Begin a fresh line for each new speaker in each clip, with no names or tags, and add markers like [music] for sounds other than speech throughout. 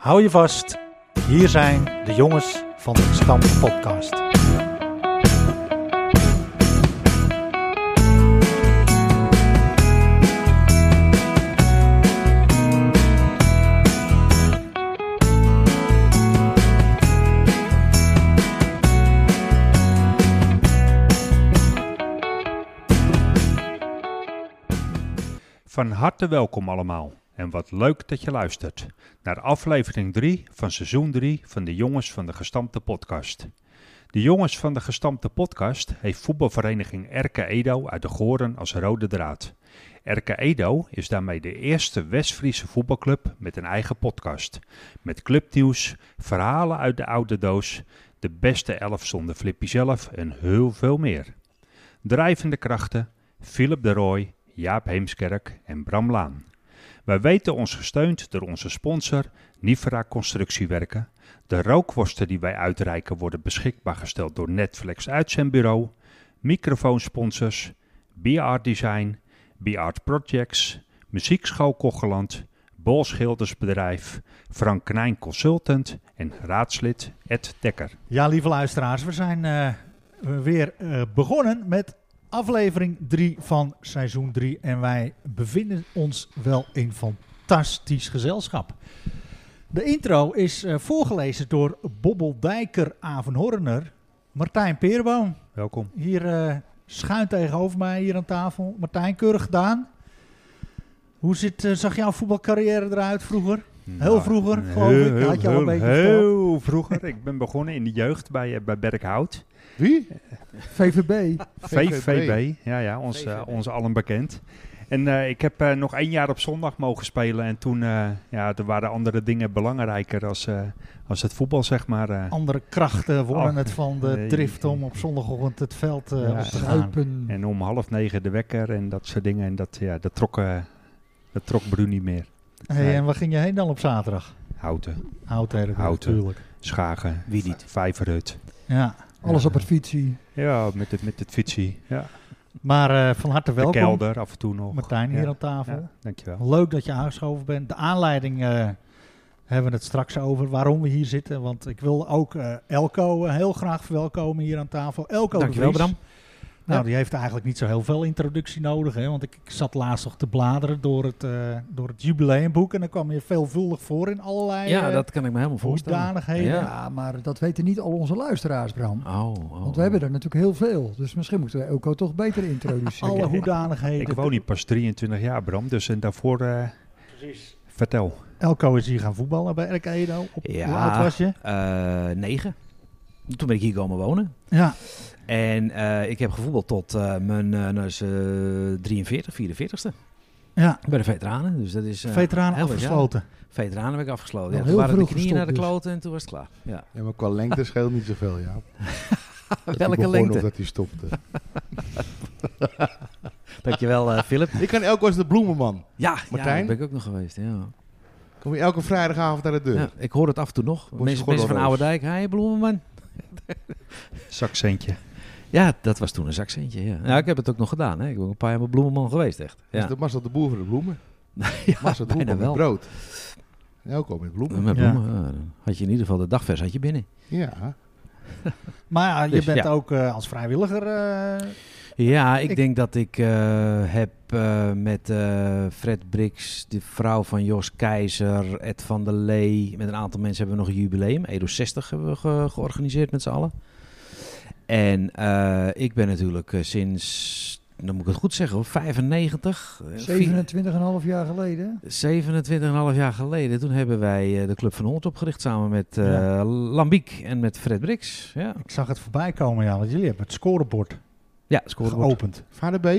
Hou je vast. Hier zijn de jongens van de Stam Podcast.
Van harte welkom allemaal en wat leuk dat je luistert naar aflevering 3 van seizoen 3 van de Jongens van de Gestampte Podcast. De Jongens van de Gestampte Podcast heeft voetbalvereniging RK Edo uit de Goren als rode draad. RK Edo is daarmee de eerste West-Friese voetbalclub met een eigen podcast. Met clubnieuws, verhalen uit de oude doos, de beste elf zonder Flippy zelf en heel veel meer. Drijvende krachten, Philip de Rooij, Jaap Heemskerk en Bram Laan. Wij weten ons gesteund door onze sponsor Nivra Constructiewerken. De rookworsten die wij uitreiken worden beschikbaar gesteld door Netflix Uitzendbureau, microfoonsponsors, BR Design, BR Projects, Muziekschool Kocheland, Bol Schildersbedrijf, Frank Knijn Consultant en raadslid Ed Dekker.
Ja, lieve luisteraars, we zijn eh, weer eh, begonnen met aflevering 3 van seizoen 3. En wij bevinden ons wel in fantastisch gezelschap. De intro is eh, voorgelezen door Bobbel Dijker Avenhorner, Martijn Peerboom.
Welkom.
Hier eh, schuin tegenover mij, hier aan tafel. Martijn, keurig gedaan. Hoe zit, eh, zag jouw voetbalcarrière eruit vroeger? Heel vroeger, geloof ik.
Hmm. Heel,
Had je al een
heel,
beetje
heel vroeger. Ik ben begonnen in de jeugd bij, eh, bij Berkhout.
Wie?
VVB.
VVB. ja, ja, ons, eh, ons allen bekend. En eh, ik heb eh, nog één jaar op zondag mogen spelen. En toen eh, ja, er waren andere dingen belangrijker als, eh, als het voetbal, zeg maar. eh.
Andere krachten wonnen
Oh,
het van de
eh,
drift om op zondagochtend het veld eh,
Ja,
op te gaan.
Zuipen.
En om half negen de wekker en dat soort dingen. En dat, ja, dat, trok, eh, dat trok Bru niet meer.
Hey, en waar ging je heen dan op zaterdag?
Houten,
Houten, Heracles,
Houten.
natuurlijk.
Schagen, Wie niet? Vijverhut.
Ja.
Alles
Ja.
op het fietsie.
Ja, met het, met het fietsie. Ja.
Maar eh, van harte
De
welkom,
kelder af en toe nog.
Martijn, hier
Ja.
aan tafel.
Ja, dankjewel.
Leuk dat je aangeschoven bent. De aanleiding eh, hebben we het straks over waarom we hier zitten. Want ik wil ook eh, Elko eh, heel graag verwelkomen hier aan tafel. Elko de
Dankjewel,
Vries.
Bram.
Nou,
Ja.
die heeft eigenlijk niet zo heel veel introductie nodig. Hè? Want ik, ik zat laatst nog te bladeren door het, eh, door het jubileumboek. En dan kwam je veelvuldig voor in allerlei
Ja,
eh,
dat kan ik me helemaal voorstellen.
hoedanigheden.
Ja.
Ja.
maar dat weten niet al onze luisteraars, Bram.
Oh, oh,
Want we hebben er natuurlijk heel veel. Dus misschien moeten we Elko toch beter
[laughs]
introduceren.
eh, Alle hoedanigheden.
Ik woon hier pas 23 jaar, Bram. Dus en daarvoor... eh, Vertel.
Elko is hier gaan voetballen bij RK Edo. Op,
Ja.
Hoe oud was je?
Eh, negen. Toen ben ik hier komen wonen.
Ja.
En eh, ik heb gevoetbald tot eh, mijn eh, nou is, eh, 43, 44ste.
ja.
Bij de veteranen. Dus dat is... eh,
Veteranen
heel wat, ja.
afgesloten.
Veteranen ben ik afgesloten.
Nog
Ja,
heel
toen waren de
vroeg
knieën naar de
gestopt dus.
kloten en toen was het klaar. Ja.
Ja, maar qua lengte scheelt niet zoveel, ja.
Welke lengte?
dat hij stopte.
Dankjewel, eh Philip.
[laughs] ik kan elke was de bloemenman.
Ja, ja,
Martijn?
daar ben ik ook nog geweest. Ja.
Kom je elke vrijdagavond naar de deur.
Ja, ik hoor het af en toe nog. Mensen, mensen van
Gordelroos.
Oude Dijk, hey, Bloemenman.
Zakcentje.
Ja, dat was toen een zakcentje. Ja. Nou, ik heb het ook nog gedaan. Hè. Ik ben ook een paar jaar met Bloemenman geweest, echt.
Dat
Ja. Dus
is Dus de Marcel de Boer voor de bloemen.
Ja,
Marcel de Boer
bijna
met
wel.
brood. En Elko met bloemen.
Met
Ja.
bloemen, ja, dan had je in ieder geval de dagvers had je binnen.
Ja.
Maar ja, je
Dus,
bent
ja.
ook eh, als vrijwilliger. eh,
Ja, ik,
Ik-
denk dat ik eh, heb eh, met eh, Fred Brix, de vrouw van Jos Keizer, Ed van der Lee. Met een aantal mensen hebben we nog een jubileum. Edo 60 hebben we ge- georganiseerd met z'n allen. En eh, ik ben natuurlijk eh, sinds, dan moet ik het goed zeggen hoor, 95. eh, vier-
27,5 jaar geleden.
27,5 jaar geleden, toen hebben wij eh, de Club van Holland opgericht samen met eh,
Ja.
Lambiek en met Fred Brix. Ja,
ik zag het voorbij komen, ja, want jullie hebben het scorebord
ja scorebord.
geopend.
Vader B.
Ja,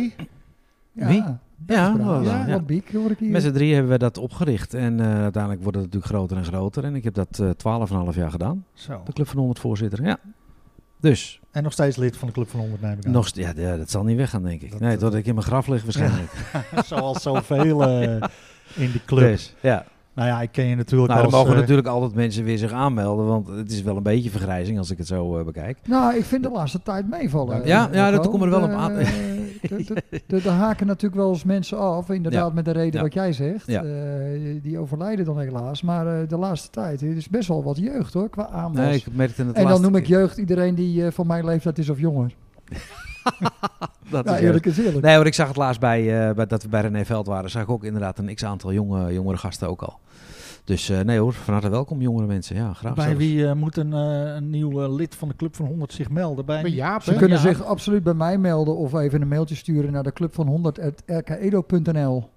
Wie?
dat
Ja,
is Bram.
wel,
ja,
ja.
Lambiek hoor ik hier.
Met z'n drie hebben we dat opgericht. En eh, uiteindelijk wordt het natuurlijk groter en groter. En ik heb dat eh 12,5 jaar gedaan.
Zo.
De Club van 100 voorzitter, ja. Dus,
En nog steeds lid van de Club van 100, neem ik aan.
nog, st- ja, ja, dat zal niet weggaan, denk ik.
Dat-
eh,
nee, totdat ik in mijn graf lig waarschijnlijk.
[laughs] Zoals
[laughs]
zoveel eh, in de club.
Dus, ja.
Nou ja, ik ken je natuurlijk
Nou, dan
als...
mogen
eh,
natuurlijk altijd mensen weer zich aanmelden. Want het is wel een beetje vergrijzing als ik het zo eh, bekijk.
Nou, ik vind de laatste tijd meevallen.
Ja, ja, dat
Elko.
komt er wel op aan.
Eh, Er haken natuurlijk wel eens mensen af, inderdaad
Ja.
met de reden
Ja.
wat jij zegt.
Ja.
Eh, die overlijden dan helaas. Maar eh, de laatste tijd, er is best wel wat jeugd hoor, qua aanwas.
Nee, ik merkte het
en dan
laatste
noem ik
keer.
jeugd iedereen die eh, van mijn leeftijd is of jonger.
Dat
Ja,
is eerlijk.
eerlijk is eerlijk.
Nee hoor, ik eh, zag het laatst bij, eh, bij dat we bij René Veld waren. Zag ik ook inderdaad een x-aantal jonge, jongere gasten ook al. Dus eh, nee hoor, van harte welkom jongere mensen. Ja, graag
Bij
zelfs.
wie eh, moet een, eh, een nieuw eh, lid van de Club van 100 zich melden? Bij
Bij Jaap,
Ze
hè?
kunnen
Ja.
zich absoluut bij mij melden of even een mailtje sturen naar de club van 100 rkedo.nl.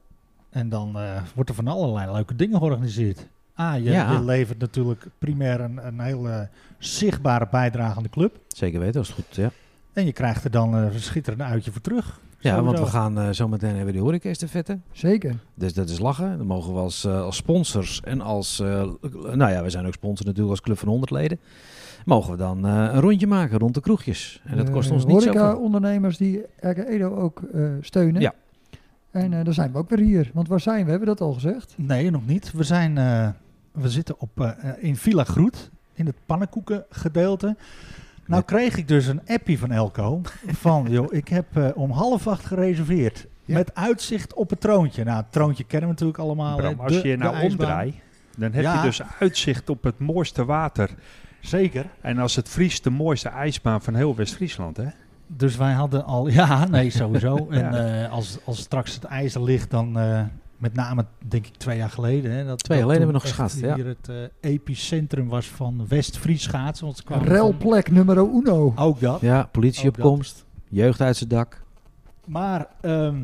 En dan eh, wordt er van allerlei leuke dingen georganiseerd. A, je,
Ja.
je levert natuurlijk primair een, een hele zichtbare bijdrage aan de club.
Zeker weten, als het goed ja.
En je krijgt er dan eh, een schitterend uitje voor terug.
Ja,
Sowieso.
want we gaan eh, zo meteen hebben we die horeca-estafette.
Zeker.
Dus dat is lachen. Dan mogen we als, eh, als sponsors en als... eh, nou ja, we zijn ook sponsor natuurlijk als Club van 100 leden. Mogen we dan eh, een rondje maken rond de kroegjes. En dat kost
Eh,
ons niet zoveel.
Horeca-ondernemers die rkedo ook eh, steunen.
Ja.
En eh, daar zijn we ook weer hier. Want waar zijn we? Hebben we dat al gezegd?
Nee, nog niet. We, zijn, eh, we zitten op, eh, eh, in Villa Groet, in het pannenkoekengedeelte. Nou kreeg ik dus een appie van Elko. Van, joh, ik heb eh, om half acht gereserveerd.
Ja.
Met uitzicht op het troontje. Nou, het troontje kennen we natuurlijk allemaal.
Bram,
hè.
als
De-
je je
de
nou
ijsbaan.
omdraait, dan heb
Ja.
je dus uitzicht op het mooiste water.
Zeker.
En als het vriest, de mooiste ijsbaan van heel West-Friesland, hè?
Dus wij hadden al, [laughs] ja, nee, sowieso. En eh, als, als straks het ijs er ligt, dan eh, met name, denk ik, twee jaar geleden. Hè, dat,
Twee jaar geleden
dat toen
hebben we nog
echt
geschat, ja.
Hier het eh, epicentrum was van West-Fries schaatsen. Want ze kwamen van-
Relplek nummer uno.
Ook dat.
Ja,
Ook dat.
politieopkomst.
Oh,
Jeugd uit zijn dak.
Maar ehm,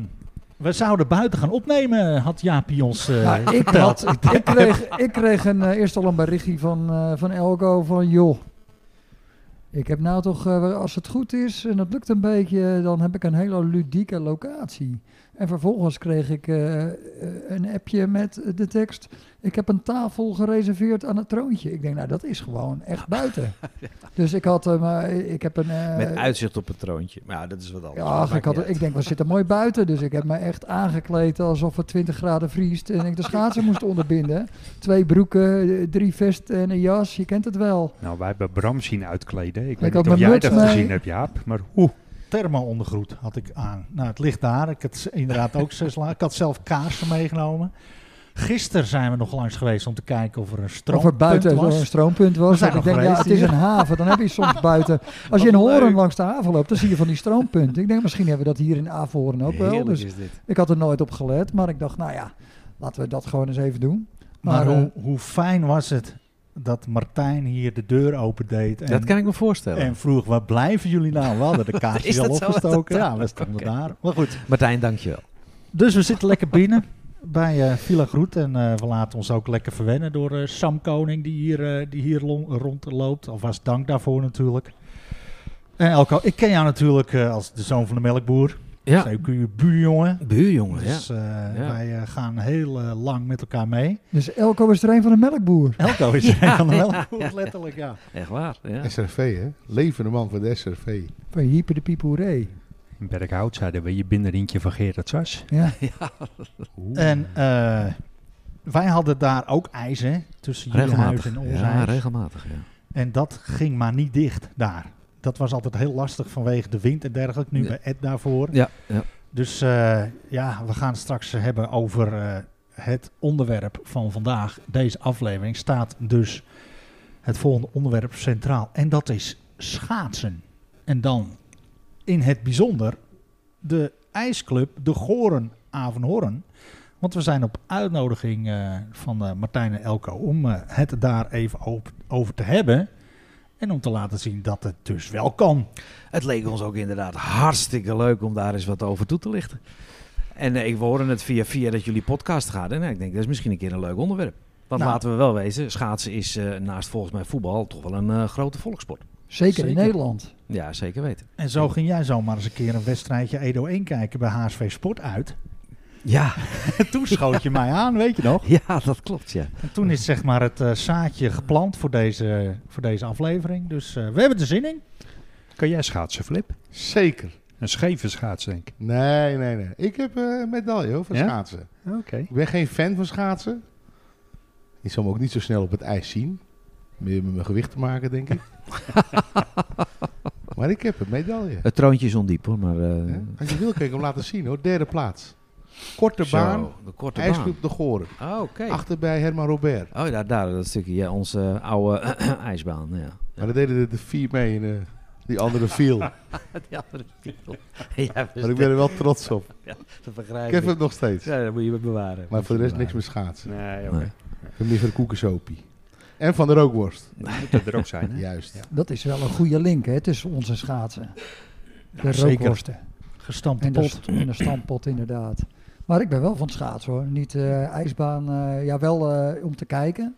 we zouden buiten gaan opnemen, had Jaapie ons eh,
Nou, ik,
verteld.
had, ik, kreeg, ik kreeg een, eh, eerst al een berichtje van, eh, van Elko van joh. Ik heb nou toch, eh, als het goed is en dat lukt een beetje, dan heb ik een hele ludieke locatie. En vervolgens kreeg ik eh, eh, een appje met de tekst. Ik heb een tafel gereserveerd aan het troontje. Ik denk, nou dat is gewoon echt buiten. Dus ik had hem, eh, ik heb een... eh,
Met uitzicht op het troontje. Maar ja, dat is wat anders.
ja,
Dat
ach, ik,
maakt
had,
niet uit.
ik denk, we zitten mooi buiten. Dus ik heb me echt aangekleed alsof het 20 graden vriest. En ik de schaatsen moest onderbinden. Twee broeken, eh, drie vesten en een jas. Je kent het wel.
Nou, wij hebben Bram zien uitkleden. Ik
had
weet niet of
mijn
jij
muts
dat
mee.
gezien hebt, Jaap. Maar hoe?
Thermo-ondergoed had ik aan. Nou, het ligt daar. Ik had z- inderdaad ook zes la- Ik had zelf kaarsen meegenomen. Gisteren zijn we nog langs geweest om te kijken of er een
Of er
stroompunt
buiten
was.
een stroompunt
We
was.
zijn
En ik
nog
denk, ja, het
geweest
is een haven. Dan heb je
[laughs]
soms buiten. Als je in Hoorn langs de haven loopt, dan zie je van die stroompunten. Ik denk, misschien hebben we dat hier in Averhoorn ook wel.
Heerlijk
Dus
is dit.
ik had er nooit op gelet. Maar ik dacht, nou ja, laten we dat gewoon eens even doen.
Maar
Maar, eh,
hoe, hoe fijn was het dat Martijn hier de deur opendeed en,
dat kan ik me voorstellen.
en vroeg, waar blijven jullie nou? We hadden
[laughs]
de
Is
kaartjes
dat
al
zo?
opgestoken.
Dat-
Ja, we stonden
Oké.
daar. Maar goed,
Martijn, dankjewel.
dus we zitten lekker binnen bij eh, Villa Groet en eh, we laten ons ook lekker verwennen door eh, Sam Koning die hier, eh, die hier lo- rondloopt. Alvast dank daarvoor natuurlijk. En Elko, ik ken jou natuurlijk eh, als de zoon van de melkboer.
Ja,
Zeker je buurjongen.
buurjongen.
Dus
ja.
eh,
Ja.
wij eh, gaan heel eh, lang met elkaar mee.
Dus Elko is er een van de melkboer.
Elko is er een van de melkboer, letterlijk ja.
Echt waar. Ja.
SRV, hè? Levende man van de SRV.
Van hyper de piep hoeree.
In Berkhout zeiden we, je binnenrientje van Gerard Sas.
Ja.
En eh, wij hadden daar ook ijs, hè, tussen jullie huis
Regelmatig.
en ons
Ja,
huis.
regelmatig. Ja.
en dat ging maar niet dicht daar. Dat was altijd heel lastig vanwege de wind en dergelijke. Nu
Ja.
bij Ed daarvoor.
Ja, ja.
Dus eh, ja, we gaan het straks hebben over eh, het onderwerp van vandaag. Deze aflevering staat dus het volgende onderwerp centraal. En dat is schaatsen. En dan in het bijzonder de ijsclub De Goren Avenhoorn. Want we zijn op uitnodiging eh, van eh, Martijn en Elko om eh, het daar even op- over te hebben. En om te laten zien dat het dus wel kan.
Het leek ons ook inderdaad hartstikke leuk om daar eens wat over toe te lichten. En eh, ik we horen het via via dat jullie podcast gaat. En eh, ik denk, dat is misschien een keer een leuk onderwerp. Want
Nou.
laten we wel wezen, schaatsen is eh, naast volgens mij voetbal toch wel een eh, grote volkssport.
Zeker, in
Zeker.
Nederland.
Ja, zeker weten.
En zo ging jij zomaar eens een keer een wedstrijdje Edo 1 kijken bij HSV Sport uit. [laughs]
Ja,
En toen schoot je mij aan, weet je nog?
[laughs] ja dat klopt, ja.
En toen is zeg maar het eh, zaadje geplant voor deze, voor deze aflevering. Dus eh, we hebben er zin in.
Kan jij schaatsen, Flip?
Zeker.
Een scheve schaats, denk ik.
Nee, nee, nee. Ik heb eh, een medaille hoor, van
Ja?
schaatsen.
Oké.
Ik ben geen fan van schaatsen. Ik zal me ook niet zo snel op het ijs zien. Meer met mijn gewicht te maken, denk ik. Maar ik heb een medaille.
Het troontje is ondiep hoor, maar... eh,
Hè? Als je wil, kan ik hem laten zien hoor. Derde plaats. Korte
zo,
baan,
De korte baan.
IJsclub de Goren.
Oh, oké.
Achter bij Herman Robert.
Oh, daar, daar, dat stukje. Ja, onze eh, oude [clears throat] ijsbaan, ja.
Maar daar deden er de vier mee en eh, die andere viel. maar
[laughs] Die andere titel. [laughs] ja, dus
ik ben er wel trots op.
dat
Ik
begrijp
heb
ik.
hem nog steeds.
Ja, dat moet je bewaren.
Maar voor de rest niks meer
meer.
schaatsen.
Nee,
Nee.
oké.
Ik heb meer van de koekensopie. En van de rookworst.
Dat Moet dat er ook zijn, hè?
Juist.
Dat is wel een goede link hè, tussen onze schaatsen. De
zeker.
rookworsten
Gestampte
en de,
pot.
st- en de stampot inderdaad. Maar ik ben wel van schaatsen hoor. Niet eh, ijsbaan, eh, ja wel eh, om te kijken.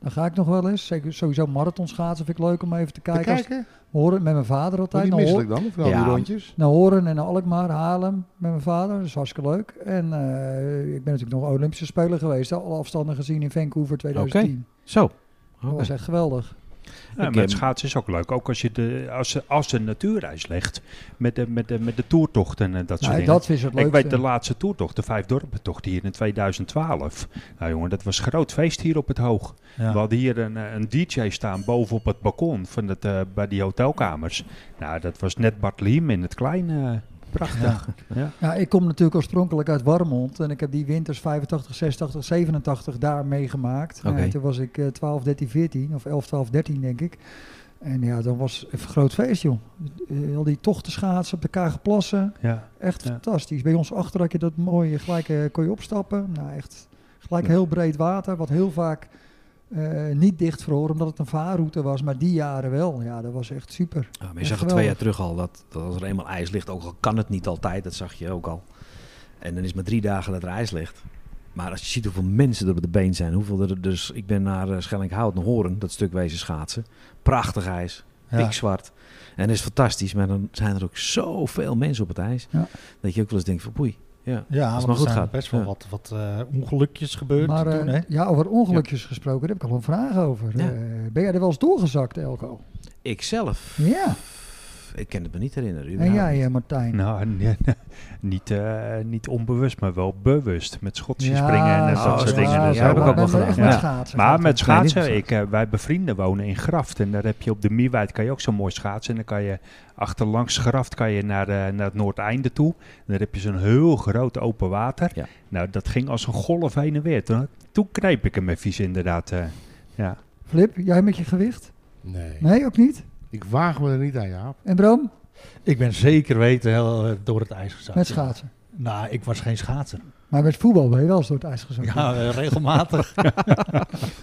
Dan ga ik nog wel eens. Zeker, sowieso marathon schaatsen vind ik leuk om even te
Te
kijken. Als-
kijken?
horen met mijn vader
Word
altijd.
je niet
Dan hoor-
misselijk dan? Van al die
Ja.
rondjes?
naar Horen en naar Alkmaar, Haarlem met mijn vader. Dat is hartstikke leuk. En eh, ik ben natuurlijk nog Olympische Speler geweest. hè. Alle afstanden gezien in Vancouver 2010.
Zo.
Dat
Oké.
was echt geweldig.
Ja,
Ik
maar
heb-
het schaatsen is ook leuk. Ook als je de, als, ze- als de natuurreis legt. Met de, met de, met de toertocht en eh, dat soort
Nou,
dingen.
dat is het leukste.
Ik weet de laatste toertocht, de Vijf Dorpentocht hier in 2012. Nou jongen, dat was groot feest hier op het Hoog. We
Ja.
hadden hier een, eh, een DJ staan boven op het balkon van het, eh, bij die hotelkamers. Nou, dat was net Bart Liem in het klein. eh, prachtig. Ja.
Ja, ik kom natuurlijk oorspronkelijk uit Warmond. En ik heb die winters 85, 86, 87 daar meegemaakt.
Oké.
Eh, toen was ik eh, 12, 13, 14. Of 11, 12, 13 denk ik. En ja, dan was het een groot feest, joh. Eh, al die tochten schaatsen op de Kage Plassen.
Ja.
Echt
Ja.
fantastisch. Bij ons achter had je dat mooie, gelijk eh, kon je opstappen. Nou, echt gelijk
Ja.
heel breed water, wat heel vaak eh, niet dichtvroor, omdat het een vaarroute was. Maar die jaren wel. Ja, dat was echt super.
Ja, Oh, maar je
Echt
zag het
geweldig.
twee jaar terug al, dat, dat als er eenmaal ijs ligt, ook al kan het niet altijd, dat zag je ook al. En dan is het maar drie dagen dat er ijs ligt. Maar als je ziet hoeveel mensen er op de been zijn, hoeveel er dus... Ik ben naar eh, Schellinghout, naar Horen, dat stuk wezen schaatsen. Prachtig ijs,
Ja.
pikzwart. En dat is fantastisch, maar dan zijn er ook zoveel mensen op het ijs.
Ja.
Dat je ook wel eens denkt van, boei. Ja.
Ja,
het maar
want er
goed
zijn
gaat.
best wel
Ja.
wat, wat eh, ongelukjes gebeurd
maar eh,
toen, hè?
ja, over ongelukjes gesproken, daar heb ik al een vraag over.
Ja.
Eh, ben jij er wel eens doorgezakt, Elko?
Ik zelf,
Ja.
ik kan het me niet herinneren.
En
überhaupt
jij,
niet.
eh,
[laughs]
Martijn?
Nou, nee, nee, niet, eh, niet onbewust, maar wel bewust. Met schotjes
Ja, oh,
springen en eh,
zo,
dat soort
ja,
dingen.
ja,
Dat
ja,
heb ik
maar
ook wel
met-
gedaan.
Echt
Ja.
met schaatsen.
Maar met
Nee, niet
schaatsen,
met
ik, eh, wij bij vrienden wonen in Graft. En daar heb je op de Mierwijd kan je ook zo mooi schaatsen. En dan kan je achterlangs Graft kan je naar, eh, naar het Noordeinde toe. En daar heb je zo'n heel groot open water.
Ja.
Nou, dat ging als een golf heen en weer. Toen, toen kneep ik hem even vies inderdaad. eh. ja.
Flip, jij met je gewicht?
Nee.
Nee, ook niet?
Ik waag me er niet aan, Jaap.
En Bram?
Ik ben zeker weten heel, eh, door het ijs gezakt.
Met schaatsen.
Nou, ik was geen schaatser.
Maar met voetbal ben je wel eens door het ijs gezakt.
Ja, eh, regelmatig.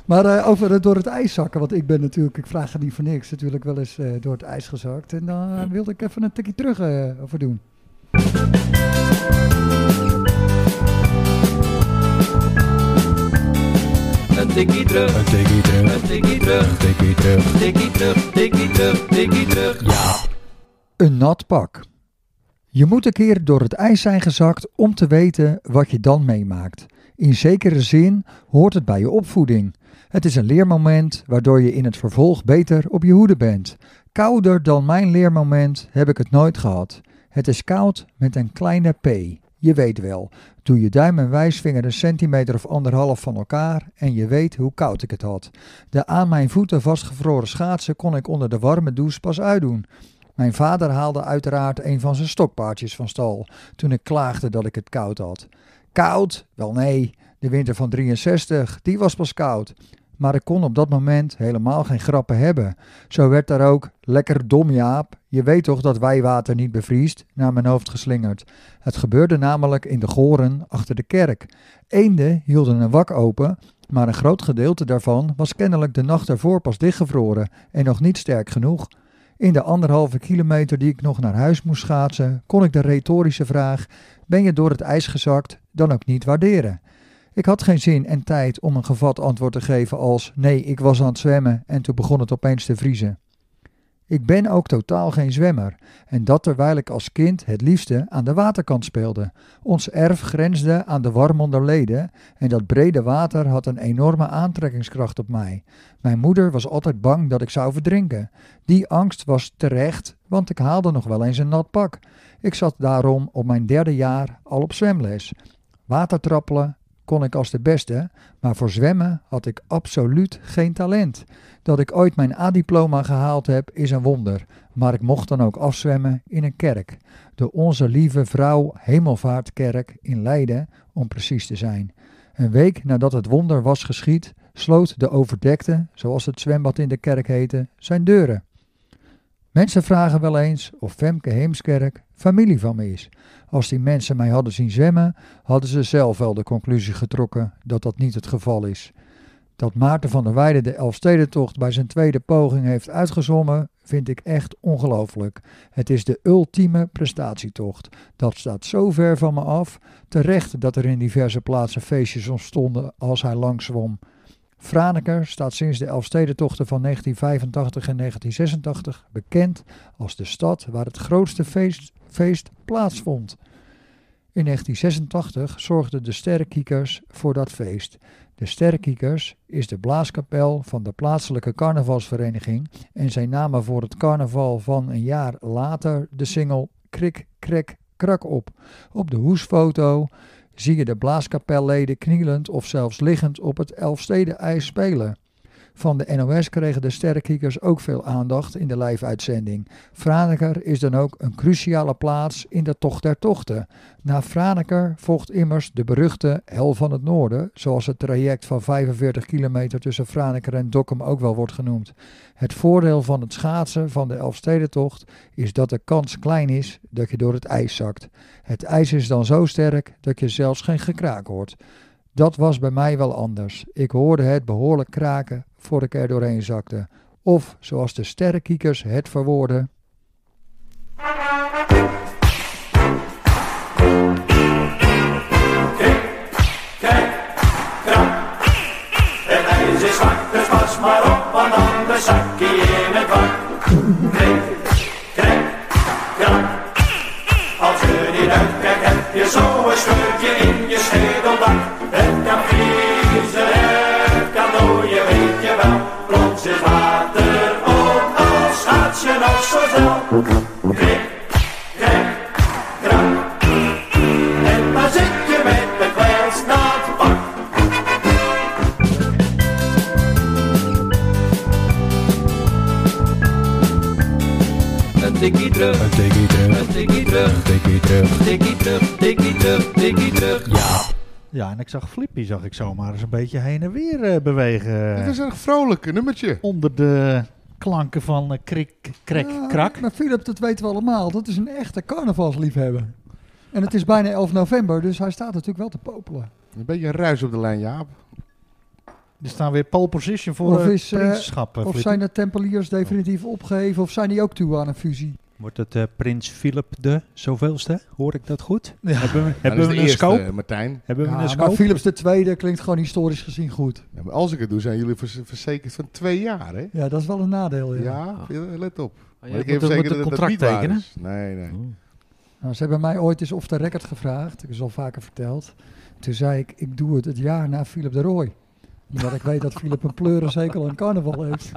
Maar eh, over het door het ijs zakken, want ik ben natuurlijk, ik vraag het niet voor niks, natuurlijk wel eens eh, door het ijs gezakt. En dan eh, wilde ik even een tikje terug eh, over doen. Een nat pak. Je moet een keer door het ijs zijn gezakt om te weten wat je dan meemaakt. In zekere zin hoort het bij je opvoeding. Het is een leermoment waardoor je in het vervolg beter op je hoede bent. Kouder dan mijn leermoment heb ik het nooit gehad. Het is koud met een kleine p. Je weet wel, doe je duim en wijsvinger een centimeter of anderhalf van elkaar en je weet hoe koud ik het had. De aan mijn voeten vastgevroren schaatsen kon ik onder de warme douche pas uitdoen. Mijn vader haalde uiteraard een van zijn stokpaardjes van stal toen ik klaagde dat ik het koud had. Koud? Wel nee, de winter van 63, die was pas koud. Maar ik kon op dat moment helemaal geen grappen hebben. Zo werd daar ook lekker dom Jaap, je weet toch dat wijwater niet bevriest, naar mijn hoofd geslingerd. Het gebeurde namelijk in de goren achter de kerk. Eenden hielden een wak open, maar een groot gedeelte daarvan was kennelijk de nacht ervoor pas dichtgevroren en nog niet sterk genoeg. In de anderhalve kilometer die ik nog naar huis moest schaatsen, kon ik de retorische vraag: ben je door het ijs gezakt? dan ook niet waarderen. Ik had geen zin en tijd om een gevat antwoord te geven als: nee, ik was aan het zwemmen en toen begon het opeens te vriezen. Ik ben ook totaal geen zwemmer en dat terwijl ik als kind het liefste aan de waterkant speelde. Ons erf grensde aan de Warmonderleden en dat brede water had een enorme aantrekkingskracht op mij. Mijn moeder was altijd bang dat ik zou verdrinken. Die angst was terecht, want ik haalde nog wel eens een nat pak. Ik zat daarom op mijn derde jaar al op zwemles. Watertrappelen kon ik als de beste, maar voor zwemmen had ik absoluut geen talent. Dat ik ooit mijn A-diploma gehaald heb is een wonder, maar ik mocht dan ook afzwemmen in een kerk. De Onze Lieve Vrouw Hemelvaartkerk in Leiden, om precies te zijn. Een week nadat het wonder was geschied, sloot de overdekte, zoals het zwembad in de kerk heette, zijn deuren. Mensen vragen wel eens of Femke Heemskerk familie van me is. Als die mensen mij hadden zien zwemmen, hadden ze zelf wel de conclusie getrokken dat dat niet het geval is. Dat Maarten van der Weijden de Elfstedentocht bij zijn tweede poging heeft uitgezommen, vind ik echt ongelooflijk. Het is de ultieme prestatietocht. Dat staat zo ver van me af. Terecht dat er in diverse plaatsen feestjes ontstonden als hij langs zwom. Franeker staat sinds de Elfstedentochten van 1985 en 1986 bekend als de stad waar het grootste feest, feest plaatsvond. In 1986 zorgden de Sterrenkiekers voor dat feest. De Sterrenkiekers is de blaaskapel van de plaatselijke carnavalsvereniging en zij namen voor het carnaval van een jaar later de single Krik, Krek, Krak op. Op de hoesfoto zie je de blaaskapelleden knielend of zelfs liggend op het Elfstede-ijs spelen. Van de NOS kregen de sterrenkiekers ook veel aandacht in de live-uitzending. Franeker is dan ook een cruciale plaats in de Tocht der Tochten. Na Franeker volgt immers de beruchte Hel van het Noorden, zoals het traject van 45 kilometer tussen Franeker en Dokkum ook wel wordt genoemd. Het voordeel van het schaatsen van de Elfstedentocht is dat de kans klein is dat je door het ijs zakt. Het ijs is dan zo sterk dat je zelfs geen gekraak hoort. Dat was bij mij wel anders. Ik hoorde het behoorlijk kraken voor ik er doorheen zakte. Of zoals de sterrenkiekers het verwoorden.
Het ijs is zwak, dus pas maar op, want anders zak je in het wak. Krik, krik, krak. Als je niet uitkijkt, heb je zo een scheurtje in je schedeldak. Het kan vriezen, het kan dooien, weet je wel. Plots is water op, als schaats je nog zo snel. Krik, krik, krak. En dan zit je met de kwelst naar het pak. Een tikkie terug, een tikkie terug, een tikkie terug, een tikkie terug, tikkie terug, tikkie terug, tikkie terug.
Ja, en ik zag Flippy, zag ik zomaar eens een beetje heen en weer eh, bewegen.
Het is een erg vrolijk nummertje.
Onder de klanken van eh, krik, krek,
Ja, nou-
krak.
Maar Philip, dat weten we allemaal. Dat is een echte carnavalsliefhebber. En het is bijna 11 november, dus hij staat natuurlijk wel te popelen.
Een beetje een ruis op de lijn, Jaap.
Er staan weer pole position voor
Of
het
is, eh,
prinsschap. eh,
Of
Flippy.
zijn de Tempeliers definitief opgeheven of zijn die ook toe aan een fusie?
Wordt het eh, prins Philip de zoveelste? Hoor ik dat goed?
Ja.
Hebben we,
Dat
hebben
is
we
de
een
eerste, eh,
scope?
Martijn.
Hebben we
Ja,
een
maar
scope?
Philips de tweede klinkt gewoon historisch gezien goed.
Ja, maar als ik het doe, zijn jullie vers- verzekerd van twee jaar, hè?
Ja, dat is wel een nadeel. Ja.
Ja, let op.
Oh,
Maar ik
moet-
heb zeker
moet
dat
een
het
contract
niet waar
tekenen. Oh.
is. Nee, nee.
Nou, ze hebben mij ooit eens off the record gevraagd. Ik is al vaker verteld. Toen zei ik, ik doe het het jaar na Philip de Roy. Omdat ik weet dat Philip een pleurenzekel aan carnaval heeft.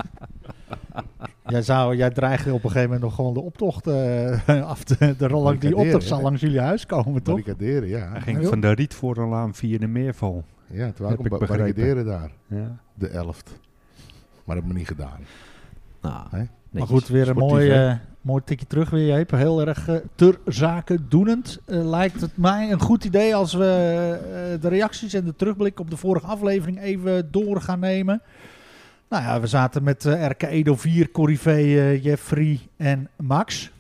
Jij, zou, jij dreigde op een gegeven moment nog gewoon de optocht eh, [laughs] af te... De, lang die
Barricaderen,
optocht zal
hè?
langs jullie huis komen, toch?
Barricaderen, ja.
Hij ging van de Rietvoornlaan via de Meerval.
Ja, toen
Heb
wou ik
ik
hem
begrepen.
barricaderen daar.
Ja.
De elft. Maar dat hebben we niet gedaan.
Nou,
Hè?
Maar
netjes.
goed, weer een
Sportief,
mooi,
hè?
eh, mooi tikje terug weer, Jeep. Heel erg eh, ter zake doenend. Eh, lijkt het mij een goed idee als we eh, de reacties en de terugblik op de vorige aflevering even door gaan nemen. Nou ja, we zaten met eh RK Edo 4, Corrivé, eh, Jeffrey en Max.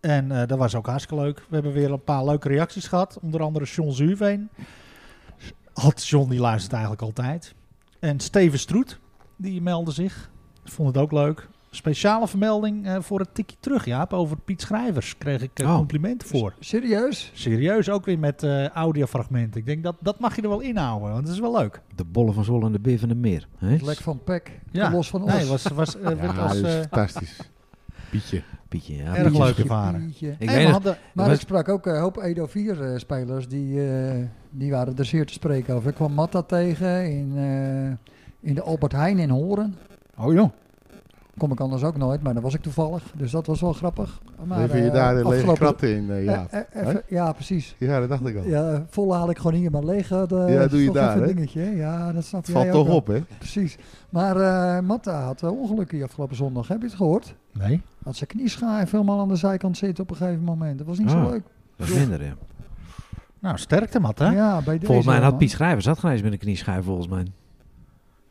En eh, dat was ook hartstikke leuk. We hebben weer een paar leuke reacties gehad. Onder andere John Zuurveen. Had John, die luistert eigenlijk altijd. En Steven Stroet, die meldde zich. Vond het ook leuk. Speciale vermelding eh, voor het tikje terug, Jaap. Over Piet Schrijvers kreeg ik eh,
Oh.
complimenten voor.
Serieus?
Serieus, ook weer met eh, audiofragmenten. Ik denk dat dat mag je er wel inhouden, want dat is wel leuk.
De bollen van Zwolle en de beer van de meer. Hè?
Het lek van Pek.
Ja.
Los van ons.
Nee, was, was, eh, werd
ja,
als,
dus,
dat is
eh,
fantastisch. Pietje.
Pietje, ja.
erg
Pietje.
leuk ervaren.
Pietje.
Ik
en we
weet nog,
hadden,
Maar
Was-
ik sprak ook een hoop Edo 4-spelers. die, eh, die waren er zeer te spreken over. Ik kwam Matta tegen in, eh, in de Albert Heijn in Horen.
oh joh,
Kom ik anders ook nooit, maar dan was ik toevallig. Dus dat was wel grappig. Maar,
Lever je
eh,
daar de lege
afgelopen-
kratten in, eh,
Eh,
Jaap?
eh, even- ja, precies.
Ja, dat dacht ik al.
Ja, volle haal ik gewoon hier, maar leeg. eh, dat
Ja,
is
doe je
toch
daar,
even een
hè?
dingetje. hè? Ja, dat snap
Het valt toch op, hè?
Precies. Maar eh Matta had eh, ongeluk hier afgelopen zondag. Heb je het gehoord?
Nee?
Had zijn knieschijf helemaal aan de zijkant zitten op een gegeven moment. Dat was niet
Oh.
Ah.
zo leuk.
Dat is minder, ja.
Nou, sterkte, Matta.
Ja, bij deze,
Volgens mij had
man.
Piet Schrijvers had geen eens met een knieschijf, volgens mij.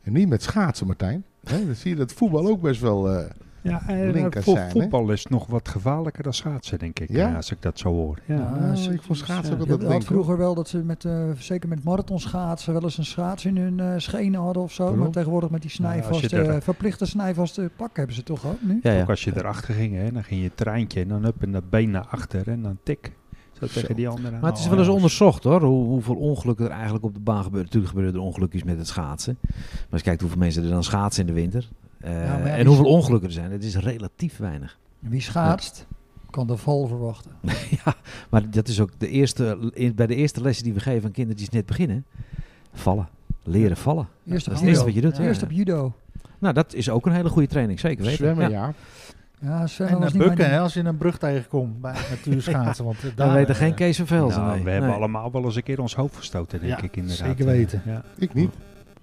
En niet met schaatsen, Martijn. Hè, dan zie je dat voetbal ook best wel... eh,
Ja, en,
Linkers
eh, voor
zijn, hè?
voetbal is het nog wat gevaarlijker dan schaatsen, denk ik.
Ja?
eh, Als ik dat zo hoor. Ja.
Ja,
nou,
ze-
ik vond schaatsen ook
Je
altijd
had
link. hoor.
vroeger wel dat ze met, eh, zeker met marathonschaatsen wel eens een schaats in hun eh, schenen hadden of zo.
Waarom?
Maar tegenwoordig met die
als je
snijvaste,
daar-
eh, verplichte snijvaste pakken hebben ze toch ook nu?
Ja, ja.
eh, Ook als je erachter ging, hè, dan ging je treintje en dan up en dat been naar achter en dan tik. Zo tegen die andere aan.
Maar het is
Oh,
wel eens
Nou,
jongens.
onderzocht hoor, hoe, hoeveel ongelukken er eigenlijk op de baan gebeuren. Natuurlijk gebeuren er ongelukjes met het schaatsen. Maar als je kijkt hoeveel mensen er dan schaatsen in de winter. eh,
Ja, maar ja,
en
die-
hoeveel ongelukken er zijn, het is relatief weinig.
Wie schaatst, kan de val verwachten.
ja, maar dat is ook de eerste, in- bij de eerste lessen die we geven aan kinderen die net beginnen. Vallen. Leren vallen.
Eerst
dat
op
is het eerste
judo.
wat je doet. ja.
Eerst op judo.
Nou, dat is ook een hele goede training, zeker weten. ja.
Zwemmen, Jaap.
Ja, zwemmen
En
was
eh,
niet mijn
bukken,
ding.
hè, als je een brug tegenkomt bij natuurschaatsen. Want eh, daar
Dan Nou, weten
eh,
geen Kees van Velzen.
Nou,
nee.
we hebben
Nee.
allemaal wel eens een keer ons hoofd verstoten, denk
Ja,
ik inderdaad.
zeker weten.
Ja.
Ik niet.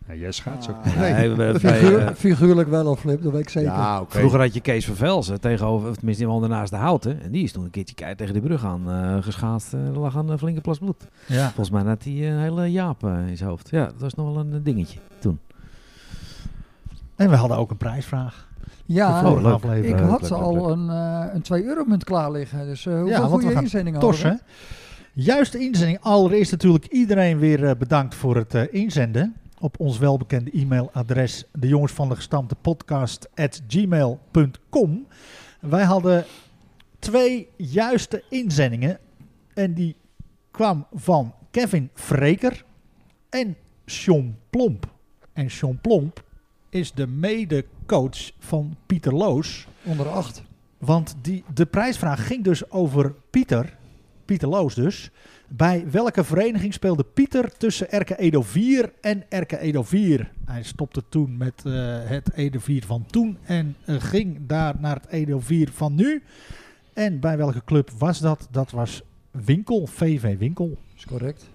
Ja, jij schaats ook.
Nee.
Nee, we- we-
Figuur-
eh,
figuurlijk wel al flip, dat weet ik zeker.
Ja, oké.
Vroeger had je Kees van Velzen tegenover, of tenminste die woonde naast de houten. En die is toen een keertje keihard tegen die brug aan eh, geschaatst. eh, Er lag een eh, flinke plas bloed.
Ja.
Volgens mij had hij een hele jaap eh, in zijn hoofd. Ja, dat was nog wel een eh, dingetje toen.
En we hadden ook een prijsvraag.
Ja,
de vorige
leuk.
aflevering.
Oh, ik
leuk,
had
leuk,
ze
leuk,
al
leuk.
een, eh een 2 euro munt klaar liggen. Dus eh hoeveel
want we
goede
gaan
inzendingen
Tors, hè?
hadden
Juiste inzending. Allereerst natuurlijk iedereen weer eh, bedankt voor het eh, inzenden. Op ons welbekende e-mailadres, de jongens van de gestampte podcast gmail.com. Wij hadden twee juiste inzendingen. En die kwam van Kevin Freker en Sean Plomp. En Sean Plomp is de mede-coach van Pieter Loos.
we? Onder acht.
Want die, de prijsvraag ging dus over Pieter, Pieter Loos dus. Bij welke vereniging speelde Pieter tussen Erke Edo 4 en Erke Edo 4? Hij stopte toen met eh, het Edo 4 van toen en eh, ging daar naar het Edo 4 van nu. En bij welke club was dat? Dat was Winkel, VV Winkel.
Is correct.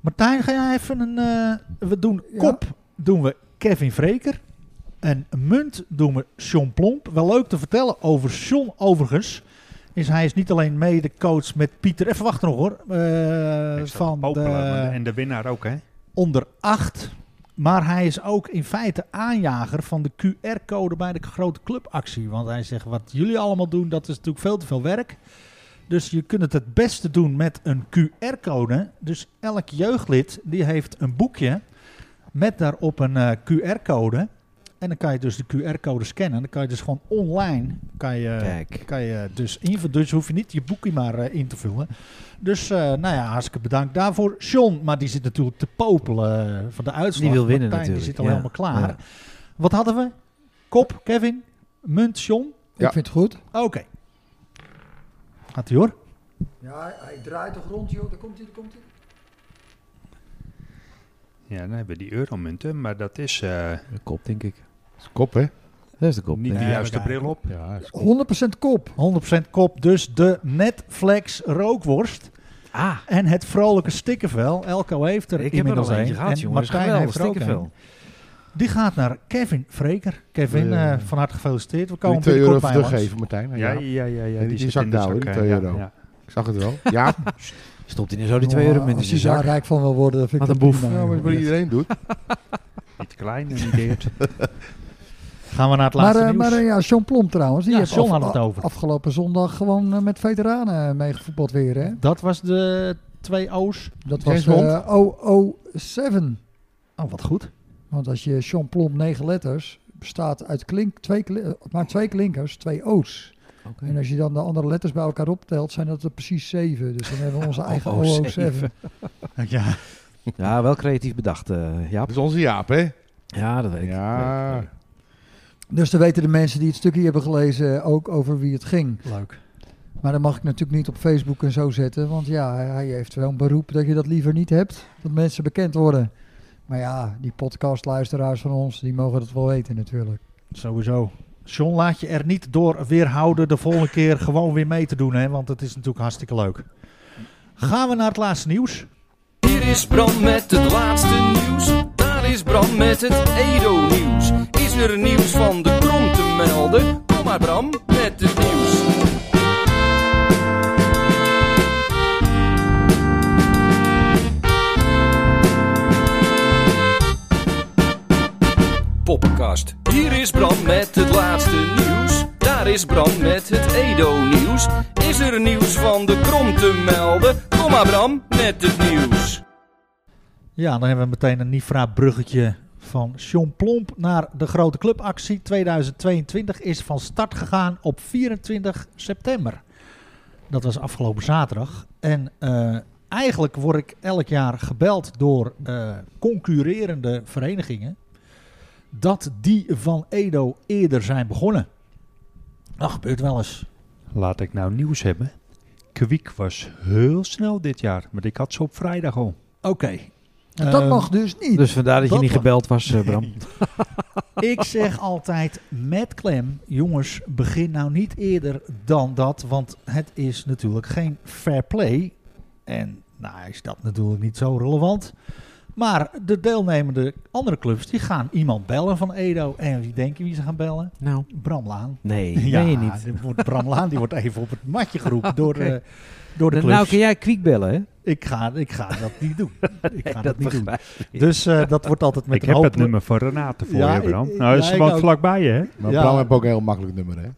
Martijn, ga jij even een... eh, we doen
Ja.
kop, doen we Kevin Vreker. En munt doen we Sean Plomp. Wel leuk te vertellen over Sean overigens. Is hij is niet alleen mede-coach met Pieter... Even wachten nog hoor. eh,
Ik zat te
van
popelen, maar-
de
En de winnaar ook, hè?
onder 8. Maar hij is ook in feite aanjager van de QR-code bij de grote clubactie. Want hij zegt, wat jullie allemaal doen, dat is natuurlijk veel te veel werk. Dus je kunt het het beste doen met een QR-code. Dus elk jeugdlid die heeft een boekje met daarop een eh, QR-code. En dan kan je dus de QR-code scannen. Dan kan je dus gewoon online kan je,
Kijk.
kan je dus invullen. Dus hoef je niet je boekje maar eh, in te vullen. Dus eh, nou ja, hartstikke bedankt daarvoor. John, maar die zit natuurlijk te popelen eh, van de uitslag.
Die wil winnen
Martijn,
natuurlijk,
Die zit al
ja.
helemaal klaar.
Ja.
Wat hadden we? Kop, Kevin, munt, John.
Ja.
Ik vind het goed.
Oké. Gaat hij hoor.
Ja, hij draait toch rond, joh. Daar komt hij, daar komt hij.
Ja, dan hebben we die euromunten, maar dat is eh,
De kop, denk ik.
Dat is kop, hè?
Dat is de kop.
niet
denk
de
ik.
Ja,
juiste
we kijken.
bril op.
Ja, dat is
100% kop.
100% kop, dus de Netflix rookworst
Ah,
en het vrolijke stikkenvel. Elko heeft er
ik heb er
inmiddels
al eentje
een.
gehad,
en
jongens.
Martijn
Geweldig,
heeft er ook een.
stikkenvel.
Die gaat naar Kevin Vreker. Kevin,
Ja.
eh, van harte gefeliciteerd. We
Die
komen
2
binnenkort
euro
bij ons.
teruggeven, Martijn.
Ja, ja,
Ja,
ja. ja
die
zit
zak
in de
daar, hoor, die
hè,
twee
ja,
euro.
ja.
ik zag het wel. Ja,
Stopt hij nou zo die 2 euro munt in
Oh, Als
zijn
je daar
zak?
rijk van wil worden, dan vind ik
Wat
dat
een
prima,
nou, maar
joh.
wat iedereen doet.
Niet klein en niet deerd.
Gaan we naar het
Maar,
laatste
eh,
nieuws.
maar eh, ja, Sean Plomp trouwens. Die
Ja,
heeft
Sean
af-
had het
a-
over.
afgelopen zondag gewoon eh, met veteranen meegevoetbald weer. Hè?
Dat was de twee O's.
Dat
James
was eh 007.
Oh, wat goed.
Want als je Sean Plomp negen letters bestaat uit klink, twee, kli- eh, maar twee klinkers, twee O's.
Oké.
En als je dan de andere letters bij elkaar optelt, zijn dat er precies zeven. Dus dan hebben we onze eigen
007.
007.
Ja.
Ja, wel creatief bedacht, eh, Jaap.
Dat is onze Jaap, hè?
Ja, dat weet ik.
Ja.
Weet ik, weet
Dus dan weten de mensen die het stukje hebben gelezen ook over wie het ging.
Leuk.
Maar dat mag ik natuurlijk niet op Facebook en zo zetten. Want ja, hij heeft wel een beroep dat je dat liever niet hebt. Dat mensen bekend worden. Maar ja, die podcastluisteraars van ons, die mogen dat wel weten natuurlijk.
Sowieso. John, laat je er niet door weerhouden de volgende keer gewoon weer mee te doen, hè? want het is natuurlijk hartstikke leuk. Gaan we naar het laatste nieuws.
Hier is Bram met het laatste nieuws. Daar is Bram met het Edo-nieuws. Is er nieuws van de krom te melden? Kom maar Bram met het nieuws. Poppenkast. Hier is Bram met het laatste nieuws. Daar is Bram met het Edo-nieuws. Is er nieuws van de krom te melden? Kom maar Bram met het nieuws.
Ja, dan hebben we meteen een Nifra-bruggetje van John Plomp naar de grote clubactie 2022 is van start gegaan op 24 september. Dat was afgelopen zaterdag. En eh, eigenlijk word ik elk jaar gebeld door eh, concurrerende verenigingen dat die van Edo eerder zijn begonnen. Dat gebeurt wel eens.
[laughs] Laat ik nou nieuws hebben. Kwiek was heel snel dit jaar, maar ik had ze op vrijdag al.
Oké.
Dat
Eh,
mag dus niet.
Dus vandaar dat je
Dat
niet
mag.
gebeld was, eh,
[laughs]
Bram.
Ik zeg altijd met klem, jongens, begin nou niet eerder dan dat, want het is natuurlijk geen fair play. En nou is dat natuurlijk niet zo relevant. Maar de deelnemende andere clubs, die gaan iemand bellen van Edo. En wie denken wie ze gaan bellen?
Nou,
Bram Laan.
[laughs] nee, nee niet.
dit wordt Bram Laan die wordt even op het matje geroepen door,
Oké.
de, door de
Nou,
clubs.
nou kun jij kwiek bellen, [laughs] hè?
ik, ga, ik ga dat niet doen. Ik
[laughs]
ga dat niet doen.
begrijp ik.
Dus eh, dat wordt altijd met
ik
een
heb
hoop...
het nummer van Renate voor
Ja,
je, Bram.
ik- ik-
nou, dat is
ja, ik
gewoon
ook.
vlakbij je, hè?
Maar
Ja.
Bram heeft ook een heel makkelijk nummer, hè? [laughs]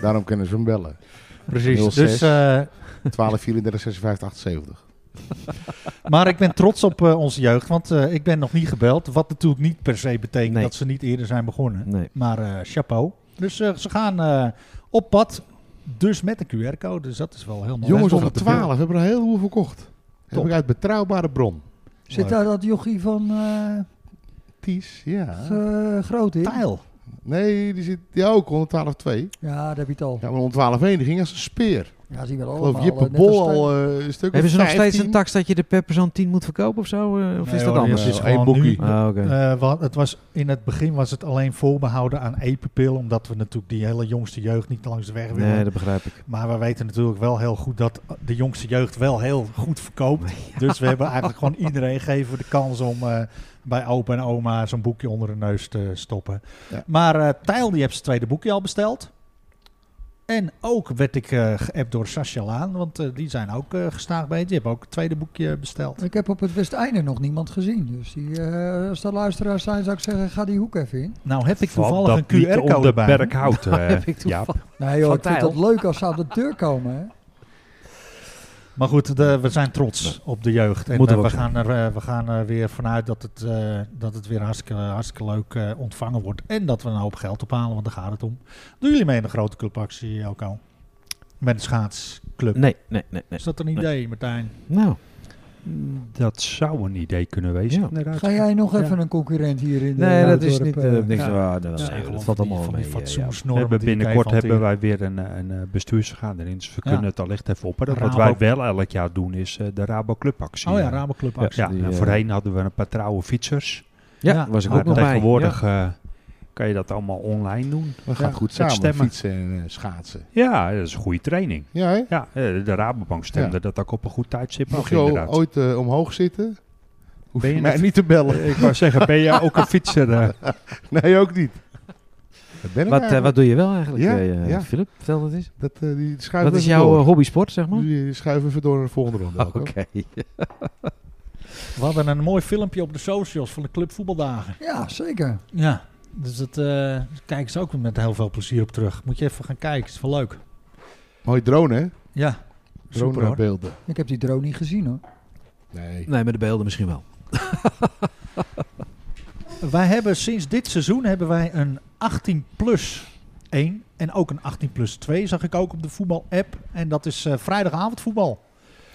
Daarom kunnen ze hem bellen.
Precies.
06.
Dus, eh,
12, 34, 56, 78.
Maar ik ben trots op eh, onze jeugd, want eh, ik ben nog niet gebeld. Wat natuurlijk niet per se betekent
Nee.
dat ze niet eerder zijn begonnen.
Nee.
Maar eh, chapeau. Dus eh, ze gaan eh, op pad, dus met een QR-code. Dus dat is wel heel mooi.
Jongens onder
Dat is wel te
12 hebben er een heleboel verkocht.
Top.
Heb ik uit betrouwbare bron.
Zit daar dat jochie van eh,
Ties, ja.
eh, Groot in?
veel. Tijl.
Nee, die zit ja, ook onder 12-2.
Ja, daar heb je het al.
Ja, maar onder 12-1 die ging als een speer.
Ja, zien we
Ik
allemaal.
geloof Jippe
eh, net als
Bol
Stijn.
al eh, een stuk
Hebben ze nog steeds
15.
een tax dat je er per persoon 10 moet verkopen of zo? eh, Of
Nee,
is
hoor,
dat
die
anders?
is
Ja,
gewoon
één boekie.
nu-
Ah, oké.
Eh, want het was, in het begin was het alleen voorbehouden aan e-pupil, omdat we natuurlijk die hele jongste jeugd niet langs de weg willen.
Nee, dat begrijp ik.
Maar we weten natuurlijk wel heel goed dat de jongste jeugd wel heel goed verkoopt. Dus we hebben eigenlijk gewoon iedereen gegeven de kans om eh, bij opa en oma zo'n boekje onder de neus te stoppen.
Ja.
Maar eh Tijl die heeft zijn tweede boekje al besteld. En ook werd ik eh geappt door Sascha Laan, want eh, die zijn ook eh gestaag bij. Die hebben ook het tweede boekje besteld.
Ik heb op het Westeinde nog niemand gezien. Dus die, eh, als dat luisteraars zijn, zou ik zeggen, ga die hoek even in.
Nou heb ik
Valt
toevallig een
dat niet
QR-code
onder
bij. me. [laughs]
Berkhout, eh,
heb ik
Jaap.
toevallig.
Nee joh,
Van
ik vind
Tijl.
het leuk als ze aan de deur komen. Hè?
Maar goed, de- we zijn trots op de jeugd. En
Moeten
eh,
we
we,
ook
gaan er, eh, we gaan er weer vanuit dat het, eh, dat het weer hartstikke, hartstikke leuk eh, ontvangen wordt. En dat we een hoop geld ophalen, want daar gaat het om. Doen jullie mee in de grote clubactie eh, ook al? Met de schaatsclub.
Nee, nee, nee. nee.
Is dat een idee, Martijn?
Nou,
Mm,
Dat zou een idee kunnen wezen,
Ja.
inderdaad.
Ga jij nog
Ja.
even een concurrent hier in de
nee, dat is
Noudorp,
niet
eh,
eh, niks
ja.
waar. Dat,
Ja,
nee,
gewoon
dat
van
valt
die-
allemaal
van
mee.
die
eh, Jaap.
We
fatsoensnormen
hebben
die je
binnenkort
kan
hebben
hanteren.
wij weer een, eh, een eh, bestuursvergadering. Dus we
Ja.
kunnen het allicht even opperen. Wat
Rabo.
wij wel elk jaar doen is eh, de Rabo Clubactie.
Oh ja,
Eh,
Rabo clubactie.
Ja,
Die,
en
eh,
voorheen hadden we een paar trouwe fietsers.
Ja,
Ja,
was ik
Maar
ook nog bij.
tegenwoordig eh, kan je dat allemaal online doen.
Dat gaat
Ja,
goed
met
samen,
stemmen.
fietsen en eh, schaatsen.
Ja, dat is een goede training.
Ja, hè?
Ja, eh, de Rabobank stemde
Ja.
dat ook op een goed tijdstip
Mocht
af,
je
inderdaad.
ooit eh, omhoog zitten, hoef
Ben
je
je
mij
net-
niet te
[laughs]
bellen.
Eh, Ik wou zeggen, ben jij ook een fietser? eh?
Nee, ook niet. Dat ben ik
Wat, eh,
eigenlijk.
wat doe je wel eigenlijk,
Ja,
eh, eh,
ja.
Philip? Vertel dat eens.
Dat, eh, die schuiven
Wat is
even
jouw
door.
eh, hobby-sport, zeg maar?
Die schuiven even door naar de volgende ronde.
Oké.
Elko.
We hadden een mooi filmpje op de socials van de Club Voetbaldagen.
Ja, zeker.
Ja, dus dat eh kijken ze ook met heel veel plezier op terug. Moet je even gaan kijken, is wel leuk.
Mooi drone, hè?
Ja, super hoor.
Dronebeelden.
Ik heb die drone niet gezien hoor.
Nee.
Nee, met de beelden misschien wel.
Wij hebben sinds dit seizoen hebben wij een 18 plus 1 en ook een 18 plus 2 zag ik ook op de voetbal-app. En dat is eh vrijdagavond voetbal.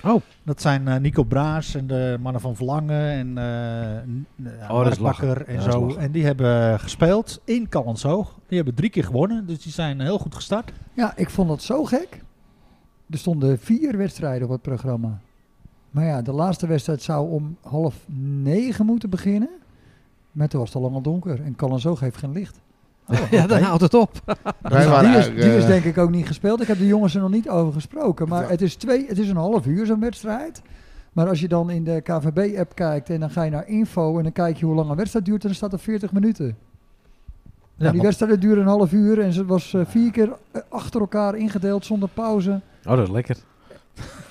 Oh.
Dat zijn eh, Nico Braas en de mannen van Verlangen en eh N- eh,
Oh, dat
Mark
is lachen.
Bakker en
Ja, dat is
zo.
lachen.
En die hebben eh, gespeeld in Callenshoog. Die hebben drie keer gewonnen, dus die zijn heel goed gestart.
Ja, ik vond dat zo gek. Er stonden vier wedstrijden op het programma. Maar ja, de laatste wedstrijd zou om half negen moeten beginnen. Maar toen was het al lang al donker en Callenzoog heeft geen licht.
ja, dan houdt het op.
Wij
Dus
waren
die, is,
eigenlijk,
die is
eh,
denk ik ook niet gespeeld. Ik heb de jongens er nog niet over gesproken. Maar
Ja.
het, is twee, het is een half uur zo'n wedstrijd. Maar als je dan in de KVB-app kijkt en dan ga je naar info en dan kijk je hoe lang een wedstrijd duurt, dan staat er 40 minuten.
Ja,
En die
maar-
wedstrijden duren een half uur en ze was eh, vier keer eh, achter elkaar ingedeeld zonder pauze.
[laughs] Oh, dat is lekker.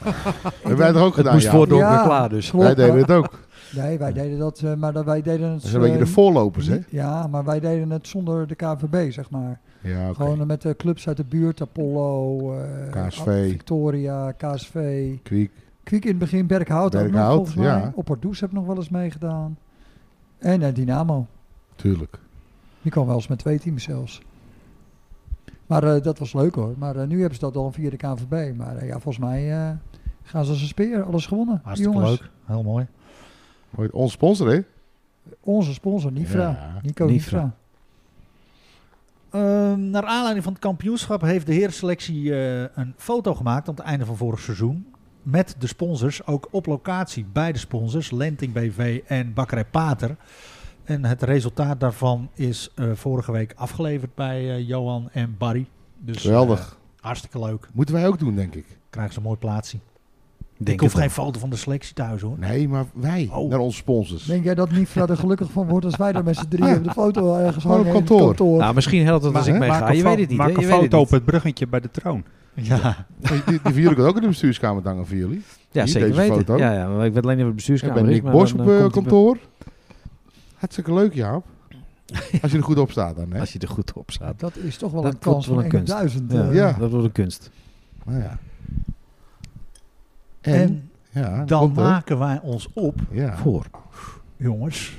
Hebben wij het ook
Het
gedaan,
moest
ja.
voor donker
Ja.
klaar dus.
Klopt,
Wij deden
maar-
het ook.
Nee, wij deden dat, eh, maar dat, wij deden het...
Dat zijn een beetje
eh,
de voorlopers, hè?
Ja, maar wij deden het zonder de KVB, zeg maar.
Ja, oké.
Gewoon eh, met de clubs uit de buurt, Apollo, eh,
KSV.
Victoria, KSV.
Kwiek.
Kwiek in het begin, Berkhout ook nog
Berkhout,
volgens mij.
ja.
Opperdoes heb nog wel eens meegedaan. En eh, Dynamo.
Tuurlijk.
Die kwam wel eens met twee teams zelfs. Maar eh, dat was leuk hoor. Maar eh, nu hebben ze dat al via de KNVB. Maar eh, ja, volgens mij eh, gaan ze als een speer. Alles gewonnen.
Hartstikke
jongens.
leuk. Heel mooi.
Mooi. Ons sponsor, hè?
Onze sponsor, Nifra.
Ja.
Nico
Nifra.
Nifra.
Ehm, naar aanleiding van het kampioenschap heeft de herenselectie eh, een foto gemaakt aan het einde van vorig seizoen. Met de sponsors, ook op locatie bij de sponsors, Lenting BV en Bakkerij Pater. En het resultaat daarvan is eh, vorige week afgeleverd bij eh, Johan en Barry. Dus,
Geweldig.
eh, hartstikke leuk.
Moeten wij ook doen, denk ik.
Krijgen ze een mooi plaatsje. Ik
Denk
hoef
het
geen
wel.
foto van de selectie thuis hoor.
Nee, maar wij.
Oh.
Naar onze sponsors.
Denk jij dat Nifra er gelukkig van wordt als wij daar met z'n drieën
Ja.
op de foto ergens
Gewoon
hangen?
op
in het
kantoor.
Nou, misschien helpt het als
Maar,
ik
hè,
mee ga. Je weet het niet. hè?
Maak
Je
een
weet het
foto op
niet.
het bruggetje bij de troon.
Ja.
Die, die van jullie komt ook in de bestuurskamer hangen voor jullie.
Ja,
Hier,
zeker
deze
weten.
foto.
Ja, ja, maar ik weet alleen niet wat het
Ik
bestuurskamer
ben
is,
Nick
maar
Bos
dan,
op
eh,
eh,
komt die-
kantoor. Hartstikke leuk, Jaap. Als je er goed op staat dan, hè?
Als je er goed op staat.
Nou, Dat is toch wel
Dat
een
klopt
kans
wel
van eh.
een kunst.
1000.
Ja,
Ja.
dat wordt een kunst.
Nou ja. En,
En
ja, dat
dan
klopt ook.
maken wij ons op,
Ja.
Voor.
jongens.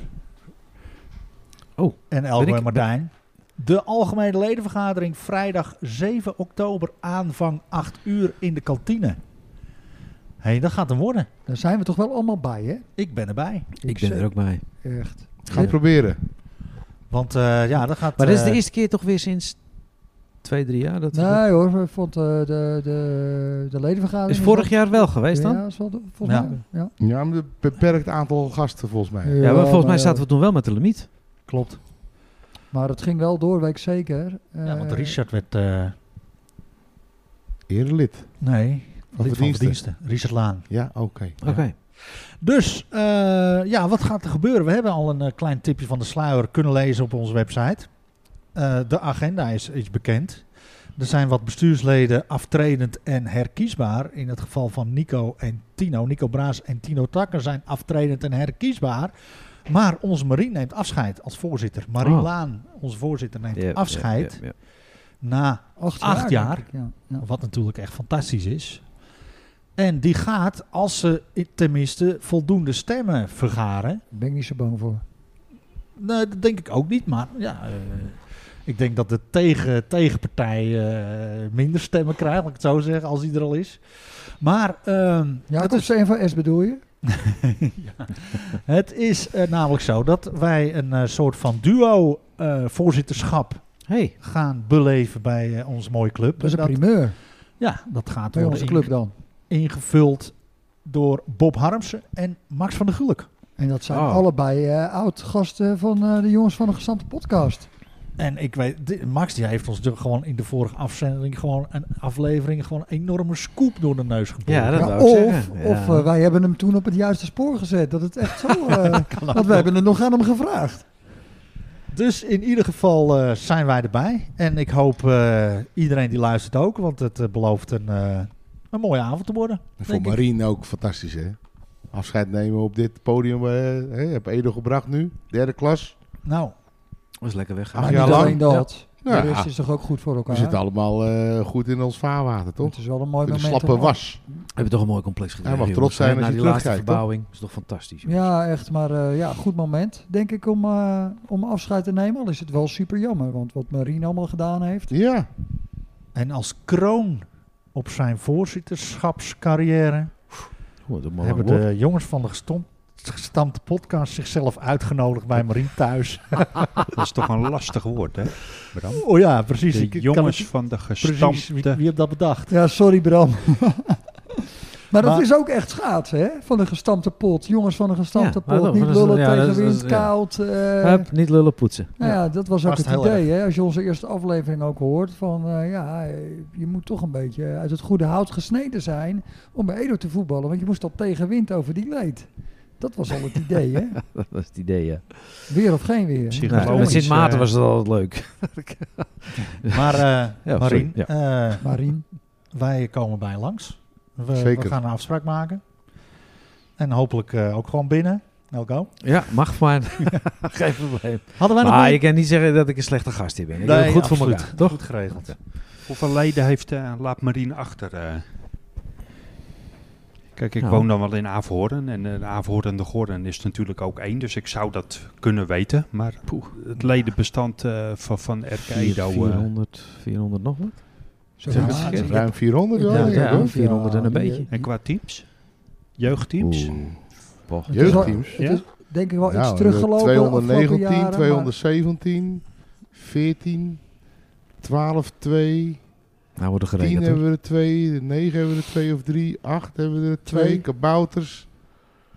Oh,
En Elko
ben ik-
en Martijn. De algemene ledenvergadering vrijdag 7 oktober aanvang 8 uur in de kantine. Hé, dat gaat hem worden.
Daar zijn we toch wel allemaal bij, hè?
Ik ben erbij.
Ik ben er ook bij.
Echt.
Ik ga het proberen.
Want eh, ja, dat gaat...
Maar dat is
eh,
de eerste keer toch weer sinds twee, drie jaar? Dat
Nee hoor, ik vond eh, de, de, de ledenvergadering...
is vorig jaar wel geweest dan?
Ja, is wel, volgens
Ja.
mij. wel, Ja.
Ja, maar een beperkt aantal gasten volgens mij.
Ja, maar volgens mij zaten we toen wel met de limiet.
Klopt.
eh, Maar het ging wel door, weet ik zeker.
Ja, want
Eh,
Richard werd... eh,
Eerder lid.
nee, van lid van
verdiensten.
verdiensten. Richard Laan.
Ja, oké.
Oké.
Dus, eh, ja, wat gaat er gebeuren? We hebben al een eh, klein tipje van de sluier kunnen lezen op onze website. Eh, de agenda is, is bekend. Er zijn wat bestuursleden aftredend en herkiesbaar. In het geval van Nico en Tino. Nico Braas en Tino Takker zijn aftredend en herkiesbaar. Maar onze Marie neemt afscheid als voorzitter. Marie
Oh.
Laan, onze voorzitter, neemt
Ja, ja,
afscheid.
ja, ja.
Na
acht,
acht jaar.
denk ik, Ja, ja.
wat natuurlijk echt fantastisch is. En die gaat, als ze i- tenminste voldoende stemmen vergaren.
Daar ben ik niet zo bang voor.
Nou, dat denk ik ook niet, maar ja. eh, ik denk dat de tegen, tegenpartij eh, minder stemmen krijgt, laat ik het zo zeggen, als die er al is. Maar ehm,
Ja,
het,
het is een van S bedoel je?
het is eh, namelijk zo dat wij een eh, soort van duo-voorzitterschap
Hey.
gaan beleven bij eh, onze mooie club.
Dat is een
En dat-
primeur
ja, dat gaat
bij
worden
onze club dan.
in- ingevuld door Bob Harmsen en Max van der Gulik.
En dat zijn
Oh.
allebei eh, oud-gasten van eh, de jongens van de gestampte podcast.
En ik weet, di- Max die heeft ons de- gewoon in de vorige afzending, gewoon een aflevering, gewoon een enorme scoop door de neus geboren.
Ja, dat
Ja,
wou ik
of
zeggen.
of
Ja.
eh, wij hebben hem toen op het juiste spoor gezet. Dat het
[laughs]
echt zo... eh want wij hebben het nog aan hem gevraagd.
Dus in ieder geval eh, zijn wij erbij. En ik hoop eh, iedereen die luistert ook, want het eh, belooft een, eh, een mooie avond te worden.
En voor
denk ik.
Marien ook fantastisch, hè? Afscheid nemen op dit podium. eh, hè, heb Edo gebracht nu. Derde klas.
Nou,
was lekker weg.
Ach,
Maar
ja,
Ah, niet
lang.
alleen dat.
Ja.
De rest is toch ook goed voor
Nou, We
elkaar?
zitten allemaal eh, goed in ons vaarwater, toch?
Het is wel een mooi
De
moment.
slappe
om-
was.
Hebben we toch een mooi complex gekregen.
mag
jongens,
trots zijn
hè?
als
Na
je
die laatste
terugkijkt, toch?
verbouwing. is toch fantastisch. joh.
Ja, echt. Maar eh, ja, goed moment, denk ik, om, eh, om afscheid te nemen. Al is het wel super jammer, want wat Marien allemaal gedaan heeft.
Ja.
en als kroon op zijn voorzitterschapscarrière
Oeh, dat mag
hebben
wel.
de jongens van de gestompt- gestampte podcast zichzelf uitgenodigd bij Marien thuis.
Dat is toch een [laughs] lastig woord, hè? Bram?
Oh ja, precies.
De
Ik- ik kan
jongens
het-
van de
precies. Wie,
gestampte...
wie heeft dat bedacht?
Ja, sorry Bram. [laughs] Maar dat
Maar-
is ook echt schaatsen, hè? Van een gestampte pot. Jongens van een gestampte
Ja, maar
pot.
dat-
Niet
dat is-
lullen
ja,
tegen
dat is-
wind,
ja.
koud. eh,
Hup, niet lullen poetsen. [laughs]
nou ja, dat was ook
Past
het
heel
idee, hè? Als je onze eerste aflevering ook hoort. Van eh, ja, eh, je moet toch een beetje uit het goede hout gesneden zijn. om bij Edo te voetballen. Want je moest al tegen wind over die leed. Dat was al het idee,
[laughs]
hè?
Dat is het idee, ja.
Weer of geen weer.
Nou,
Psychologisch,
met Sint Maarten
eh,
was het altijd leuk.
Maar eh
Ja,
Marien,
sorry,
eh,
Marien.
wij komen bij je langs. We, we
Zeker.
gaan een afspraak maken. En hopelijk eh, ook gewoon binnen. Nou, Elko.
Ja, [laughs] mag maar. Geen probleem.
Hadden wij nog
Maar
meer-
je kan niet zeggen dat ik een slechte gast hier ben. Ik ben
Nee,
goed voor
absoluut.
elkaar, toch?
Goed geregeld.
Hoeveel leden heeft eh, Laat Marien achter? eh? Kijk, ik
Nou.
woon dan wel in Averhoorn en eh Averhoorn de Goorn is natuurlijk ook één, dus ik zou dat kunnen weten. Maar het ledenbestand eh, van, van RK Edo... eh,
400, 400 nog wat?
Zo
Ja,
gaat
dat
het.
is-
Ruim 400 wel,
Ja,
denk ik,
ja,
hoor.
400 en een
Ja,
beetje.
eh, en qua teams? Jeugdteams?
Oeh,
Boah.
Het is wel-
Jeugdteams?
Het is denk ik wel
Nou,
iets teruggelopen. de afgelopen
219,
jaren, maar-
217, 14, 12, 2,
Nou wordt er
10
geregeld. hoor.
hebben we er 2, 9 hebben we er 2 of 3, 8 hebben we er 2,
Twee.
kabouters,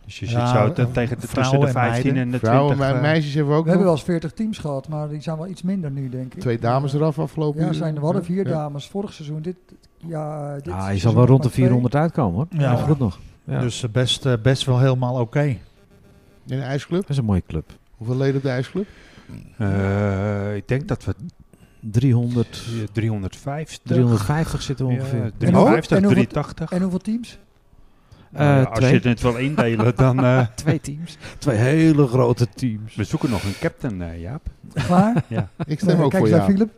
Dus je
Ja,
zit zo te-
eh,
tegen de, tussen
vrouwen
de
en
15 en
meiden.
de 20.
vrouwen, me-
eh,
meisjes hebben we ook
We hebben
nog.
wel eens 40 teams gehad, maar die zijn wel iets minder nu, denk ik.
Twee dames eraf afgelopen
Ja,
jaar.
zijn, we hadden vier
Ja.
dames vorig seizoen. Dit, ja, dit
Ah, je
seizoen
zal wel
nog
rond de
maar twee.
400 uitkomen hoor.
Ja.
Ja, goed nog. Ja.
Dus eh, best, eh, best wel helemaal oké.
In de ijsclub?
Dat is een mooie club.
Hoeveel leden op de
[laughs]
ijsclub?
eh, ik denk dat we
300,
350,
350 zitten we
ja,
ongeveer.
350,
En hoe-
380.
En hoeveel teams?
Nou ja, als
twee.
je het wil indelen, dan... eh,
Twee teams. Twee hele grote teams.
we zoeken nog een captain, eh, Jaap.
Maar,
Ik stem ook
kijk
voor
eens naar
jou.
Philip.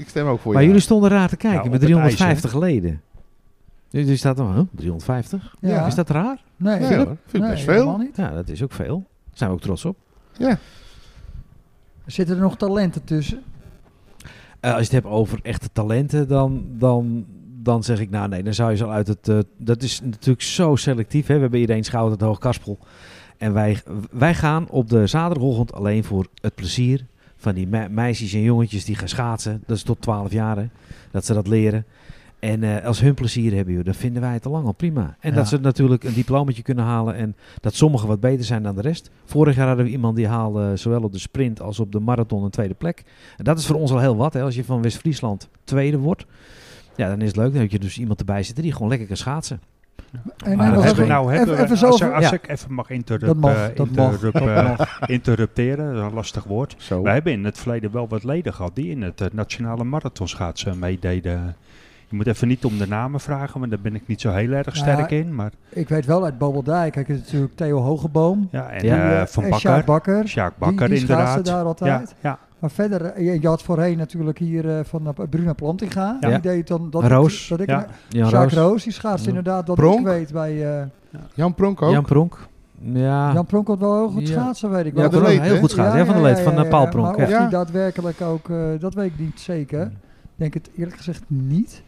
Ik stem ook voor
Maar
jou.
jullie stonden raar te kijken
Ja,
met
op het
350 leden. Dus jullie staat dan, huh, 350?
Ja.
Is dat raar?
Nee,
Nee,
Philip?
hoor, vind ik
Nee,
best
helemaal
veel.
niet.
Ja, dat is ook veel. Daar zijn we ook trots op.
Ja.
Zitten er nog talenten tussen?
Eh, als je het hebt over echte talenten, dan, dan, dan zeg ik nou nee, dan zou je zo uit het. eh, dat is natuurlijk zo selectief. Hè? We hebben iedereen schouder het Hoogkarspel. En wij, wij gaan op de zaterdagochtend alleen voor het plezier van die me- meisjes en jongetjes die gaan schaatsen. Dat is tot 12 jaar hè, dat ze dat leren. En eh, als hun plezier hebben, joh, dan vinden wij het al lang al prima. En dat
Ja.
ze natuurlijk een diplomaatje kunnen halen en dat sommigen wat beter zijn dan de rest. Vorig jaar hadden we iemand die haalde eh, zowel op de sprint als op de marathon een tweede plek. En dat is voor ons al heel wat. Hè. Als je van West-Friesland tweede wordt, ja, dan is het leuk. Dan heb je dus iemand erbij zitten die gewoon lekker kan schaatsen.
En
Maar dat
en we
hebben we
hebben-
nou hebben
even-
we-
even
als,
zo-
als
ja.
ik even mag interrup,
Dat mag,
eh,
dat mag,
interrup, eh, [laughs] interrupteren, dat is een lastig woord.
Zo.
Oh.
We hebben in het verleden wel wat leden gehad die in het eh, nationale marathonschaatsen meededen. Je moet even niet om de namen vragen, want daar ben ik niet zo heel erg
Nou ja,
sterk in. Maar,
Ik weet wel uit Bobbeldijk. Kijk, er is natuurlijk Theo Hogeboom.
ja, en
Ja.
eh,
die, eh,
Van
en Sjaak
Bakker.
Bakker.
Sjaak
Die-
Bakker,
die schaatsen
inderdaad.
daar
ja,
altijd.
ja,
Maar verder, eh, je, je had voorheen natuurlijk hier eh, van eh, Bruna Plantinga.
Ja.
Die deed dan dat
Roos,
Dat ik,
ja.
Jan
Sjaak
Roos,
Roos, die schaatst
Ja.
inderdaad dat
Pronk.
ik weet bij... eh,
Jan Pronk ook.
Jan Pronk. Ja,
Jan Pronk had wel heel goed
Ah. Ja.
schaatsen, weet ik
ja
wel.
kon ook
Leed,
heel
hè?
goed schaatsen. hè, van de leed, van de paalpronk.
Maar of
Ja.
ja.
die daadwerkelijk ook, eh, dat weet ik niet zeker. Ik denk het eerlijk gezegd niet.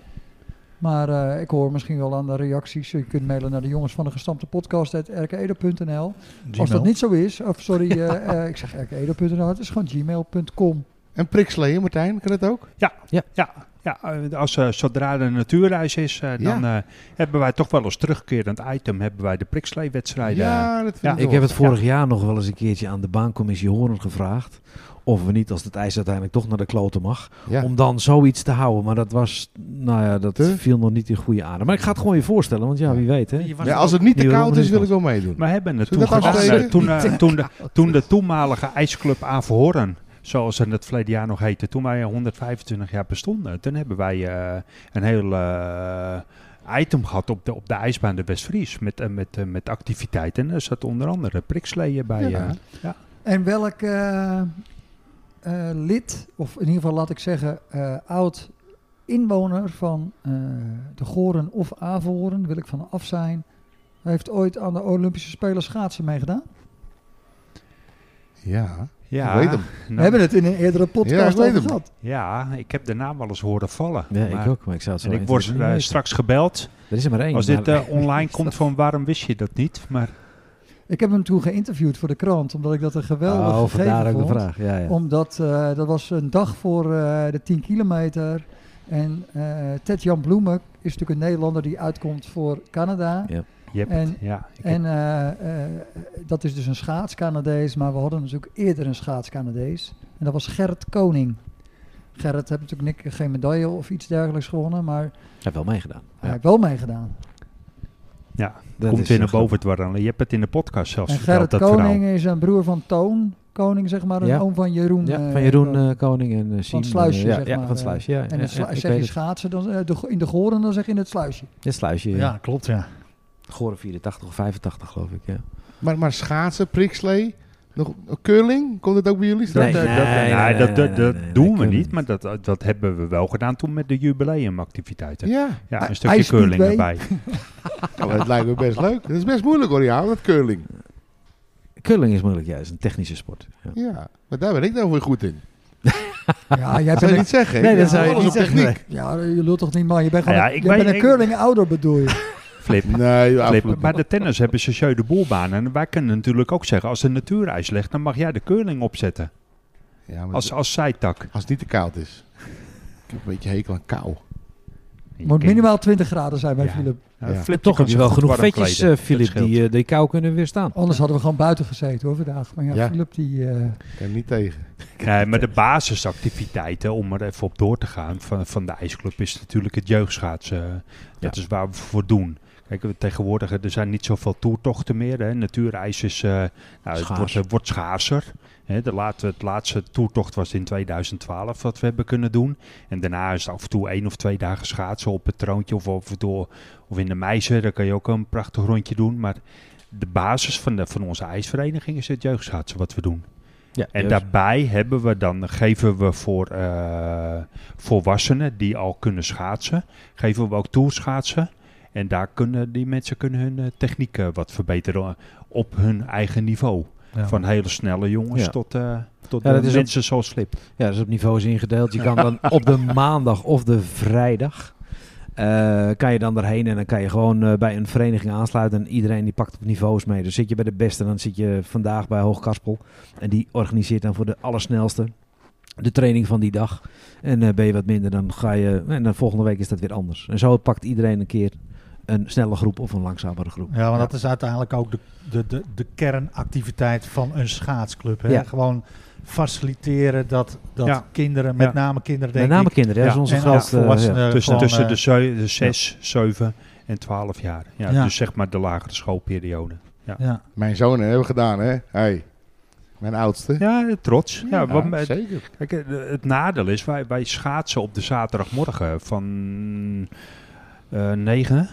Maar eh, ik hoor misschien wel aan de reacties. Je kunt mailen naar de jongens van de gestampte podcast at rkedo.nl. Als dat niet zo is, of
[laughs]
sorry, eh, eh, ik zeg rkedo.nl, het is gewoon gmail.com.
En priksleeën, Martijn, kan dat ook?
ja, eh, als, eh, zodra de natuurreis is, eh, dan eh, hebben wij toch wel als terugkerend item hebben wij de prikslee-wedstrijden.
Ja, dat vind
Ja.
ik
Ik
wel.
heb het vorig jaar nog wel eens een keertje aan de bancommissie Horen gevraagd. Of we niet, als het ijs uiteindelijk toch naar de kloten mag,
Ja.
om dan zoiets te houden. Maar dat was, nou ja, dat
Te?
viel nog niet in goede adem. Maar ik ga het gewoon je voorstellen, want ja, wie weet hè.
Je was
Ja, als het niet te
Die
koud is,
Romeinen
wil ik wel meedoen.
Maar hebben het toen
Zullen we dat
gedaan,
afspreken?
eh, toen, eh, toen, de, toen de toenmalige ijsclub Averhoorn, zoals het in het verleden jaar nog heette, toen wij eh, 125 jaar bestonden, toen hebben wij eh, een heel eh, item gehad op de, op de ijsbaan de Westfries met, eh, met, eh, met activiteiten. En daar zat onder andere priksleeën bij.
Ja.
eh.
En welk eh, eh, lid, of in ieder geval laat ik zeggen, eh, oud inwoner van eh, de Goren of Avoren, wil ik van af zijn, heeft ooit aan de Olympische Spelen schaatsen meegedaan?
Nou.
Ja,
ja,
ik weet hem.
nou,
We hebben het in een eerdere
Ja, ik
podcast
weet
over
hem.
gehad.
ja, ik heb de naam wel eens horen vallen.
Ja,
maar-
ik ook, maar ik zou het zo
En ik
even
word
niet
eh,
weten.
straks gebeld.
Er is er maar één.
Als dit
maar- [laughs]
eh, online komt, van waarom wist je dat niet? Maar
Ik heb hem toen geïnterviewd voor de krant, omdat ik dat een geweldig
Oh,
gegeven
vandaar ook
vond.
de vraag. Ja, ja.
Omdat eh, dat was een dag voor eh, de 10 kilometer. En eh, Ted-Jan Bloemen is natuurlijk een Nederlander die uitkomt voor Canada.
Je hebt
En-
het, ja, ik heb-
En eh, eh, dat is dus een schaats-Canadees, maar we hadden natuurlijk eerder een schaats-Canadees. En dat was Gerrit Koning. Gerrit heeft natuurlijk niks- geen medaille of iets dergelijks gewonnen, maar
Hij heeft wel meegedaan.
hij heeft wel meegedaan.
ja,
Dat
komt
is
weer
een
naar boven dwarrelen. Je hebt het in de podcast zelfs
en
verteld,
Gerrit
Nou, dat
Koning
verhaal.
is een broer van Toon Koning, zeg maar, een
Ja.
oom van Jeroen.
Ja,
eh,
van Jeroen
Koning.
eh, Koning en eh Siem, eh,
Sluisje,
ja,
zeg
ja,
maar,
van
eh,
Sluisje. Ja,
en
ja,
het slu-
ja, ik
zeg
weet
je
het.
schaatsen, dan, eh, de, go- in de goren, dan zeg je in het sluisje.
Het Sluisje, ja.
Ja, klopt ja.
Goren 84 of 85 geloof ik, ja.
Maar, maar schaatsen, prikslee, nog curling, komt het ook bij jullie?
Nee,
dat,
nee.
Nee,
nee,
dat, dat,
nee,
dat
nee, nee,
doen
nee,
we
kunnen
niet, maar dat, dat hebben we wel gedaan toen met de jubileumactiviteiten. Ja,
Ja,
een stukje
ijsspeedway.
curling erbij.
nou, dat lijkt me best leuk. Dat is best moeilijk hoor, ja, dat curling.
Curling is moeilijk, ja. Het is een technische sport. Ja.
Ja, maar daar ben ik nou weer goed in.
Ja,
Dat
jij
zou
bent
je
een,
niet zeggen.
Nee, dat
Ja,
zou je
alles
niet
op
zeggen,
techniek.
ja, je lult toch niet, man. Je bent gewoon
Ja,
een,
ik
je bent
weet-
een curling-ouder, bedoel je?
[laughs]
Flip.
Nee, ja,
Flip.
absoluut.
Bij de tennis hebben ze Sjeu de Boelbaan. En wij kunnen natuurlijk ook zeggen, als de natuurijs ligt, dan mag jij de curling opzetten.
Ja, maar
Als, als zijtak.
Als het niet te koud is. Ik heb een beetje hekel aan kou.
Moet minimaal 20 graden zijn bij
Ja.
Philip.
Nou,
Ja.
Flip,
Toch
kan
heb je
zich
wel
goed
genoeg
warm
vetjes,
kleden.
eh, Philip,
Dat scheelt.
die eh, de kou kunnen weerstaan.
Anders hadden we gewoon buiten gezeten hoor vandaag. Maar ja,
Ja.
Philip die... eh,
Ik kan er niet tegen.
Nee, maar de basisactiviteiten, om er even op door te gaan, van, van de ijsclub is natuurlijk het jeugdschaatsen. Eh, Dat is waar we voor doen. Kijk, we- tegenwoordig eh, er zijn niet zoveel toertochten meer. Hè. Natuurijs is, eh, nou, het
Schaars.
wordt, eh, wordt schaarser. Hè, de laatste, het laatste toertocht was in 2012 wat we hebben kunnen doen. En daarna is het af en toe één of twee dagen schaatsen op het troontje of, of, door, of in de Meijzer. Daar kan je ook een prachtig rondje doen. Maar de basis van, de, van onze ijsvereniging is het jeugdschaatsen wat we doen.
Ja, juist.
En daarbij hebben we dan, geven we voor eh, volwassenen die al kunnen schaatsen, geven we ook toerschaatsen. En daar kunnen die mensen kunnen hun eh, techniek eh, wat verbeteren op hun eigen niveau.
Ja.
Van hele snelle jongens
Ja.
tot, eh, tot
Ja,
de
dat is
mensen zoals Flip.
Ja, dat is op niveaus ingedeeld. Je kan
[laughs]
dan op de maandag of de vrijdag. eh, kan je dan erheen en dan kan je gewoon eh, bij een vereniging aansluiten. En iedereen die pakt op niveaus mee. Dus zit je bij de beste, dan zit je vandaag bij Hoogkaspel. En die organiseert dan voor de allersnelste de training van die dag. En eh, ben je wat minder, dan ga je. En dan volgende week is dat weer anders. En zo pakt iedereen een keer een snelle groep of een langzamere groep.
Ja, want dat is uiteindelijk ook de, de, de, de kernactiviteit van een schaatsclub. Hè?
Ja.
Gewoon faciliteren dat, dat
Ja.
kinderen, met
Ja.
name kinderen, denk
Met name
ik,
kinderen, hè, dat is onze
en ook
grootste. eh,
volwassenen,
ja.
Tussen,
gewoon,
tussen
eh,
de, zeu- de 6, 7 en 12 jaar. Ja,
Ja.
Dus zeg maar de lagere schoolperiode.
ja.
Mijn zoon hebben we gedaan, hè? Hey. Mijn oudste.
Ja, trots. Ja, want, eh,
zeker.
Kijk, eh, het nadeel is, wij, wij schaatsen op de zaterdagmorgen van eh 9.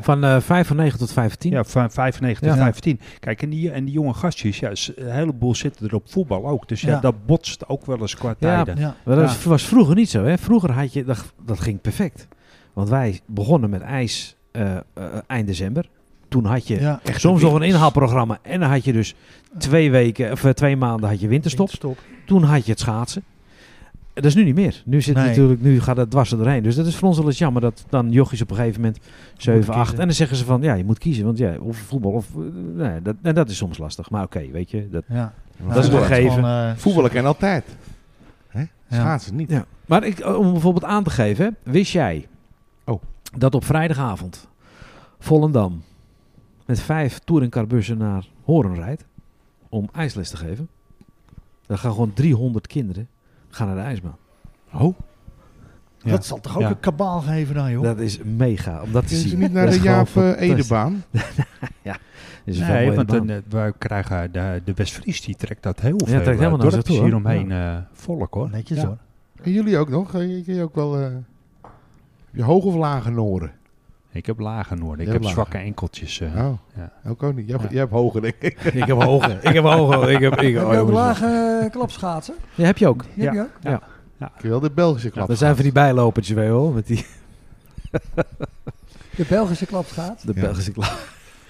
Van eh 5 van 9 tot 15.
Ja, van 95 tot
Ja.
15. Kijk, en die, en die jonge gastjes, ja, s- een heleboel zitten er op voetbal ook. Dus ja,
Ja.
dat botst ook wel eens qua tijden.
ja.
Maar dat was- was vroeger niet zo. Hè? Vroeger had je, dat, dat ging perfect. Want wij begonnen met ijs eh, eh, eind december. Toen had je
Ja.
soms nog een
winters.
inhaalprogramma. En dan had je dus twee, weken, of eh, twee maanden had je winterstop.
Stop.
Toen had je het schaatsen. Dat is nu niet meer. Nu, zit
Nee.
natuurlijk, nu gaat het dwars er doorheen. Dus dat is voor ons wel eens jammer dat dan jochies op een gegeven moment 7, 8.
kiezen.
En dan zeggen ze van ja, je moet kiezen. Want ja, of voetbal of. eh, nee, dat, en dat is soms lastig. Maar oké, weet je. Dat,
Ja.
Dat
is
Nou,
een
voetballen.
gegeven.
gewoon, eh,
Voetballen kan altijd. Hè? Schaatsen niet.
Ja. Maar ik, eh, om bijvoorbeeld aan te geven, hè, wist jij
Oh.
dat op vrijdagavond Volendam met vijf touringcarbussen naar Horen rijdt om ijsles te geven? Dan gaan gewoon 300 kinderen gaan naar de ijsbaan.
Oh.
Ja.
Dat zal toch ook
Ja.
een kabaal geven dan, joh?
Dat is mega, om dat te
Kunnen Oh. ze
zien.
niet naar
Dat
de
is gewoon
Jaap eh,
fantastisch.
Edebaan?
Dat is een
Nee,
mooie
want
baan.
dan, eh, wij krijgen de, de West-Fries, die trekt dat heel veel.
trekt
eh,
helemaal naar ze
dorpjes
toe, hoor.
hieromheen eh, volk hoor.
Netjes
Ja.
hoor.
En jullie ook nog? Eh, Je, je ook wel... eh, heb je hoog of lage noren?
Ik heb lage noorden, ik
Heel
heb
laag.
zwakke enkeltjes. eh.
Oh,
ja.
ook, ook niet. Jij,
Ja.
jij hebt hoge, denk ik.
Ik heb hoge, ik heb hoge, ik heb... Ik,
heb
oh,
je ook
jongens.
lage eh, klapschaatsen?
Ja, heb je ook.
Die heb je ook?
Ik wil de Belgische klap.
Dat zijn van die bijlopertjes weer hoor, met die
De Belgische klapschaats?
de
Ja.
Belgische kla-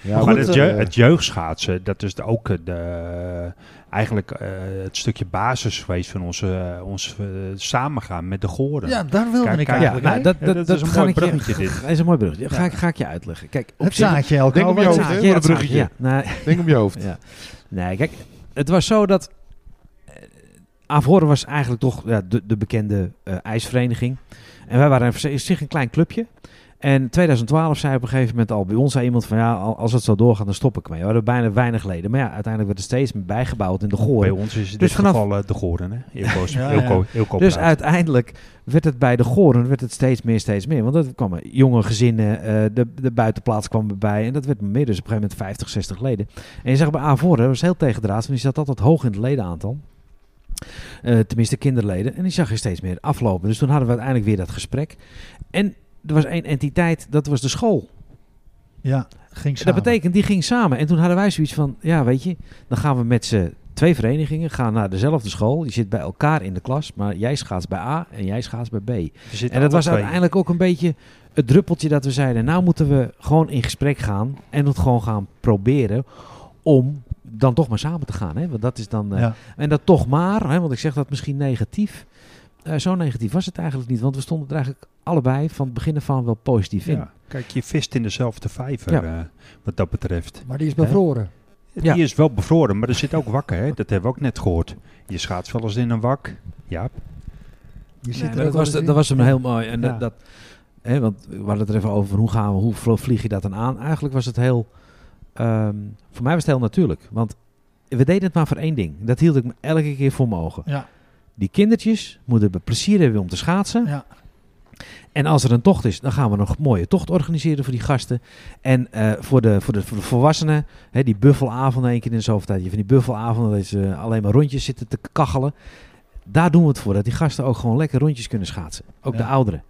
Ja,
Maar,
goed,
het,
eh,
je- het jeugdschaatsen, dat is de- ook eh, de, eigenlijk eh, het stukje basis geweest van onze, ons eh, samengaan met de goren.
Ja, daar wilde
Kijk,
ik
kijk,
eigenlijk.
nou,
heen.
dat,
Ja,
dat,
dat
dat
is een
ga
mooi
ik je-
bruggetje,
ga-
dit.
ga- is een mooi bruggetje. Ga, ik- ga ik je uitleggen. Kijk, op
het
zich-
zaadje elke
Denk
keer.
op je
Het
hoofd,
zaadje,
hè?
ja, Nou,
Voor een
het zaadje,
bruggetje.
ja. Nee,
Denk om je hoofd.
ja. nee, kijk, het was zo dat eh, Averhoorn was eigenlijk toch ja, de, de bekende eh, ijsvereniging. En wij waren voor zich een klein clubje. En 2012 zei op een gegeven moment al bij ons zei iemand van ja, al- als het zo doorgaat, dan stop ik mee. We hadden bijna weinig leden. Maar ja, uiteindelijk werd er steeds meer bijgebouwd in de
Bij
gooi.
ons is in
Dus
dit
vanaf-
geval eh, de Goren, hè? Ilko's,
Ja,
Ilko, Ilko
Dus
Bruins.
uiteindelijk werd het bij de Goren werd het steeds meer, steeds meer. Want dat kwam jonge gezinnen, eh, de, de buitenplaats kwam erbij. En dat werd meer, dus op een gegeven moment 50, 60 leden. En je zag bij Avoren, dat was heel tegendraads, want die zat altijd hoog in het ledenaantal. Eh, tenminste, kinderleden. En die zag je steeds meer aflopen. Dus toen hadden we uiteindelijk weer dat gesprek. En er was één entiteit, dat was de school.
Ja, ging
En dat
samen.
betekent, die ging samen. En toen hadden wij zoiets van, ja weet je, dan gaan we met z'n twee verenigingen, gaan naar dezelfde school. Je zit bij elkaar in de klas, maar jij schaats bij A en jij schaats bij B.
Er zitten
En dat
alle
was
twee.
uiteindelijk ook een beetje het druppeltje dat we zeiden, nou moeten we gewoon in gesprek gaan en het gewoon gaan proberen om dan toch maar samen te gaan. Hè? Want dat is dan, eh,
Ja.
en dat toch maar, hè, want ik zeg dat misschien negatief. Eh, zo negatief was het eigenlijk niet, want we stonden er eigenlijk allebei van het begin af aan wel positief in.
Ja. Kijk, je vist in dezelfde vijver,
Ja.
eh, wat dat betreft.
Maar die is bevroren.
Ja.
Die is wel bevroren, maar er zit ook wakker, hè? Dat hebben we ook net gehoord. Je schaats wel eens in een wak. Ja,
Je zit
Ja,
er
maar dat,
ook
was,
wel eens
dat was hem heel mooi. En
Ja.
dat, dat, hè, want we hadden het er even over hoe gaan we, hoe vlo- vlieg je dat dan aan? Eigenlijk was het heel, ehm, voor mij was het heel natuurlijk. Want we deden het maar voor één ding. Dat hield ik me elke keer voor mijn ogen.
Ja.
Die kindertjes moeten be- plezier hebben om te schaatsen.
Ja.
En als er een tocht is, dan gaan we nog een mooie tocht organiseren voor die gasten. En eh, voor, de, voor, de, voor de volwassenen, hè, die buffelavonden één keer in de zoveel tijd. Je van die buffelavonden dat ze alleen maar rondjes zitten te kachelen. Daar doen we het voor, dat die gasten ook gewoon lekker rondjes kunnen schaatsen. Ook de
Ja.
ouderen.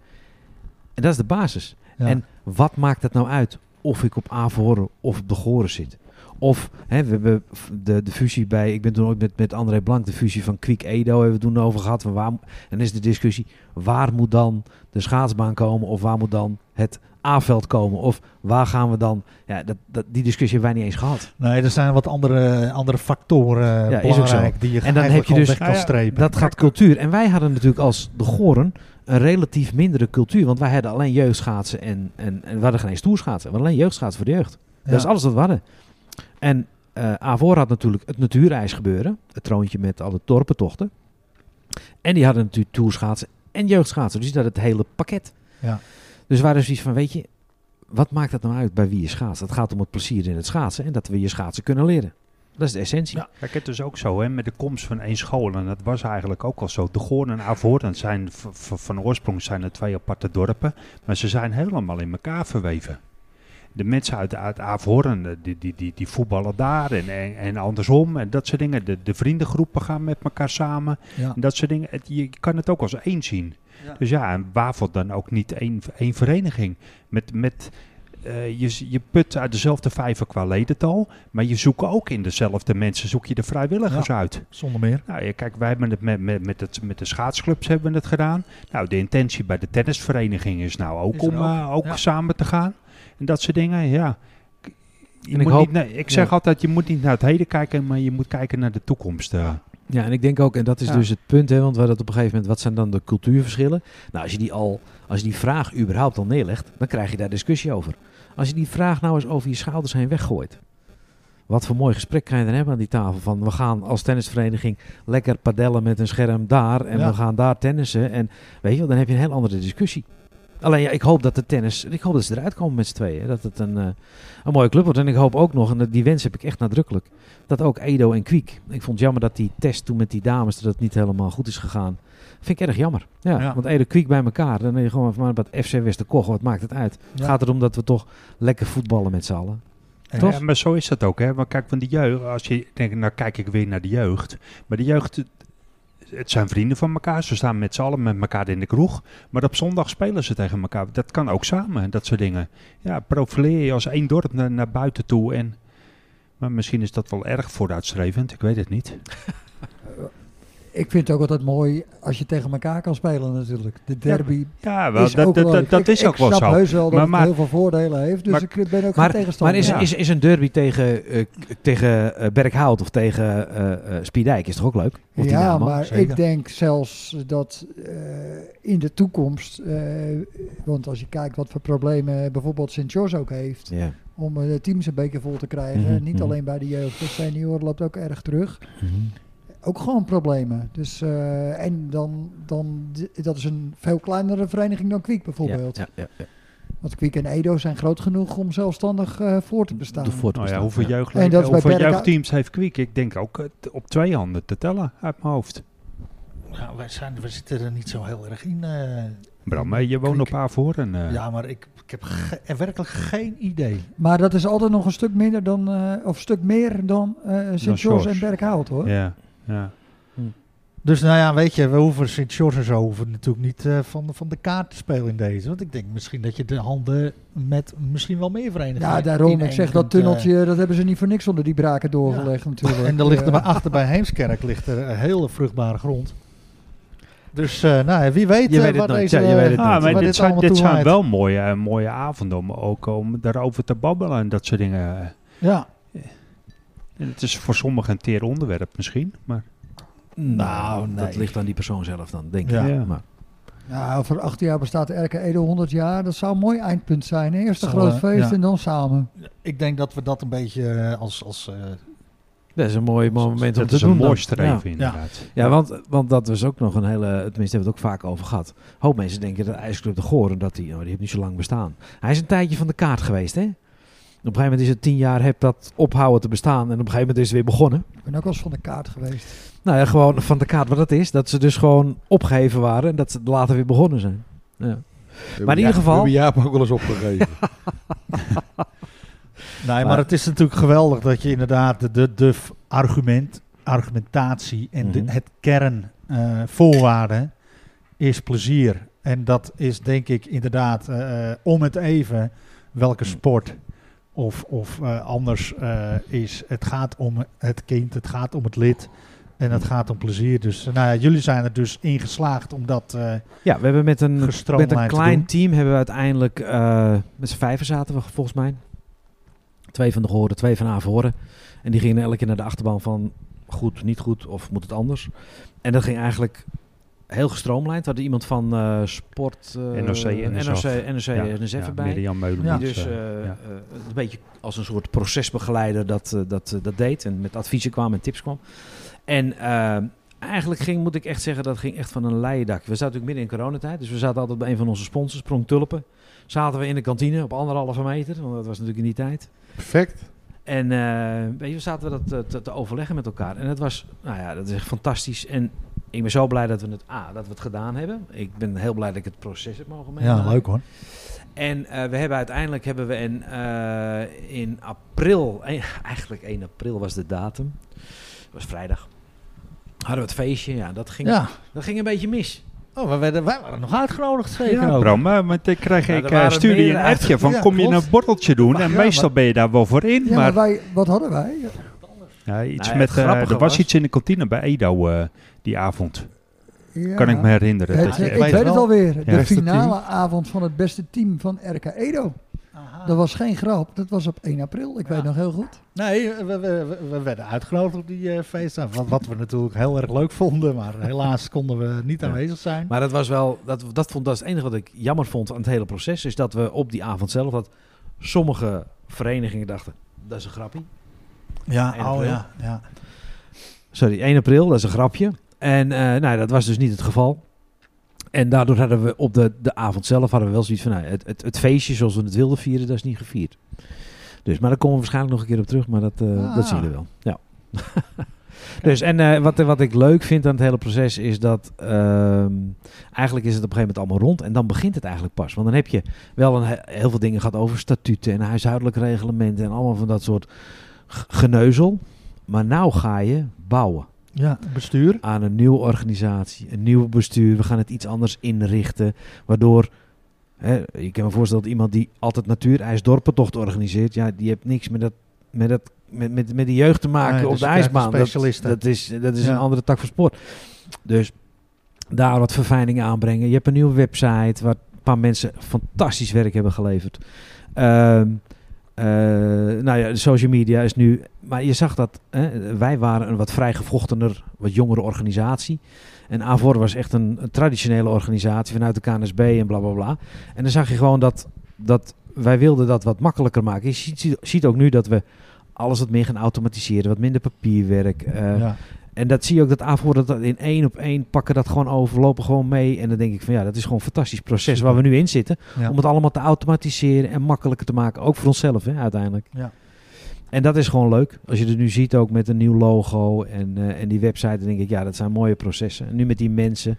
En dat is de basis.
Ja.
En wat maakt het nou uit of ik op Averhoren of op de Goren zit? Of hè, we hebben f- de, de fusie bij, ik ben toen ook met, met André Blank, de fusie van Quick Edo hebben we toen over gehad. Van waar, mo- en is de discussie, waar moet dan de schaatsbaan komen of waar moet dan het A-veld komen? Of waar gaan we dan, ja, dat, dat, die discussie hebben wij niet eens gehad.
Nee, er zijn wat andere, andere factoren
is ook
belangrijk die je Ah,
En dan
eigenlijk
heb je dus-
gewoon weg kan strepen.
Dat gaat cultuur. En wij hadden natuurlijk als de Goren een relatief mindere cultuur. Want wij hadden alleen jeugdschaatsen en, en, en we hadden geen eens toerschaatsen. We hadden alleen jeugdschaatsen voor de jeugd. Dat is
Ja.
alles wat we hadden. En eh Avor had natuurlijk het natuurijs gebeuren. Het troontje met alle dorpentochten. En die hadden natuurlijk toerschaatsen en jeugdschaatsen. Dus dat het hele pakket.
Ja.
Dus waar is zoiets van, weet je, wat maakt dat nou uit bij wie je schaatst? Het gaat om het plezier in het schaatsen en dat we je schaatsen kunnen leren. Dat is de essentie.
Ja.
Kijk, het is ook zo, hè, met de komst van één school, en dat was eigenlijk ook al zo. De Goorn en Avoorn zijn v- v- van oorsprong zijn het twee aparte dorpen, maar ze zijn helemaal in elkaar verweven. De mensen uit, uit Avoorn, eh, die, die, die, die voetballen daar en, en, en andersom en dat soort dingen. De, de vriendengroepen gaan met elkaar samen
Ja.
en dat soort dingen. Het- je kan het ook als één zien. Dus ja, en waarvoor dan ook niet één, één vereniging? Met, met, eh, je, z- je put uit dezelfde vijver qua ledental, maar je zoekt ook in dezelfde mensen, zoek je de vrijwilligers uit.
Zonder meer.
Nou ja, kijk, wij hebben het met, met, met, het, met de schaatsclubs hebben we het gedaan. Nou, de intentie bij de tennisvereniging is nou ook
Is er
om
ook,
eh, ook
ja.
samen te gaan. En dat soort dingen, ja. K- Je
En ik
moet
hoop-
niet naar- ik zeg
ja.
altijd, je moet niet naar het heden kijken, maar je moet kijken naar de toekomst. eh.
Ja, en ik denk ook, en dat is
Ja.
dus het punt, hè, want we hadden het op een gegeven moment, wat zijn dan de cultuurverschillen? Nou, als je die al, als je die vraag überhaupt al neerlegt, dan krijg je daar discussie over. Als je die vraag nou eens over je schouders heen weggooit. Wat voor mooi gesprek kan je dan hebben aan die tafel van we gaan als tennisvereniging lekker padellen met een scherm daar en
Ja.
we gaan daar tennissen en weet je wel, dan heb je een heel andere discussie. Alleen ja, ik hoop dat de tennis, ik hoop dat ze eruit komen met z'n tweeën, hè, dat het een, eh, een mooie club wordt. En ik hoop ook nog, en dat- die wens heb ik echt nadrukkelijk, dat ook Edo en Kwiek. Ik vond het jammer dat die test toen met die dames dat het niet helemaal goed is gegaan. Vind ik erg jammer. Ja,
Ja.
Want Edo Kwiek bij elkaar, dan ben je gewoon van maar wat FC Westerkoch, wat maakt het uit? Het
Ja.
gaat erom dat we toch lekker voetballen met z'n allen.
En-
Toch?
Ja, eh, maar zo is dat ook, hè? Want kijk, van die jeugd, als je denkt, nou kijk ik weer naar de jeugd. Maar de jeugd, het- het zijn vrienden van elkaar. Ze staan met z'n allen met elkaar in de kroeg. Maar op zondag spelen ze tegen elkaar. Dat kan ook samen, dat soort dingen. Ja, profileer je als één dorp naar, naar buiten toe. En, maar misschien is dat wel erg vooruitstrevend, ik weet het niet.
Ik vind het ook altijd mooi als je tegen elkaar kan spelen natuurlijk. De derby
Ja, wel,
is
dat,
ook
dat,
wel
dat,
leuk.
dat
Ik-
is ook
ik
wel
snap
zo.
heus wel dat
Maar- maar-
het heel veel voordelen heeft, dus
maar-
ik ben ook geen
Maar, maar
tegenstander.
is,
Ja.
is, is een derby tegen, eh, k- tegen eh, Berkhout of tegen eh, eh, Spiedijk is toch ook leuk? Of
ja,
Dynamo?
maar
zeker.
ik denk zelfs dat eh, in de toekomst, eh, want als je kijkt wat voor problemen bijvoorbeeld Sint-George ook heeft,
Ja.
om eh, de teams een beetje vol te krijgen,
Mhm,
niet
mhm.
alleen bij de jeugd, de senioren loopt ook erg terug. ook gewoon problemen. Dus, eh, en dan, dan, dat is een veel kleinere vereniging dan Kwiek bijvoorbeeld.
Ja, ja, ja,
Want Kwiek en Edo zijn groot genoeg om zelfstandig eh, voor te bestaan.
ja. Voor te
Nou ja,
bestaan,
hoeveel,
ja.
jeugdle-
En dat is bij
hoeveel
Berka-
jeugdteams heeft Kwiek? Ik denk ook eh, t- op twee handen te tellen uit mijn hoofd.
Nou, wij, zijn, we zitten er niet zo heel erg in. eh.
Bram, eh, je woont
Kwiek.
op Averhoorn. eh.
Ja, maar ik, ik heb ge- eh, werkelijk geen idee.
Maar dat is altijd nog een stuk minder dan, eh, of een stuk meer dan eh
Dan
sint George
George.
en Berkhout hoor.
ja, ja.
Dus nou ja, weet je, we hoeven Sint George en zo hoeven natuurlijk niet eh, van, de- van de kaart te spelen in deze. Want ik denk misschien dat je de handen met misschien wel meer verenigingen.
Ja, daarom.
in
Ik
één
zeg dat
kunt, eh,
tunneltje, dat hebben ze niet voor niks onder die braken doorgelegd
[laughs]
natuurlijk.
En dan ligt er
Eh,
maar achter bij Heemskerk ligt er een hele vruchtbare grond. Dus eh, nou, ja, wie weet,
Je
eh,
weet het
waar
nooit,
deze,
ja, je weet het
eh,
nooit.
waar
Ah, maar dit zijn,
allemaal
dit
toe
zijn
leidt.
wel mooie, eh, mooie avonden om ook om daarover te babbelen en dat soort dingen.
Ja.
En het is voor sommigen een teer onderwerp misschien, maar
Nou,
Nou,
dat
nee.
ligt aan die persoon zelf dan, denk
Ja.
ik.
Ja.
Maar,
Nou, voor acht jaar bestaat Erke Edo 100 jaar. Dat zou een mooi eindpunt zijn. hè? Eerst een
Zal,
groot
eh,
feest
ja.
en dan samen.
Ik denk dat we dat een beetje eh, als, als eh,
dat is een mooi moment om
dat
te
is
doen.
een mooi
dan.
streven
Ja.
inderdaad.
Ja, want, want dat was ook nog een hele... Tenminste, hebben we het ook vaak over gehad. Een hoop mensen denken dat de IJsclub de Goren... Dat die, oh, die heeft niet zo lang bestaan. Hij is een tijdje van de kaart geweest, hè? Op een gegeven moment is het tien jaar... heb dat ophouden te bestaan. En op een gegeven moment is het weer begonnen.
Ik ben ook wel eens van de kaart geweest.
Nou ja, gewoon van de kaart wat dat is. Dat ze dus gewoon opgeheven waren... en dat ze later weer begonnen zijn. Ja. Maar in ieder geval-
We hebben Jaap ook wel eens opgegeven.
[laughs]
Nee, maar, het is natuurlijk geweldig dat je inderdaad de, de, de f- argument, argumentatie en de-
Mhm.
het kernvoorwaarde is plezier. En dat is denk ik inderdaad eh, eh, om het even welke sport of, of eh, anders eh, is. Het gaat om het kind, het gaat om het lid en het gaat om plezier. Dus eh, nou ja, jullie zijn er dus in geslaagd om dat eh
Ja, we hebben met een,
gestroomlijnd
met een
te
klein
doen.
team hebben we uiteindelijk... eh, met z'n vijven zaten we volgens mij. Twee van de Goren, twee van Averhoren. En die gingen elke keer naar de achterban van... Goed, niet goed of moet het anders? En dat ging eigenlijk heel gestroomlijnd. We hadden iemand van eh, sport... eh,
NOC, NSF.
NOC, NSF erbij.
Mirjam Meulemans.
Die dus
eh,
eh,
ja.
eh, een beetje als een soort procesbegeleider dat, eh, dat, eh, dat deed. En met adviezen kwam en tips kwam. En eh, eigenlijk ging, moet ik echt zeggen, dat ging echt van een leien dak. We zaten natuurlijk midden in coronatijd. Dus we zaten altijd bij een van onze sponsors, Prong Tulpen. Zaten we in de kantine op anderhalve meter. Want dat was natuurlijk in die tijd.
Perfect.
En eh, weet je, zaten we dat eh, te, te overleggen met elkaar. En dat was, nou ja, dat is echt fantastisch. En ik ben zo blij dat we het, A, dat we het gedaan hebben. Ik ben heel blij dat ik het proces heb mogen meemaken.
Ja, leuk hoor.
En eh, we hebben uiteindelijk hebben we een, eh, in april, eh, [laughs] eigenlijk 1 april was de datum. Het was vrijdag. Hadden we het feestje, ja, dat ging,
Ja.
dat ging een beetje mis.
Oh, we werden, wij waren nog uitgenodigd zeker
Ja,
ook.
Bram, eh, want ik krijg
Ja,
ik
er
eh,
waren
stuur je een
meerdere
appje van
Ja,
kom je
klopt.
een borreltje doen en
Ja,
meestal ben je daar wel voor in,
Ja, maar
maar
wij, wat hadden wij?
ja, iets
Nou ja,
met,
het
eh, er
grappige
was,
was-
iets in de kantine bij Edo eh, die avond,
Ja.
kan ik me herinneren.
Het-
dat je
ik
echt-
weet het
wel.
alweer. De
Beste
finale avond van het beste team van RK Edo. Dat was geen grap. Dat was op 1 april. Ik
Ja.
weet nog heel goed.
Nee, we, we- we, we werden uitgenodigd op die eh feestdag. Wat, wat we natuurlijk heel erg leuk vonden, maar helaas konden we niet
Ja.
aanwezig zijn.
Maar dat was wel, dat, dat, vond, dat is het enige wat ik jammer vond aan het hele proces. Is dat we op die avond zelf, dat sommige verenigingen dachten, dat is een grapje.
ja,
1 april.
ja.
Sorry, 1 april, dat is een grapje. En eh, nou, dat was dus niet het geval. En daardoor hadden we op de, de avond zelf hadden we wel zoiets van... Nou, het, het, het feestje zoals we het wilden vieren, dat is niet gevierd. Dus, maar daar komen we waarschijnlijk nog een keer op terug. Maar dat, eh,
Ah.
dat zien jullie wel. Ja. [laughs] dus, en eh, wat, wat ik leuk vind aan het hele proces is dat... ehm, eigenlijk is het op een gegeven moment allemaal rond. En dan begint het eigenlijk pas. Want dan heb je wel een, he- heel veel dingen gehad over statuten en huishoudelijk reglementen... en allemaal van dat soort g- geneuzel. Maar nou ga je bouwen
ja, bestuur.
aan een nieuwe organisatie, een nieuw bestuur. We gaan het iets anders inrichten. Waardoor, hè, je kan me voorstellen dat iemand die altijd natuurijsdorpentocht organiseert, ja, die heeft niks met, dat, met, dat, met, met, met de jeugd te maken
Nee,
op
dus
de
je krijgt
ijsbaan. Dat,
specialisten.
dat is, dat is
Ja.
een andere tak van sport. Dus daar wat verfijningen aanbrengen. Je hebt een nieuwe website waar een paar mensen fantastisch werk hebben geleverd. Ehm, eh, nou ja, de social media is nu. Maar je zag dat hè, wij waren een wat vrijgevochtener, wat jongere organisatie. En Avor was echt een, een traditionele organisatie vanuit de KNSB en bla bla bla. En dan zag je gewoon dat, dat wij wilden dat wat makkelijker maken. Je ziet, ziet- ziet ook nu dat we alles wat meer gaan automatiseren, wat minder papierwerk. eh,
ja.
En dat zie je ook dat Averhoorn dat dat in één op één pakken dat gewoon over, lopen gewoon mee. En dan denk ik van ja, dat is gewoon een fantastisch proces
Super.
waar we nu in zitten.
Ja.
Om het allemaal te automatiseren en makkelijker te maken. Ook voor onszelf hè, uiteindelijk.
Ja.
En dat is gewoon leuk. Als je het nu ziet ook met een nieuw logo en, eh, en die website. Dan denk ik ja, dat zijn mooie processen. En nu met die mensen,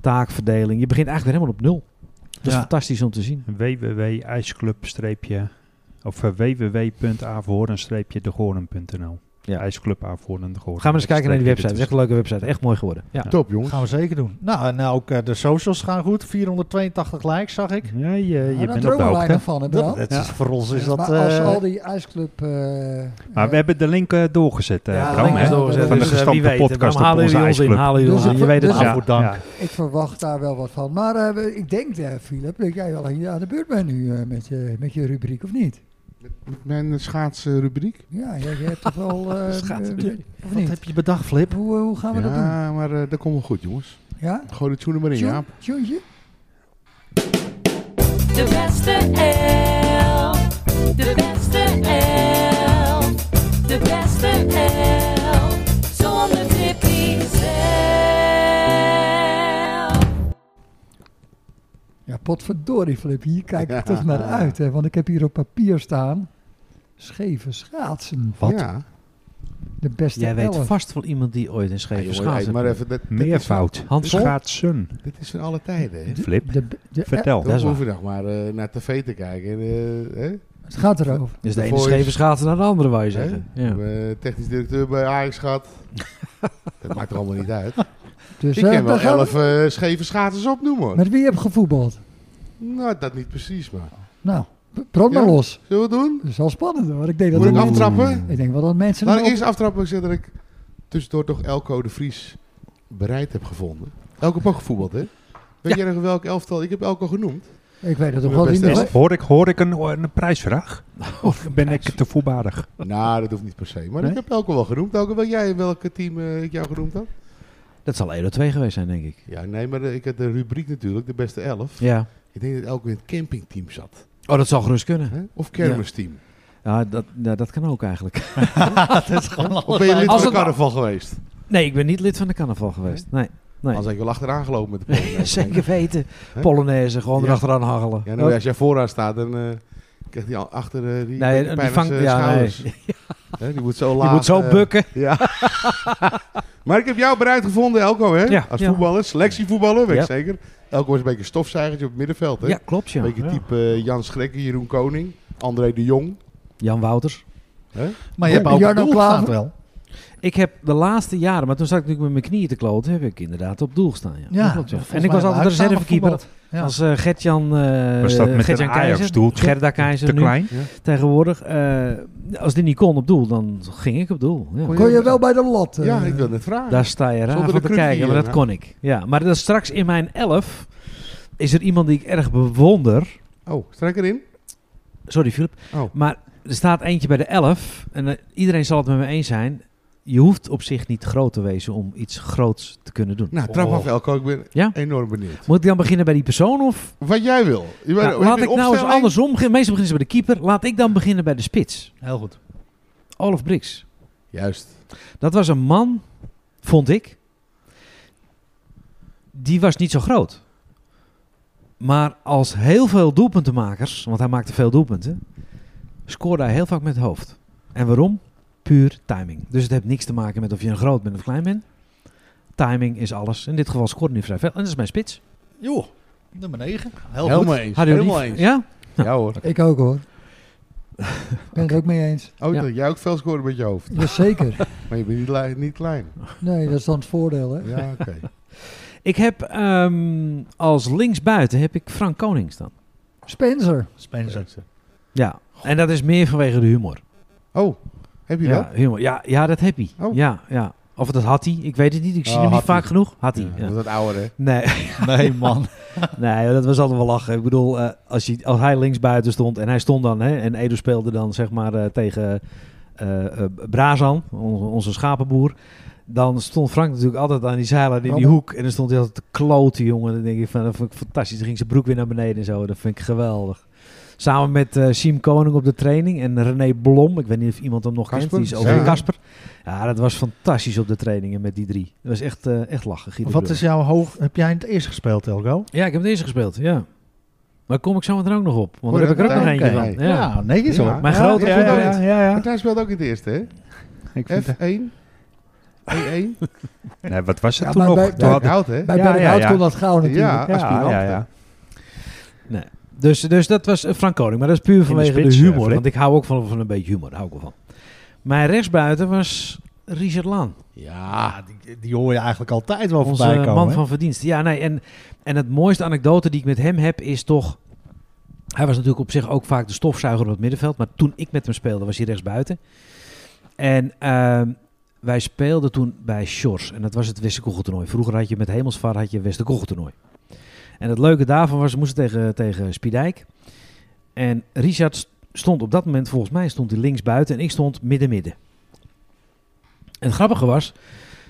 taakverdeling. Je begint eigenlijk weer helemaal op nul. Dat is
Ja.
fantastisch om te zien.
www.ijsclub- streepje- of www.avoren-degoorn.nl
Ja.
IJsclub Avoren de Goorn.
Gaan we eens
Dat
kijken naar die
streepje
website. Het is echt een leuke website. Echt mooi geworden. Ja.
Top, jongens.
Gaan we zeker doen. Nou, en nou ook eh, de socials gaan goed. 482 likes zag ik.
ertussen. Ja, je, je
Ja, daar
bent op de
dromen wij
hoogte.
nog van, hè, Bram?
Dat, dat is,
Ja.
voor ons is dat...
maar als
eh,
al die ijsclub... eh,
Maar we
eh,
hebben de link eh, doorgezet, eh,
Ja, de
Bram.
link is
hè?
doorgezet.
Van de
Dus, eh,
gestampte podcast op onze ijsclub.
Halen
jullie Dus ons in? Je
Je
ik- weet
weet
het
het
dus
wel. ik-
Ja,
Ik verwacht daar wel wat van. Maar eh, ik denk, eh, Philip, dat jij wel hier aan de beurt bent nu eh, met, je, met je rubriek, of niet?
Met mijn eh, schaatsrubriek.
Ja, jij, jij hebt toch wel... eh, eh, of
wat
niet?
heb je bedacht, Flip?
Hoe, eh, hoe gaan we dat doen?
Ja, maar eh, dat komt wel goed, jongens.
Ja?
Gooi de tune er maar in,
Tune-
Jaap.
Tuentje?
De beste elf. De beste elf. De beste elf. Zonder Tippy zelf.
Ja, potverdorie, Flip. Hier kijk
[laughs]
ik toch naar uit, hè. Want ik heb hier op papier staan... Scheve schaatsen.
Ja.
De beste
Jij weet
elf.
vast wel iemand die ooit een
Hey,
scheve
jongen,
schaats
hey, maar even, dat, dit is van-
meervoud.
Hans Vol?
Schaatsen.
Dit is van alle tijden, hè?
Flip,
De, de,
vertel.
dat
Dan
is
hoef je nog maar eh, naar tv te kijken. En, eh, hè?
Het gaat erover.
Dus de
De
ene
Voice.
scheve schaatsen naar de andere, wou je
Hè?
zeggen.
We
Ja.
hebben technisch directeur bij Ajax gehad. dat maakt er allemaal niet uit.
Dus,
Ik
eh,
kan
daar
wel
gaan we-
elf eh, scheve schaters opnoemen. hoor.
Met wie heb je gevoetbald?
Nou, dat niet precies, maar.
Nou, b- brand maar
Ja.
los.
Zullen we het doen?
Dat is wel spannend hoor. Ik denk dat
Moet ik
het-
aftrappen?
Ik denk wel dat mensen...
Laat
hem
ik
op-
eerst aftrappen. Ik zeg dat ik tussendoor toch Elko de Vries bereid heb gevonden. Elko heeft ook gevoetbald, hè? Weet jij nog welk elftal? Ik heb Elko genoemd.
Ik weet het nog
De
wel. die
beste
nog-
elf.
Hoor ik, hoor ik een, een prijsvraag? Of ben ik te voorbarig?
Nou, dat hoeft niet per se. Maar
Nee?
ik heb Elko wel genoemd. Elko, weet jij welk team eh, ik jou genoemd had?
Dat zal Edo 2 geweest zijn, denk ik.
Ja, nee, maar eh, ik had de rubriek natuurlijk, de beste elf.
Ja.
Ik denk dat Elko in het campingteam zat.
Oh, dat zal gerust kunnen.
Hè? Of kermisteam.
Ja, dat, ja, dat kan ook eigenlijk. [laughs]
dat is [laughs] gewoon
Of ben je lid
Als
van de
het-
carnaval geweest?
Nee, ik ben niet lid van de carnaval geweest. Nee. nee.
Als ik wel achteraan gelopen met de polonaise.
[laughs] Zeker weten.
Hè?
Polonaise, gewoon
Ja.
erachteraan hangelen. Oh,
Ja, nou, als jij vooraan staat, dan eh krijgt hij al achter eh, die,
Nee,
nee,
die vangt- [laughs] ja,
schouders. Hè, die moet zo laag.
Je moet zo
eh,
bukken.
Ja. [laughs] maar ik heb jou bereid gevonden, Elko, hè?
Ja,
Als
ja.
voetballer, selectievoetballer, weet ik
Ja.
zeker. Elko was een beetje een stofzuigertje op het middenveld, hè?
Ja, klopt ja.
Een beetje
Ja.
type eh, Jan Schrekker, Jeroen Koning, André de Jong.
Jan Wouters.
Maar je hebt
Oh,
ook
Jarno
een doel
Klaver.
gestaan wel.
Ik heb de laatste jaren, maar toen zat ik natuurlijk met mijn knieën te kloten, heb ik inderdaad op doel gestaan. Ja,
Ja,
Dat klopt, ja.
volgens
En ik
mij
was altijd
hebben we
reservekeeper.
samen Ja.
Als eh Gert-Jan eh
Was dat met een
Gert-Jan Keizer,
Ajax-doeltje?
Gerda Keizer
Te
nu
klein?
tegenwoordig. eh, als die niet kon op doel, dan ging ik op doel. Ja.
Kon je wel bij de lat? eh,
Ja, ik wil net vragen.
Daar sta je raar
Zonder
van te
de krukje
kijken,
hier,
maar dat
hè?
kon ik. Ja, maar dan straks in mijn elf is er iemand die ik erg bewonder.
Oh, strek erin.
Sorry Filip,
Oh.
maar er staat eentje bij de elf. En eh, iedereen zal het met me eens zijn. Je hoeft op zich niet groot te wezen om iets groots te kunnen doen.
Nou, trap
Oh.
af, Elko. Ik ben
Ja?
enorm benieuwd.
Moet ik dan beginnen bij die persoon of?
Wat jij wil. Je bent-
Nou,
heb je
laat
een
ik nou eens
opstelling?
andersom beginnen. Meestal beginnen ze bij de keeper. Laat ik dan beginnen bij de spits.
Heel goed.
Olaf Brix.
Juist.
Dat was een man, vond ik. Die was niet zo groot. Maar als heel veel doelpuntenmakers, want hij maakte veel doelpunten, scoorde hij heel vaak met het hoofd. En waarom? Puur timing. Dus het heeft niks te maken met of je een groot bent of klein bent. Timing is alles. In dit geval scoorde hij vrij veel. En dat is mijn spits.
Joh, nummer 9. Heel
Helemaal
goed.
eens.
Hadden jullie
Helemaal
die-
eens.
Ja?
Ja hoor.
Ik ook
[laughs]
hoor. Ik ben het ook mee eens.
Oh,
Ja.
dat jij ook veel scoren met je hoofd.
[laughs]
Jazeker.
Maar je bent niet, li- niet klein.
Nee, dat is dan het voordeel hè.
Ja,
[laughs]
oké.
Ik heb ehm, als linksbuiten heb ik Frank Koning staan.
Spencer.
Spencer.
Ja. En dat is meer vanwege de humor.
Oh, heb je dat?
Ja, humor. Ja, ja, dat heb hij.
Oh.
Ja, ja. Of dat had hij, ik weet het niet. Ik zie
Oh,
hem niet
had
vaak
hij.
genoeg. Had hij.
Ja,
ja.
Dat is ouder, hè?
Nee,
Nee, man.
nee, dat was altijd wel lachen. Ik bedoel, eh, als, hij, als hij linksbuiten stond en hij stond dan, hè, en Edo speelde dan zeg maar eh, tegen eh, eh, Brazan, onze, onze schapenboer. Dan stond Frank natuurlijk altijd aan die zeilen in die
Robben.
hoek. En dan stond hij altijd te kloten, jongen. Dan denk ik van, dat vond ik fantastisch. Dan ging zijn broek weer naar beneden en zo. Dat vind ik geweldig. Samen met eh Siem Koning op de training en René Blom. Ik weet niet of iemand hem nog
Kasper?
kent. Die is over
Ja.
Kasper. Ja, dat was fantastisch op de trainingen met die drie. Dat was echt, eh, echt lachen. Guido
Wat
Breuer.
is jouw hoog? Heb jij in het eerste gespeeld, Elgo?
Ja, ik heb het eerste gespeeld, ja. Maar kom ik zo meteen ook nog op. Want
Oh,
daar heb ik
dat-
er ook nog
oké.
eentje van. Ja.
netjes
Ja.
hoor.
Mijn
Ja,
grote
ja,
vriend
ja,
ook.
ja.
ja, ja.
Martijn Nou, speelt ook in het eerste, hè?
Ik vind dat-
F1.
[laughs]
E1.
nee, wat was het
Ja,
toen
maar
nog?
bij-
We
bij-
hadden-
Hout, hè?
Bij
Ja,
Berghout
ja, ja.
kon dat gauw natuurlijk.
Ja,
ja,
aspirant.
ja, ja.
Dus, dus dat was eh, Frank Koning. Maar dat is puur vanwege de,
spits, eh,
humor.
Flip.
want ik hou ook van, van een beetje humor. Daar hou ik wel van. Mijn rechtsbuiten was Richard Laan.
Ja, Ah, die, die hoor je eigenlijk altijd wel
Onze
voorbij komen.
man
hè?
van verdienst. Ja, nee, en, en het mooiste anekdote die ik met hem heb is toch... Hij was natuurlijk op zich ook vaak de stofzuiger op het middenveld. Maar toen ik met hem speelde, was hij rechtsbuiten. En ehm, wij speelden toen bij Shores. En dat was het Westerkogeltoernooi. Vroeger had je met Hemelsvaart had je Westerkogeltoernooi. En het leuke daarvan was, we moesten tegen, tegen Spiedijk. En Richard st- stond op dat moment, volgens mij stond hij links buiten. En ik stond midden-midden. En het grappige was,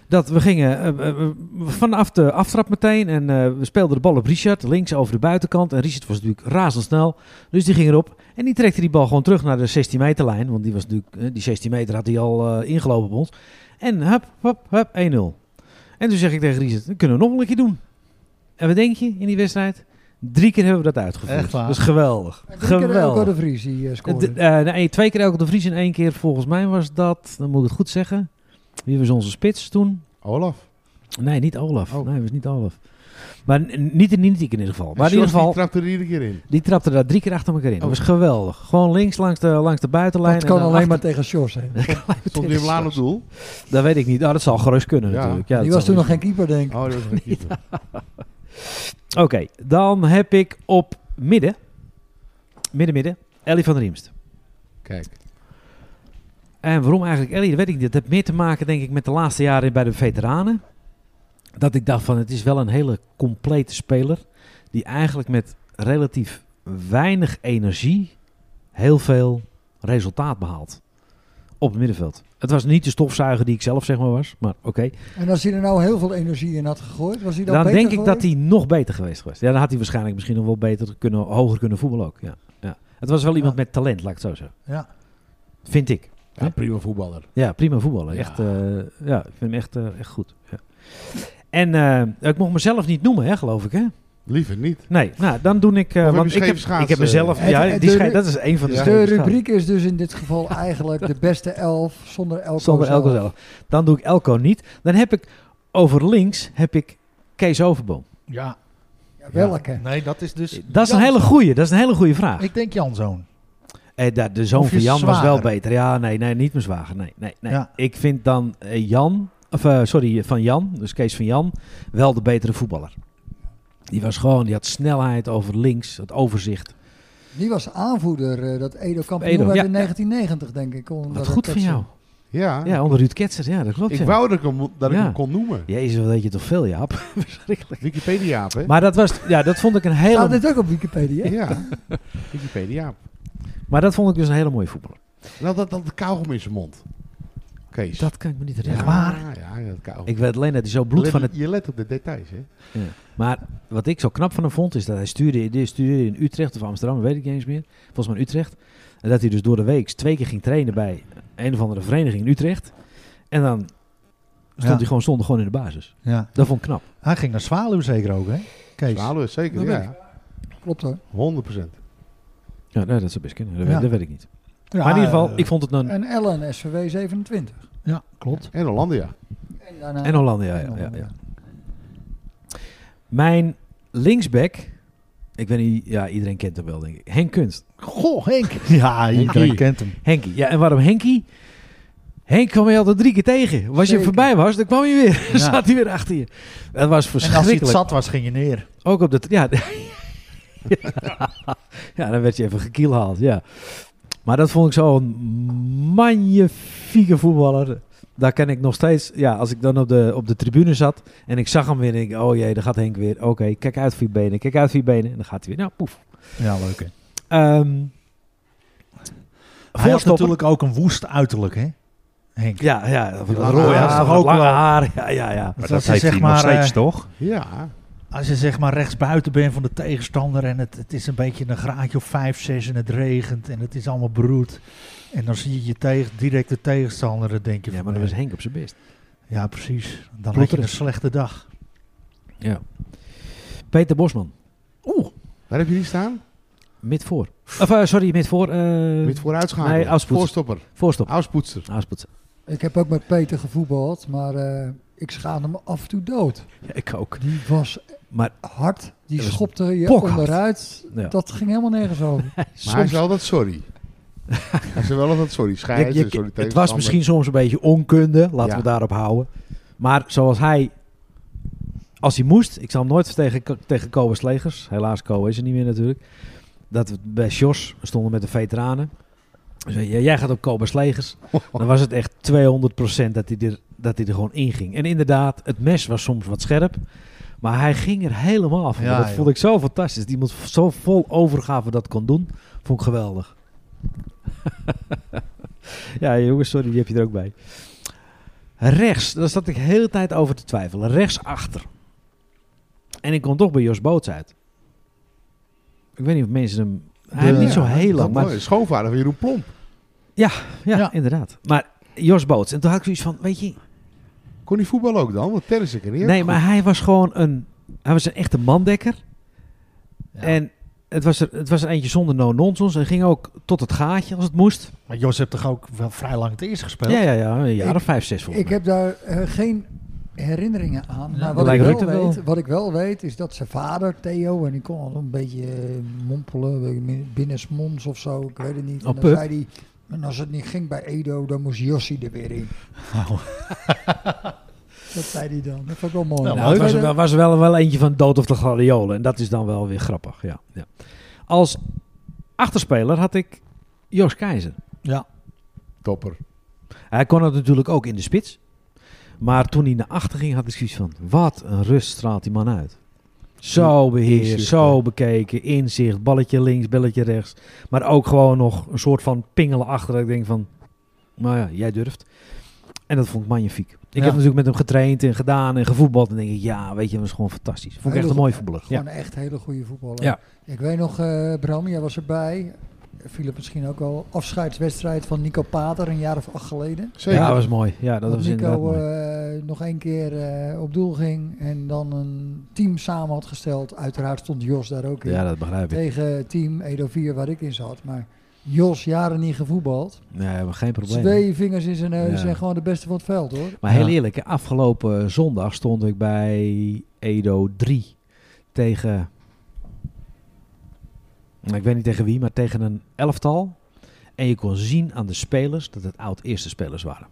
dat we gingen eh, eh, eh, vanaf de aftrap meteen en eh, we speelden de bal op Richard, links over de buitenkant. En Richard was natuurlijk razendsnel, dus die ging erop. En die trekte die bal gewoon terug naar de 16 meter lijn, want die, was natuurlijk, eh, die 16 meter had hij al eh, ingelopen op ons. En hup, hup, hup, 1-0. En toen zeg ik tegen Richard, dat kunnen we nog een keer doen. En wat denk je in die wedstrijd? Drie keer hebben we dat uitgevoerd.
Echt waar?
Dat is geweldig.
En drie keer Elko
Geweldig.
de Vries die eh, scoorde.
D- eh, nee, twee keer Elke de Vries en één keer volgens mij was dat, dan moet ik het goed zeggen. Wie was onze spits toen?
Olaf.
Nee, niet Olaf.
Oh.
Nee, het was niet Olaf. Maar n- niet in Nietiek in ieder geval. Maar in ieder geval,
Die trapte er iedere keer in.
die trapte daar drie keer achter elkaar in.
Oh.
Dat was geweldig. Gewoon links langs de, langs de buitenlijn.
dat kan
en
alleen
dan
maar
[laughs]
tegen Sjors zijn.
achter-
Stond Wim Laan op doel?
[laughs] Dat weet ik niet. Oh, dat zal gerust kunnen
Ja.
natuurlijk. Ja,
die
dat
was
zal
toen nog geen
gerust
keeper, denk ik.
Oh, dat was een
[laughs]
keeper.
kunnen. Oké, dan heb ik op midden, midden, midden, Ellie van der Riemst.
Kijk.
En waarom eigenlijk Ellie, dat weet ik niet. Dat heeft meer te maken, denk ik, met de laatste jaren bij de veteranen. Dat ik dacht van, het is wel een hele complete speler. Die eigenlijk met relatief weinig energie heel veel resultaat behaalt. Op het middenveld. Het was niet de stofzuiger die ik zelf zeg maar was. Maar oké.
En als hij er nou heel veel energie in had gegooid, was hij dan,
Oh. Dan
beter
denk ik
geworden?
dat hij nog beter geweest was. Ja, dan had hij waarschijnlijk misschien nog wel beter kunnen, hoger kunnen voetballen ook. Ja. Ja. Het was wel iemand met talent, laat ik het zo zeggen.
Ja.
Vind ik.
Ja, prima voetballer.
Ja, prima voetballer.
Ja.
Echt, eh, ja, ik vind hem echt, eh, echt goed. Ja. En eh, ik mocht mezelf niet noemen, hè, geloof ik, hè?
Liever niet.
Nee, nou, dan doe ik... eh,
heb je
want ik,
scheve
heb,
schaats,
ik heb mezelf...
eh,
ja,
Het- het-
die
de
schei-
ru-
dat is één van de
Ja.
scheve
De
schaats.
rubriek is dus in dit geval eigenlijk de beste elf zonder Elko
Zonder
zelf.
Elko zelf. Dan doe ik Elko niet. Dan heb ik over links heb ik Kees Overboom.
Ja.
Ja, welke?
Nee, dat is dus...
Dat is een
Janszoon.
hele goeie. Dat is een hele goeie vraag.
Ik denk Janzoon.
Eh, da- de zoon
Of je
van Jan was wel
zwager.
beter. Ja, nee, nee, niet mijn zwager. Nee, nee, nee.
Ja.
Ik vind dan eh, Jan, of eh, sorry, van Jan, dus Kees van Jan, wel de betere voetballer. Die was gewoon, die had snelheid over links, het overzicht.
Die was aanvoerder, eh, dat Edo kampioen
Edo,
werd
ja,
in
ja.
1990, denk ik. omdat
Wat
het
goed van
Ketsen-
jou.
Ja.
Ja, onder Ruud Ketser, ja, dat klopt.
Ik
ja.
wou dat ik hem, dat ik
Ja.
hem kon noemen.
Jezus, wat weet je toch veel, Jaap. Verschrikkelijk.
Wikipedia, hè?
Maar dat, was, ja, dat vond ik een hele...
Staat dit ook op Wikipedia?
Ja. Wikipedia.
Maar dat vond ik dus een hele mooie voetballer.
Nou, dat, dat kauwgom in zijn mond. Kees.
Dat kan ik me niet
ja,
herinneren.
waar? Ja, dat kauwgom.
Ik weet alleen dat hij zo bloed
Let-
van het
Je let op de details, hè?
Maar wat ik zo knap van hem vond, is dat hij stuurde, die stuurde in Utrecht of Amsterdam, weet ik niet eens meer. Volgens mij in Utrecht. En dat hij dus door de week twee keer ging trainen bij een of andere vereniging in Utrecht. En dan stond
Ja.
hij gewoon, stond gewoon in de basis.
Ja.
Dat vond ik knap.
Hij ging naar Zwaluw zeker ook, hè? Kees.
Zwaluwe, zeker.
Dat weet
Ja,
Klopt hoor.
100 procent.
Ja, nee, dat zou best kunnen. Dat,
Ja.
weet, dat weet ik niet.
Ja,
maar in ieder geval,
eh,
ik vond het een...
En Ellen, SVW 27.
Ja, klopt.
En Hollandia.
En eh, daarna...
En Hollandia, ja, ja, ja. Mijn linksback, ik weet niet, ja, iedereen kent hem wel, denk ik. Henk Kunst.
Goh, Henk. Ja, iedereen
Henkie.
eh,
kent hem.
Henkie. Ja, en waarom Henkie? Henk kwam je altijd drie keer tegen. Als je
Zeker.
voorbij was, dan kwam je weer. [laughs] Dan
Ja.
zat hij weer achter je. Dat was
En als hij
verschrikkelijk.
het zat was, ging je neer.
Ook op de... t- Ja, [laughs] ja, dan werd je even gekielhaald, ja. Maar dat vond ik zo'n magnifieke voetballer. Daar kan ik nog steeds... Ja, als ik dan op de, op de tribune zat en ik zag hem weer... en ik, oh jee, daar gaat Henk weer. Oké, kijk uit voor je benen, kijk uit voor je benen. En dan gaat hij weer. Nou, poef.
Ja, leuk hè.
Ehm
Hij had
voorstopper.
natuurlijk ook een woest uiterlijk, hè? Henk.
Ja, ja. Van
lange
rode
haar
haar,
is toch
van
ook
lange
wel-
haar. Ja, ja, ja.
Dus
Maar
dat
dat
je
heeft
zeg
hij
maar,
nog steeds,
eh,
toch?
Ja.
Als je zeg maar rechtsbuiten bent van de tegenstander en het, het is een beetje een graadje of 5, 6 en het regent en het is allemaal beroerd. En dan zie je je tegen, directe tegenstander, dan denk je
Ja,
van,
maar dat
eh,
was Henk op zijn best.
ja precies. Dan had je
Bloederig.
een slechte dag.
Ja. Peter Bosman. Oeh,
Waar heb je die staan?
mid voor. Of, eh, sorry, mid voor. Ah. eh,
Met vooruitschakelen.
nee, afspoetsen.
Voorstopper.
Voorstop. Nou,
Afspoetser.
Aanspoetsen.
Ik heb ook met Peter gevoetbald, maar eh, ik schaamde me af en toe dood.
Ja, ik ook.
Die was
Maar
hard, die
Dat was
schopte je
pokhard.
onderuit.
Ja.
Dat ging helemaal nergens
[laughs]
over.
Maar hij
soms,
is wel dat sorry.
[laughs]
hij is wel altijd sorry.
je-
Scheids
je-
en sorry
het was
tegenstander.
misschien soms een beetje onkunde. Laten
Ja.
we daarop houden. Maar zoals hij... Als hij moest, ik zal hem nooit tegen, tegen Kobe Slegers. Helaas, Kobe is er niet meer natuurlijk. Dat we bij Jos we stonden met de veteranen. Dus jij jij gaat op Kobe Slegers.
[laughs]
Dan was het echt 200% dat hij, er, dat hij er gewoon inging. En inderdaad, het mes was soms wat scherp. Maar hij ging er helemaal af.
Ja,
dat
joh.
vond ik zo fantastisch. Dat iemand zo vol overgave dat kon doen. Vond ik geweldig. [laughs] ja, jongens, sorry, die heb je er ook bij. Rechts, daar zat ik heel de tijd over te twijfelen. Rechts achter. En ik kon toch bij Jos Boots uit. Ik weet niet of mensen hem... Hij heeft
Ja,
niet zo heel
Dat
lang,
is
maar
mooi. Schoonvader van Jeroen Plomp.
ja,
Ja.
inderdaad. Maar Jos Boots. En toen had ik zoiets van, weet je...
Kon hij voetballen ook dan? Want Terrence ik
nee, maar hij was gewoon een... Hij was een echte mandekker. En het was, er, het was er eentje zonder no-nonsense. Hij ging ook tot het gaatje als het moest.
Maar Jos heeft toch ook wel vrij lang het eerst gespeeld?
Ja, ja, ja. Een jaar
Ik-
of vijf, zes volgens
ik
mij.
heb daar eh, geen herinneringen aan. Maar wat ik,
lijkt
wel
Rutte wel.
weet, wat ik wel weet is dat zijn vader, Theo, en die kon al een beetje eh, mompelen, een beetje min- binnensmonds of zo, ik weet het niet. En
Oh,
dan
pup.
zei hij, en als het niet ging bij Edo, dan moest Jossi er weer in. [laughs] dat zei hij dan. Dat vond ik wel mooi.
Nou,
Nou, het was er wel, was er wel, wel eentje van dood of de gladiolen. En dat is dan wel weer grappig, ja. ja. Als achterspeler had ik Jos Keizer.
Topper.
Hij kon het natuurlijk ook in de spits. Maar toen hij naar achter ging, had ik zoiets van... Wat een rust straalt die man uit. Zo beheerst,
Inzicht,
zo
hè?
bekeken, inzicht, balletje links, balletje rechts. Maar ook gewoon nog een soort van pingelen achter. Dat ik denk van, nou ja, jij durft. En dat vond ik magnifiek. Ik
Ja.
heb natuurlijk met hem getraind en gedaan en gevoetbald. En denk ik, ja, weet je, dat was gewoon fantastisch. Vond ik echt een mooi voetballer. Ja.
Gewoon echt hele goede voetballer.
Ja.
Ik weet nog, eh Bram, jij was erbij. Philip misschien ook al. Afscheidswedstrijd van Nico Pater een jaar of acht geleden.
Zeker.
Ja, dat was mooi. Ja, dat was inderdaad
Nico
mooi.
eh, nog één keer eh, op doel ging en dan een team samen had gesteld. Uiteraard stond Jos daar ook in.
Ja, dat begrijp ik.
Tegen team Edo 4 waar ik in zat. Maar Jos, jaren niet gevoetbald.
Nee, we hebben geen probleem.
Twee vingers in zijn neus
Ja.
en gewoon de beste van het veld hoor.
Maar heel
Ja.
eerlijk, hè, afgelopen zondag stond ik bij Edo 3 tegen. nou, Ik weet niet tegen wie, maar tegen een elftal. En je kon zien aan de spelers dat het oud-eerste spelers waren.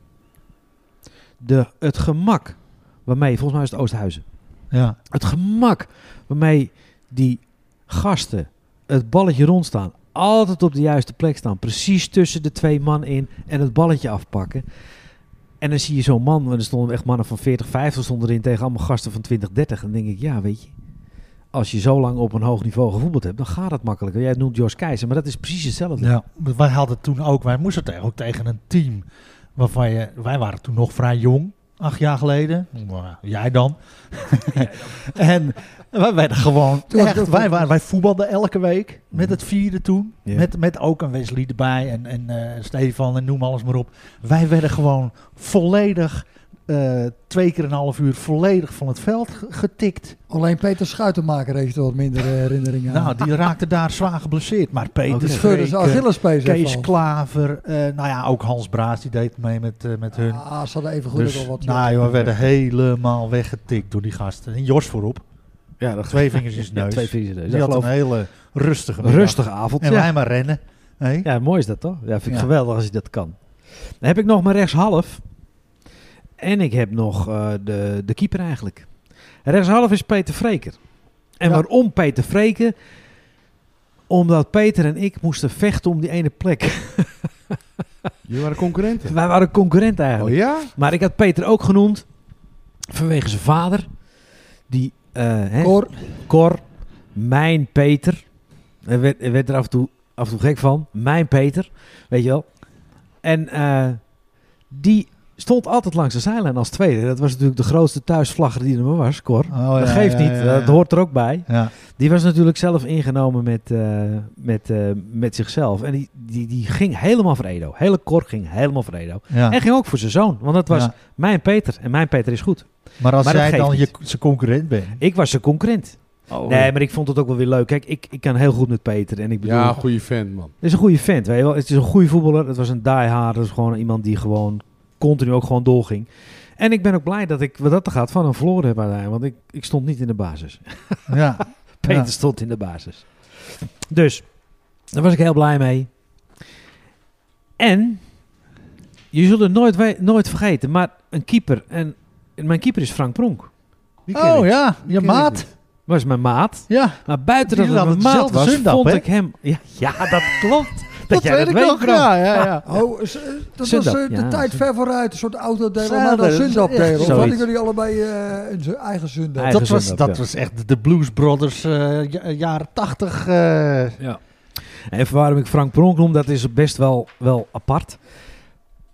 De, het gemak waarmee, volgens mij is het Oosthuizen.
Ja.
Het gemak waarmee die gasten het balletje rondstaan. Altijd op de juiste plek staan. Precies tussen de twee man in en het balletje afpakken. En dan zie je zo'n man, en er stonden echt mannen van 40, 50 stonden erin tegen allemaal gasten van 20, 30. En dan denk ik, ja, weet je, als je zo lang op een hoog niveau gevoetbald hebt, dan gaat dat makkelijker. Jij noemt Jos Keizer, maar dat is precies hetzelfde.
Ja, maar wij hadden toen ook, wij moesten tegen, ook tegen een team waarvan je, wij waren toen nog vrij jong, acht jaar geleden, Nou, jij
[laughs]
dan. en wij werden gewoon,
Toen was
echt,
het ook- Mm.
wij, waren, wij voetbalden elke week met het vierde toen,
Ja.
met, met ook een Wesley erbij en, en eh, Stefan en noem alles maar op. Wij werden gewoon volledig, eh, twee keer een half uur volledig van het veld ge- getikt.
Alleen Peter Schuitenmaker heeft er wat minder eh, herinneringen aan.
Nou, die raakte daar zwaar geblesseerd, maar Peter
Oké.
die scheurde
Freek,
zijn
eh,
Achillespees
Kees
even af.
Klaver, eh, nou ja, ook Hans Braas, die deed mee met, eh, met hun.
Ah, ze hadden even goed
dus,
ook al wat.
nou joh, we werden helemaal weggetikt door die gasten. En Jos voorop,
Ja, dat
twee
[laughs]
vingers in zijn neus.
twee vingers in de neus.
die
Dat
had een
geloof ik.
hele rustige middag.
Rustige avond.
En
ja.
wij maar rennen. Hé?
Ja, mooi is dat toch? Ja, vind ik
Ja.
geweldig als je dat kan. Dan heb ik nog mijn rechtshalf. En ik heb nog eh, de, de keeper eigenlijk. Rechtshalf is Peter Vreker. En
Ja.
waarom Peter Vreker? Omdat Peter en ik moesten vechten om die ene plek.
Jullie waren
[laughs]
concurrenten.
Wij waren concurrent
Oh
eigenlijk.
ja?
Maar ik had Peter ook genoemd vanwege zijn vader. Die, eh, hè,
Cor,
Cor, mijn Peter. Hij werd, hij werd er af en, toe, af en toe gek van. Mijn Peter, weet je wel. En eh, die Stond altijd langs de zijlijn als tweede. Dat was natuurlijk de grootste thuisvlagger die er maar was, Cor.
Oh,
dat
ja,
geeft
ja,
niet,
ja,
dat
ja.
hoort er ook bij.
Ja.
Die was natuurlijk zelf ingenomen met, eh, met, eh, met zichzelf. En die, die, die ging helemaal voor Edo. Hele Cor ging helemaal voor Edo.
Ja.
En ging ook voor zijn zoon, want dat was
Ja.
mijn Peter. En mijn Peter is goed.
Maar als
Maar dat
jij
geeft
dan je,
niet.
zijn
[laughs]
concurrent bent.
Ik was zijn concurrent. Nee, maar ik vond het ook wel weer leuk. Kijk, ik, ik kan heel goed met Peter. En ik bedoel,
Ja, goede fan, man.
Het is een goede vent, weet je wel. Het is een goede voetballer. Het was een diehard. Het is gewoon iemand die gewoon continu ook gewoon doorging. En ik ben ook blij dat ik, wat dat er gaat, van een verloren heb uiteindelijk. Want ik, ik stond niet in de basis. [laughs]
Ja.
Peter
Ja.
stond in de basis. Dus, daar was ik heel blij mee. En, je zult het nooit, we- nooit vergeten, maar een keeper. En, en mijn keeper is Frank Pronk.
Die ken
Oh
ik.
ja,
Die
je
ken ik
maat.
niet.
Was mijn maat.
Ja.
Maar buiten dat
Jullie
het mijn
hadden
maat
dezelfde
was,
zondag,
vond
hè?
ik hem... Ja, ja dat
[laughs]
klopt. dat, jij dat weet, Bram.
Ja, ja, ja.
Oh, is, eh, dat
Zundap,
was eh, de
ja,
tijd
Zundap.
ver vooruit. Een soort autodeel,
Zundap,
maar dan
dat is echt
Zundap-deel. Of hadden
zoiets.
jullie allebei eh, een zu- eigen Zundap?
Eigen
Dat, was,
zondag,
dat
ja.
was echt de Blues Brothers eh, ja- jaren tachtig. eh,
En even waarom ik Frank Pronk noem, dat is best wel, wel apart.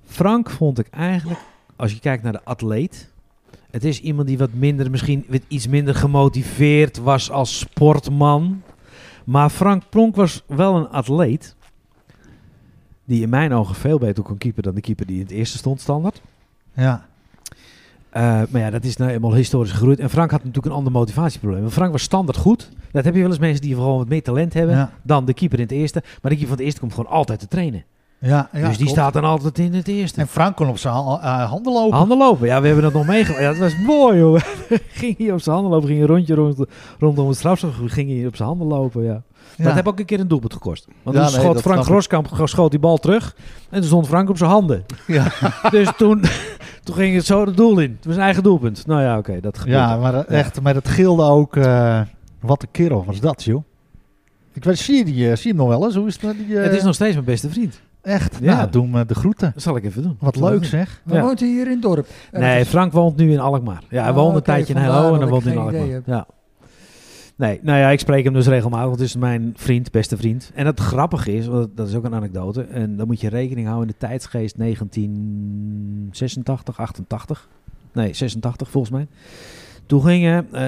Frank vond ik eigenlijk, als je kijkt naar de atleet, het is iemand die wat minder, misschien wat iets minder gemotiveerd was als sportman. Maar Frank Pronk was wel een atleet die in mijn ogen veel beter kon keeper dan de keeper die in het eerste stond standaard.
ja.
Eh, maar ja, dat is nou eenmaal historisch gegroeid. En Frank had natuurlijk een ander motivatieprobleem. Want Frank was standaard goed. Dat heb je wel eens mensen die gewoon wat meer talent hebben
Ja,
dan de keeper in het eerste. Maar de keeper van het eerste komt gewoon altijd te trainen.
ja, ja,
dus die
klopt.
staat dan altijd in het eerste.
En Frank kon op zijn ha- eh, handen lopen.
Handen lopen. Ja, we hebben dat nog meegemaakt. Ja, dat was mooi, hoor. [laughs] ging hij op zijn handen lopen. Ging een rondje rond, rondom het strafschopgebied. Ging hij op zijn handen lopen, ja.
Ja.
Maar het heeft ook een keer een doelpunt gekost. Want
Ja,
toen
nee,
schoot
dat
Frank
snap ik.
Groskamp schoot die bal terug. En toen stond Frank op zijn handen.
Ja.
[laughs] dus toen, toen ging het zo het doel in. Het was een eigen doelpunt. Nou ja, oké, dat gebeurt.
Ja,
Ja,
maar eh, echt met het gilde ook. eh, wat een kerel was dat, joh. Ik weet, zie je, die, eh, zie je hem nog wel eens? Hoe is het met die? eh,
het is nog steeds mijn beste vriend.
Echt,
Ja.
nou, doe hem eh, de groeten.
Dat zal ik even doen.
Wat leuk zeg.
Maar
Ja.
woont hij hier in het dorp?
Nee,
Ergens?
Frank woont nu in Alkmaar. Ja, hij
Ah,
woonde een
oké,
tijdje in
vandaar
Heilo en
dat
dan woont
ik
hij in
geen
Alkmaar.
idee heb.
Ja. Nee, nou ja, ik spreek hem dus regelmatig. Want het is mijn vriend, beste vriend. En het grappige is, want dat is ook een anekdote. En dan moet je rekening houden in de tijdsgeest 1986, 88. Nee, 86 volgens mij. Toen gingen, eh,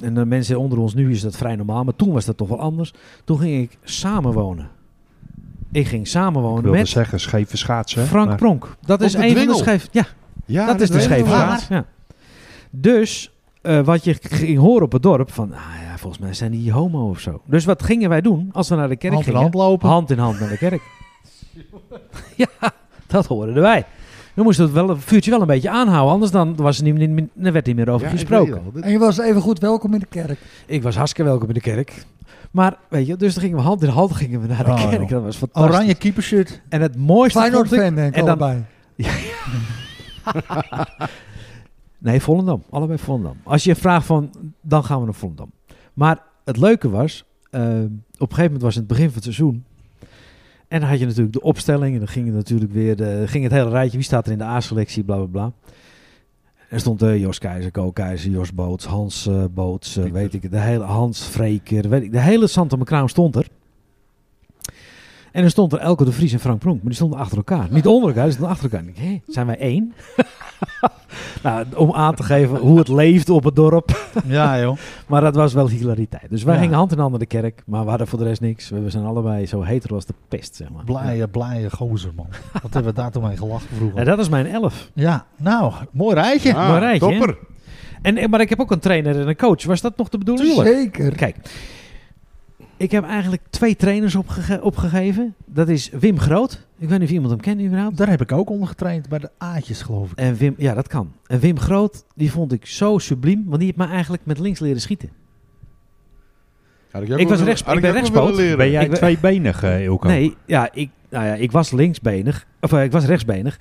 en de mensen onder ons nu is dat vrij normaal, maar toen was dat toch wel anders. Toen ging ik samenwonen. Ik ging
Ik
samenwonen
wilde
met
zeggen, scheve schaatsen.
Frank
maar-
Pronk. Dat
Op
is
de
een van de
Dwingel.
scheef. Ja,
Ja,
dat is de
weet ik
scheef
nog wel.
straat. Ja. Dus eh, wat je ging horen op het dorp van, ah ja, volgens mij zijn die homo of zo. Dus wat gingen wij doen als we naar de kerk
Hand in
gingen?
hand lopen.
Hand in hand naar de kerk. ja, dat hoorden wij. Dan moesten we het, wel, het vuurtje wel een beetje aanhouden, anders dan was er niet, niet, niet- dan werd niet meer over
Ja, ik
gesproken.
weet het al.
En je was even goed welkom in de kerk.
Ik was hartstikke welkom in de kerk. Maar weet je, dus dan gingen we hand in hand gingen we naar de
Oh,
kerk.
joh.
Dat was fantastisch.
Oranje
[laughs]
keepershirt.
En het mooiste
Feyenoord
vond ik-
fan denk ik
en dan-
allebei.
Nee, Volendam. Allebei Volendam. Als je vraagt van, dan gaan we naar Volendam. Maar het leuke was, eh, op een gegeven moment was het het begin van het seizoen. En dan had je natuurlijk de opstelling. En dan ging het natuurlijk weer, eh, ging het hele rijtje. Wie staat er in de A-selectie, bla bla bla. Er stond eh, Jos Keizer, Ko Keizer, Jos Boots, Hans eh, Boots, eh, weet ik het, de hele Hans Vreker, weet ik, de hele Santa Kraam stond er. En er stond er Elke de Vries en Frank Pronk, maar die stonden achter elkaar. Niet onder elkaar, die stonden achter elkaar. En ik denk, hé, zijn wij één? nou, om aan te geven hoe het leeft op het dorp.
Ja, joh.
Maar dat was wel hilariteit. Dus wij
Ja.
gingen hand in hand naar de kerk, maar we hadden voor de rest niks. We we zijn allebei zo heter als de pest, zeg maar.
Blije, blije gozer, man. Wat hebben we daar toen mee gelachen vroeger.
En dat is mijn elf.
Ja, nou, mooi rijtje.
Ah,
Maar rijtje, hè?
topper.
En, en- maar ik heb ook een trainer en een coach. Was dat nog de bedoeling?
Zeker.
Kijk, ik heb eigenlijk twee trainers opgege- opgegeven. Dat is Wim Groot. Ik weet niet of iemand hem kent überhaupt.
Daar heb ik ook onder getraind bij de A'tjes, geloof ik.
En Wim, ja, dat kan. En Wim Groot, die vond ik zo subliem, want die heeft mij eigenlijk met links leren schieten.
Had ook
Ik
wel
was
willen-
rechts-
had
ik ben
ook wel
rechtspoot.
willen leren.
Ben jij
Ik we-
tweebenig, eh Ilko?
Nee, ja, ik, nou ja, ik was linksbenig, of eh, ik was rechtsbenig.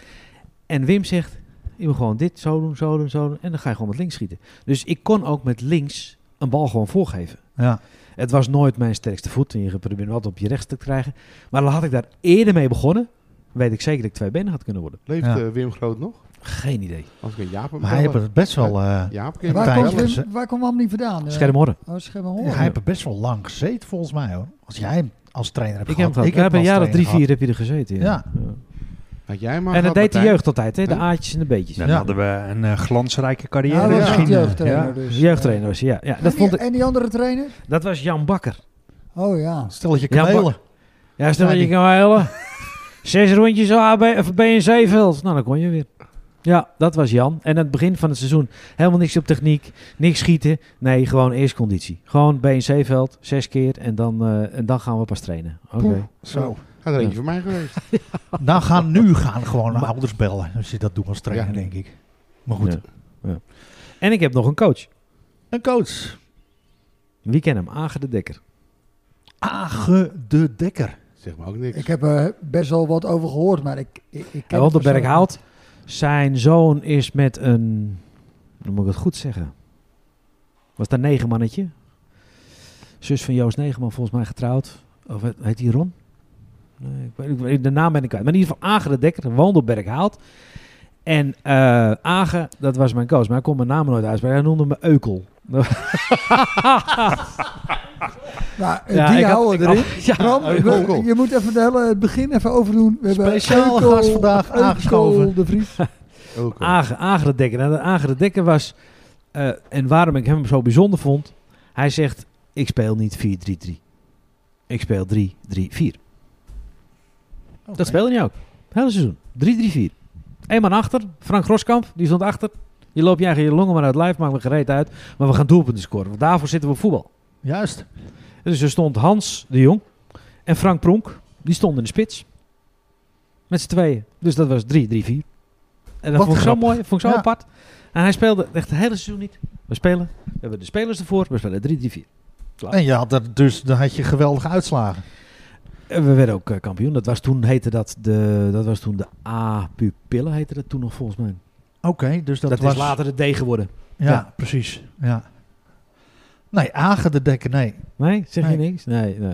En Wim zegt, je moet gewoon dit zo doen, zo doen, zo doen, en dan ga je gewoon met links schieten. Dus ik kon ook met links een bal gewoon voorgeven.
Ja.
Het was nooit mijn sterkste voet. En je probeert wat op je rechts te krijgen. Maar dan had ik daar eerder mee begonnen. Weet ik zeker dat ik twee benen had kunnen worden.
Leeft
Ja.
eh, Wim Groot nog?
Geen idee.
Als ik een Jaap hem
Maar hij heeft
bellen.
het best wel, eh,
Jaap, ken je
En
Ja,
hem?
Waar
Tijn
kwam,
wel eens,
Wim- waar kwam Wam niet vandaan? Eh,
Schermhorren.
Oh, Schermhorren.
hij heeft het best wel lang gezeten, volgens mij. Hoor. Als jij hem als trainer hebt
Ik heb
gehad.
hem gehad. Ik heb
hem
een
als
jaar of drie,
trainer
vier heb je er gezeten. Ja.
Ja.
Had jij maar
en dat deed
gehad,
de
Martijn.
jeugd altijd, hè? De
Ja.
aatjes en de beetjes.
Dan
Ja.
hadden we een eh, glansrijke carrière
Ja, dat was
misschien,
niet
eh,
jeugdtrainer
ja.
dus.
Jeugdtrainer was hij, ja. ja
En,
dat,
die-
vond ik,
en die andere trainer?
dat was Jan Bakker.
Oh ja.
Stelletje
Ja,
kamelen.
Ja, stel dat je kan huilen. Zes rondjes A, B, of B en C-veld. Nou, dan kon je weer. Ja, dat was Jan. En aan het begin van het seizoen helemaal niks op techniek, niks schieten. Nee, gewoon eerst conditie. Gewoon B en C-veld, zes keer en dan, eh, en dan gaan we pas trainen. Oké.
Poeh.
Zo.
Had
Ja.
er eentje voor mij geweest.
Nou gaan nu gaan gewoon de ouders bellen. Als je dat doet als trainer,
Ja.
denk ik. Maar goed.
Ja. Ja. En ik heb nog een coach.
Een coach.
Wie kent hem? Ager de Dekker.
Age de Dekker.
Zeg maar ook niks.
Ik heb er best wel wat over gehoord, maar ik, ik, ik ken
En
het
Waldenberg
persoonlijk
haalt. Zijn zoon is met een. Dan moet ik het goed zeggen. Was dat Negemannetje? Zus van Joost Negeman, volgens mij getrouwd. Of het- heet die Ron? Nee, ik weet, ik weet- de naam ben ik kwijt. Maar in ieder geval Agen de Dekker, Waldenberg haalt. En eh Agen, dat was mijn coach, maar hij kon mijn naam nooit uitspreken. Hij noemde me Eukel.
niet. Nou,
Ja, ik
die
had- [laughs]
houden
ik-
erin.
oh, ja.
Bram,
Eukel.
we- je moet even de hele, het begin even overdoen. We hebben
Speciale
Eukel-
gast vandaag
Eukel
aangeschoven.
de Vries.
Ook al.
Ager, Ager de Dekker. Nou, de Ager de Dekker was... eh, en waarom ik hem zo bijzonder vond... Hij zegt, ik speel niet 4-3-3. Ik speel 3-3-4. Dat speelde hij ook. Het hele seizoen. 3-3-4. Eén man achter. Frank Roskamp, die stond achter. Je loopt je eigen je longen maar uit lijf, maakt me gereed uit. Maar we gaan doelpunten scoren. Want daarvoor zitten we op voetbal.
Juist.
Dus er stond Hans de Jong en Frank Pronk. Die stonden in de spits. Met z'n tweeën. Dus dat was 3-3-4. En dat
Wat
vond ik zo
grappig.
mooi. Vond ik zo
Ja.
apart. En hij speelde echt het hele seizoen niet. We spelen. We hebben de spelers ervoor. We spelen 3-3-4. Ah.
En je had er dus, dan had je geweldige uitslagen.
En we werden ook eh, kampioen. Dat was toen, heette dat, de, dat was toen de A-pupillen. Heette dat toen nog volgens mij.
Oké, dus dat,
Dat,
was...
is later de D geworden.
Ja,
Ja.
precies. Ja. Nee, Age de Dekker, nee.
Nee? Zeg je
Nee.
niks? Nee, nee.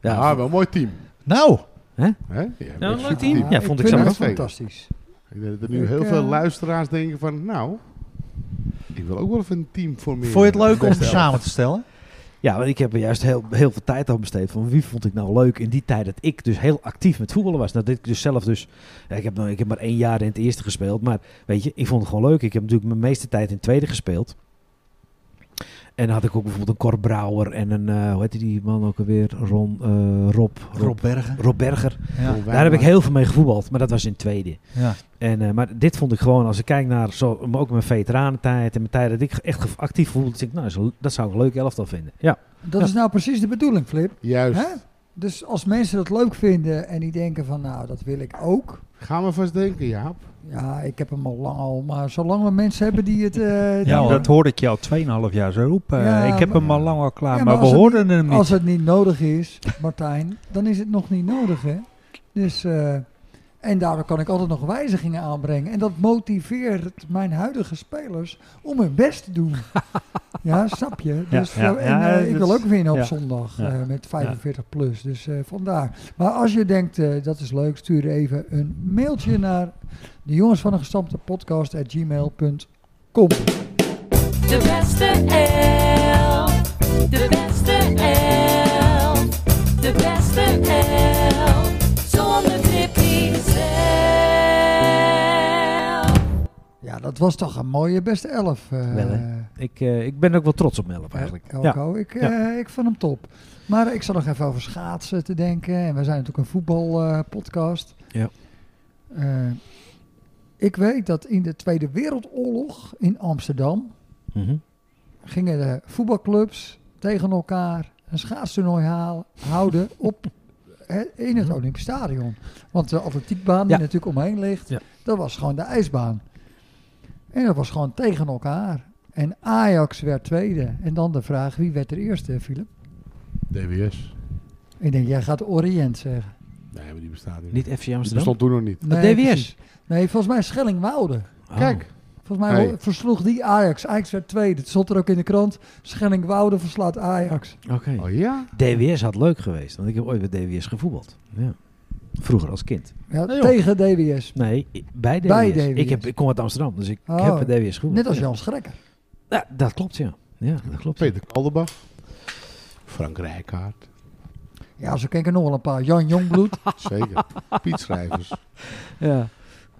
Ja,
Ja,
Ah, wel een mooi team.
Nou,
Hè? Ja, een
leuk
superteam.
team. Ja, vond ik
vind
zelf
het
ook.
fantastisch.
Ik denk dat er nu
Ik,
heel
eh,
veel luisteraars denken van, nou, ik wil ook wel even een team formeren.
vond je het leuk om
Best wel.
samen te stellen?
ja, want ik heb er juist heel, heel veel tijd aan besteed. Van wie vond ik nou leuk in die tijd dat ik dus heel actief met voetballen was. Nou, dat ik dus zelf dus... ja, ik, heb, nou- ik heb maar één jaar in het eerste gespeeld. Maar weet je, ik vond het gewoon leuk. Ik heb natuurlijk mijn meeste tijd in het tweede gespeeld. En dan had ik ook bijvoorbeeld een Cor Brouwer en een... eh, hoe heette die man ook alweer? Ron, eh, Rob, Rob.
Rob Bergen.
Rob Berger.
Ja.
Volgens mij
Daar heb ik
maar-
heel veel mee gevoetbald, maar dat was in het tweede.
Ja.
En, eh, maar dit vond ik gewoon, als ik kijk naar zo, maar ook mijn veteranentijd en mijn tijd dat ik echt ge- actief voelde, denk ik, nou, dat is een- dat zou ik een leuk elftal vinden. Ja,
Dat is nou precies de bedoeling, Flip.
Juist.
Hè? Dus als mensen dat leuk vinden en die denken van nou, dat wil ik ook.
Ga maar vast denken, Jaap.
Ja, ik heb hem al lang al, maar zolang we mensen hebben die het... eh, die-
Ja,
hoor.
dat hoorde ik je al 2,5 jaar zo roepen.
Ja,
ik heb
maar-
hem al lang al klaar, maar,
Ja, maar
we
als het-
hoorden hem niet.
als het niet nodig is, Martijn, dan is het nog niet nodig, hè? Dus, eh, en daardoor kan ik altijd nog wijzigingen aanbrengen. En dat motiveert mijn huidige spelers om hun best te
[laughs]
doen. ja, snap je?
Ja,
Dus,
ja,
ja, en
ja,
eh,
dat
ik wil ook winnen op
ja,
zondag
ja,
eh, met 45 plus. Dus eh, vandaar. Maar als je denkt, eh, dat is leuk, stuur even een mailtje naar de jongens van een gestampte podcast at gmail.com.
De beste elf. De beste elf. De beste elf. Zonder Tippy zelf.
Ja, dat was toch een mooie beste elf. eh,
Wel, hè? ik, eh, ik ben ook wel trots op Melp eigenlijk.
Elko,
Ja.
ik, eh, ik vond hem top. Maar ik zat nog even over schaatsen te denken. En we zijn natuurlijk een voetbalpodcast. Eh,
Ja.
ik weet dat in de Tweede Wereldoorlog in Amsterdam
Mhm.
gingen de voetbalclubs tegen elkaar een schaatstoernooi halen,
[laughs]
houden op, hè, in het Olympisch Stadion. Want de atletiekbaan die
Ja.
natuurlijk omheen ligt,
Ja.
dat was gewoon de ijsbaan. En dat was gewoon tegen elkaar. En Ajax werd tweede. En dan de vraag, wie werd er eerste, Philip?
DWS.
Ik denk, jij gaat Orient zeggen.
Nee, maar die bestaat niet.
Niet FC
Die
Amsterdam.
bestond toen nog niet.
DWS?
precies. Nee, volgens mij Schellingwoude.
Oh.
Kijk,
Volgens mij
Hey.
ho- versloeg die Ajax. Ajax werd tweede. Het stond er ook in de krant. Schellingwoude verslaat Ajax.
Oké.
oh ja.
DWS had leuk geweest, want ik heb ooit bij DWS gevoetbald. Ja. Vroeger als kind.
Ja,
Nee, joh.
tegen DWS.
Nee, i- bij DWS.
Bij
Ik,
DWS.
heb, ik kom uit Amsterdam, dus ik
Oh.
heb bij DWS gevoetbald.
Net als Jan Schrekker.
Ja, dat klopt, ja. Ja, dat klopt.
Peter Kaldenbach. Frank Rijkaard.
Ja, zo ken ik er nog wel een paar.
[laughs]
Jan Jongbloed.
Zeker. Piet Schrijvers.
Ja.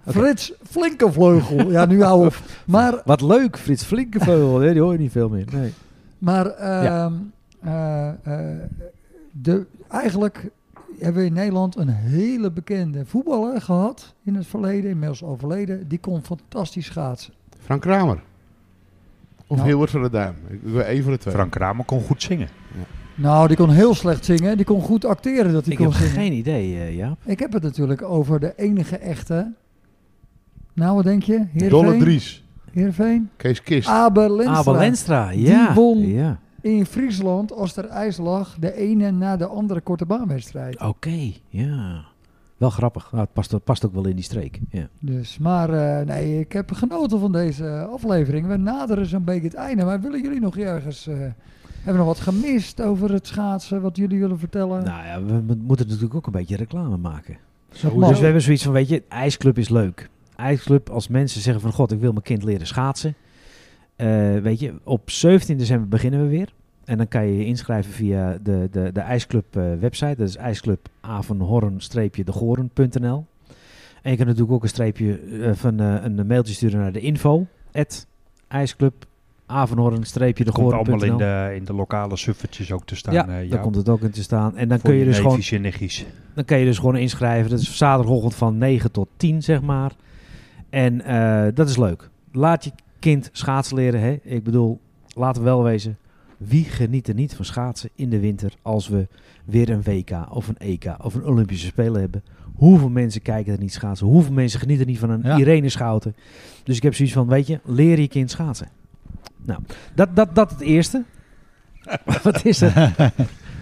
Frits Flinkevleugel. Ja, nu hou op. Maar,
Wat leuk, Frits
[laughs]
Flinkeveugel. hè, Die hoor je niet veel meer. Nee.
maar ehm, eh, eh, de, eigenlijk hebben we in Nederland een hele bekende voetballer gehad in het verleden, inmiddels overleden. Die kon fantastisch schaatsen.
Frank Kramer. Of
Nou.
Hilbert van der Duim. Ik wil één van de twee.
Frank Kramer kon goed zingen.
Nou, die kon heel slecht zingen. Die kon goed acteren dat hij
Ik
kon
heb
zingen.
geen idee, eh, Jaap.
Ik heb het natuurlijk over de enige echte. Nou, wat denk je?
Dolle
Heerenveen? Ah,
Dries.
Heerenveen?
Kees Kist.
Abel Lenstra.
Abel Ah, Lenstra. Ja.
Die won.
Ja.
In Friesland, als er ijs lag, de ene na de andere korte baanwedstrijd.
Oké, ja. Wel grappig. Nou, het past, het past ook wel in die streek. Ja.
Dus, maar eh, nee, ik heb genoten van deze aflevering. We naderen zo'n beetje het einde. Maar willen jullie nog ergens... eh, hebben we nog wat gemist over het schaatsen, wat jullie willen vertellen?
Nou ja, we mo- moeten natuurlijk ook een beetje reclame maken.
Dat
Hoezo?
mag.
Oh.
Dus we hebben zoiets van, weet je, ijsclub is leuk. IJsclub, als mensen zeggen van, god, ik wil mijn kind leren schaatsen. Eh, weet je, op 17 december beginnen we weer. En dan kan je je inschrijven via de, de, de IJsclub eh, website. Dat is ijsclubavanhorn-degoren.nl En je kan natuurlijk ook een streepje eh, van eh, een mailtje sturen naar de info. At ijsclubavanhorn-degoren.nl
Komt allemaal in de, in de lokale suffertjes ook te staan.
ja,
eh,
daar
Jaap.
komt het ook in te staan. En dan
Voor
kun je dus gewoon
neefjes en nichtjes.
dan kan je dus gewoon inschrijven. Dat is zaterdagochtend van 9 tot 10, zeg maar. En eh, dat is leuk. Laat je kind schaatsen leren. Hè? Ik bedoel, laten we wel wezen. Wie geniet er niet van schaatsen in de winter als we weer een WK of een EK of een Olympische Spelen hebben? Hoeveel mensen kijken er niet schaatsen? Hoeveel mensen genieten er niet van een
Ja.
Irene Schouten? Dus ik heb zoiets van, weet je, leer je kind schaatsen. Nou, dat, dat, dat het eerste. [laughs] Wat is
[laughs]
dat?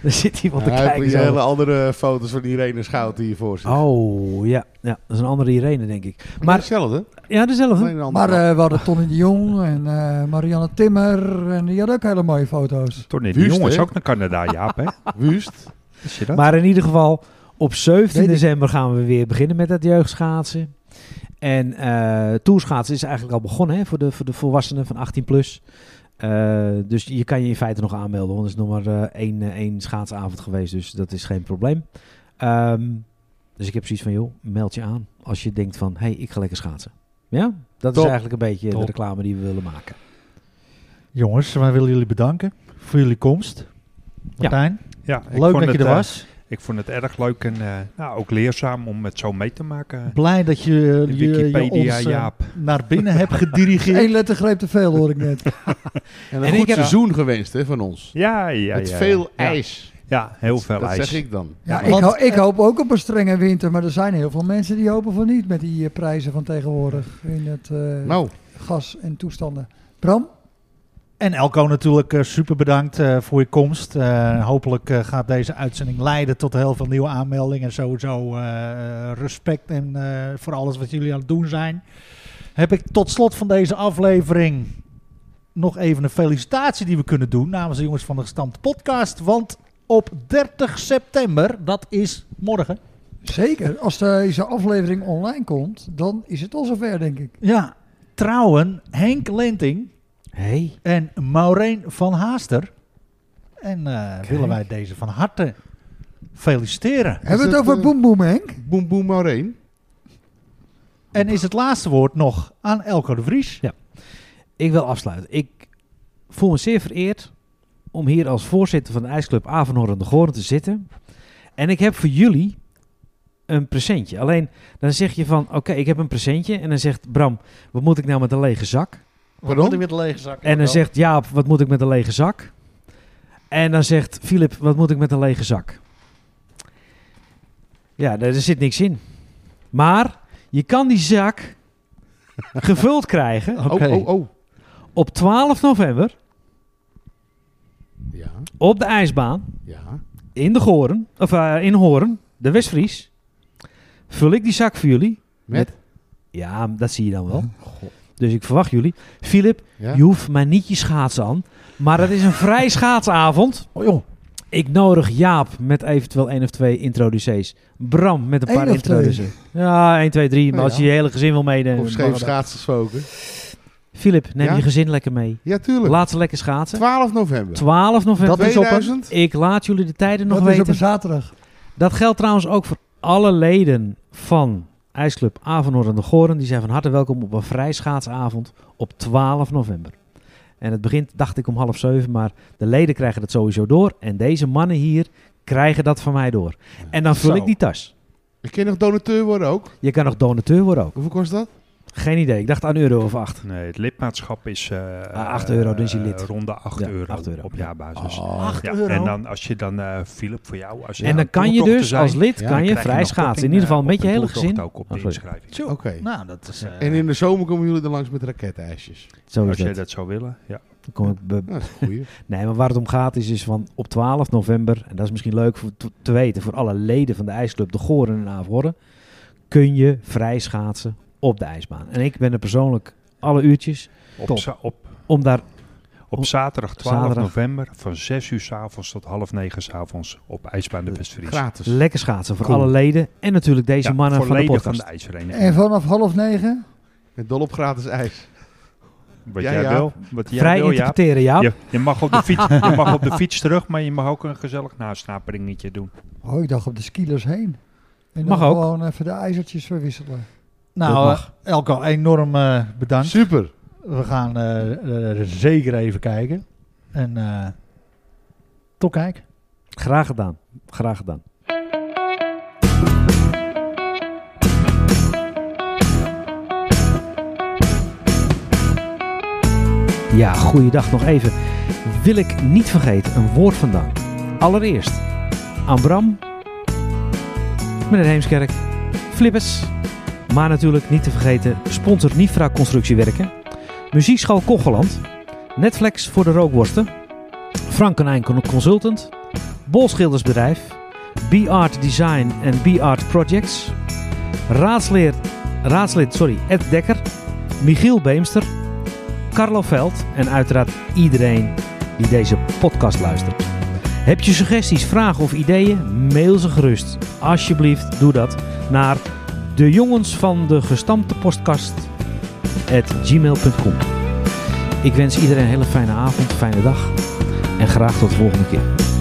er zit iemand te
Hij heeft
kijken.
die
zo.
hele andere foto's van Irene Schout die hiervoor zit.
Oh, ja. ja. Dat is een andere Irene, denk ik.
maar
Maar Uh-huh.
hetzelfde.
ja,
Alleen
dezelfde.
een andere
Maar
kant.
eh, we hadden Tony de Jong en eh, Marianne Timmer. En die hadden ook hele mooie foto's.
Toen in de
Wust,
jongens
hè?
ook naar Canada, Jaap. Hè?
Wust.
Wist je dat?
Maar in ieder geval, op 17
Weet ik.
december gaan we weer beginnen met dat jeugdschaatsen. En eh toerschaatsen is eigenlijk al begonnen hè, voor, de, voor de volwassenen van 18 plus. Eh, dus je kan je in feite nog aanmelden, want er is nog maar eh, één, eh, één schaatsavond geweest, dus dat is geen probleem. Ehm, dus ik heb zoiets van, joh, meld je aan als je denkt van, hé, hey, ik ga lekker schaatsen. Ja, dat
Top.
is eigenlijk een beetje de
Top.
reclame die we willen maken.
Jongens, wij willen jullie bedanken voor jullie komst. Martijn,
ja, ik
leuk
vond
dat je
het,
er
eh,
was.
Ik vond het erg leuk en eh, nou, ook leerzaam om het zo mee te maken.
Blij dat je, je, je
Wikipedia,
ons eh,
Jaap.
naar binnen hebt gedirigeerd.
Eén
[laughs]
lettergreep te veel hoor ik net.
En een
En
goed
ik heb-
seizoen geweest hè, van ons.
Ja, ja,
Met
ja,
veel
ja.
ijs.
Ja, heel veel
dat
ijs.
zeg ik dan.
Ja,
Ja,
ik,
want-
ho- ik hoop ook op een strenge winter, maar er zijn heel veel mensen die hopen van niet met die eh, prijzen van tegenwoordig in het eh,
Nou,
gas en toestanden. Bram,
En Elko natuurlijk eh, super bedankt eh, voor je komst. Eh, hopelijk eh, gaat deze uitzending leiden tot heel veel nieuwe aanmeldingen. En sowieso eh, respect en, eh, voor alles wat jullie aan het doen zijn. Heb ik tot slot van deze aflevering nog even een felicitatie die we kunnen doen namens de jongens van de gestampte podcast. Want op 30 september, dat is morgen.
zeker. Als deze aflevering online komt, dan is het al zover, denk ik.
Ja, trouwen Henk Lenting
Hey.
en Maureen van Haaster. En eh, willen wij deze van harte feliciteren.
Hebben we het
dat,
over
eh,
Boem Boem Henk?
boem boem Maureen.
En is het laatste woord nog aan Elko de Vries.
Ik wil afsluiten. Ik voel me zeer vereerd om hier als voorzitter van de ijsclub Avanhoorn de Goorn te zitten. En ik heb voor jullie een presentje. Alleen dan zeg je van, oké, ik heb een presentje. En dan zegt Bram, wat moet ik nou met een lege zak?
Pardon?
weer de lege zak.
En dan zegt Jaap, wat moet ik met een lege zak? En dan zegt Filip, wat moet ik met een lege zak? Ja, daar er zit niks in. Maar je kan die zak gevuld krijgen
Oké.
Oh, oh, oh.
op 12 november
Ja,
op de ijsbaan
ja.
in de Goren, of eh, in Hoorn, de Westfries, vul ik die zak voor jullie.
Met?
Ja, dat zie je dan wel. Dus ik verwacht jullie. Filip,
Ja.
je hoeft mij niet je schaatsen aan, maar het is een vrij schaatsavond.
Oh joh,
Ik nodig Jaap met eventueel één of twee introducees. Bram met een
Eén
paar
of twee?
introducees. Ja, 1, 2, 3. Maar
Oh,
als
ja.
je je hele gezin wil meedoen.
Of
mag
scheef
dat.
schaats gesproken.
Filip, neem
Ja?
je gezin lekker mee.
Ja, tuurlijk.
Laat ze lekker schaatsen.
12 november.
12 november.
Dat is op een- 2000?
Ik laat jullie de tijden nog
dat is op
weten.
een zaterdag.
Dat geldt trouwens ook voor alle leden van IJsclub Avanhoorn en de Goren. Die zijn van harte welkom op een vrijschaatsavond op 12 november. En het begint, dacht ik, om half zeven, maar de leden krijgen dat sowieso door. En deze mannen hier krijgen dat van mij door. En dan vul
Zo.
ik die tas.
Ik kan nog donateur worden ook.
Je kan nog donateur worden ook.
Hoeveel kost dat?
Geen idee, ik dacht aan euro of acht.
Nee, het lidmaatschap is... eh
Ah, acht euro, dan is je
eh,
lid.
Ronde 8
Ja,
euro,
acht euro.
op jaarbasis.
Oh,
Ja, En dan als je dan, eh Philip, voor jou... Als
en dan kan je dus als lid
Ja,
kan je vrij schaatsen. In ieder geval met je hele gezin.
ook op eh, de
Oh, sorry.
inschrijving.
Tjoe.
Oké.
Nou, dat is... eh,
En in de zomer komen jullie er langs met rakettenijsjes.
Zo
Als
is
jij
dat.
dat zou willen, ja.
Dan kom ik bij-
Nou, dat is een goeie.
Nee, maar waar het om gaat is, is van op 12 november, en dat is misschien leuk voor, te- te weten voor alle leden van de ijsclub De Goren en Averhoorn, kun je vrij schaatsen op de ijsbaan. En ik ben er persoonlijk alle uurtjes
Op,
Top.
za- op,
om daar
op
Op-
zaterdag 12
zaterdag.
november van 6 uur s'avonds tot half 9 s'avonds op IJsbaan de Westfries.
Gratis.
lekker schaatsen voor
Cool.
alle leden en natuurlijk deze
Ja,
mannen
voor
van de
leden van
podcast.
de IJsvereniging.
En vanaf half negen?
Met dol op gratis ijs.
Wat
Ja,
jij
ja.
wil. Wat jij
Vrij
wil, ja.
interpreteren, ja.
Je, je, mag op de fiets, je mag op de fiets terug, maar je mag ook een gezellig nasnaperingetje doen.
Oh, ik dacht op de skielers heen. En dan
Mag ook.
gewoon even de ijzertjes verwisselen.
Dat
nou, eh,
mag.
Elko, enorm eh, bedankt.
Super.
We gaan eh, eh, zeker even kijken. En eh tot kijk.
Graag gedaan. Graag gedaan. Ja, goeiedag nog even. Wil ik niet vergeten, een woord van dank. Allereerst aan Bram, meneer Heemskerk, Flippers, maar natuurlijk niet te vergeten sponsor Nifra Constructiewerken, Muziekschool Kocheland, Netflix voor de rookworsten, Frankenijn Consultant, Bolschildersbedrijf, B-Art Design en B-Art Projects, raadsleer, raadslid sorry, Ed Dekker, Michiel Beemster, Carlo Veld en uiteraard iedereen die deze podcast luistert. Heb je suggesties, vragen of ideeën? Mail ze gerust. Alsjeblieft, doe dat naar de jongens van de gestampte podcast gmail.com. Ik wens iedereen een hele fijne avond, fijne dag en graag tot de volgende keer.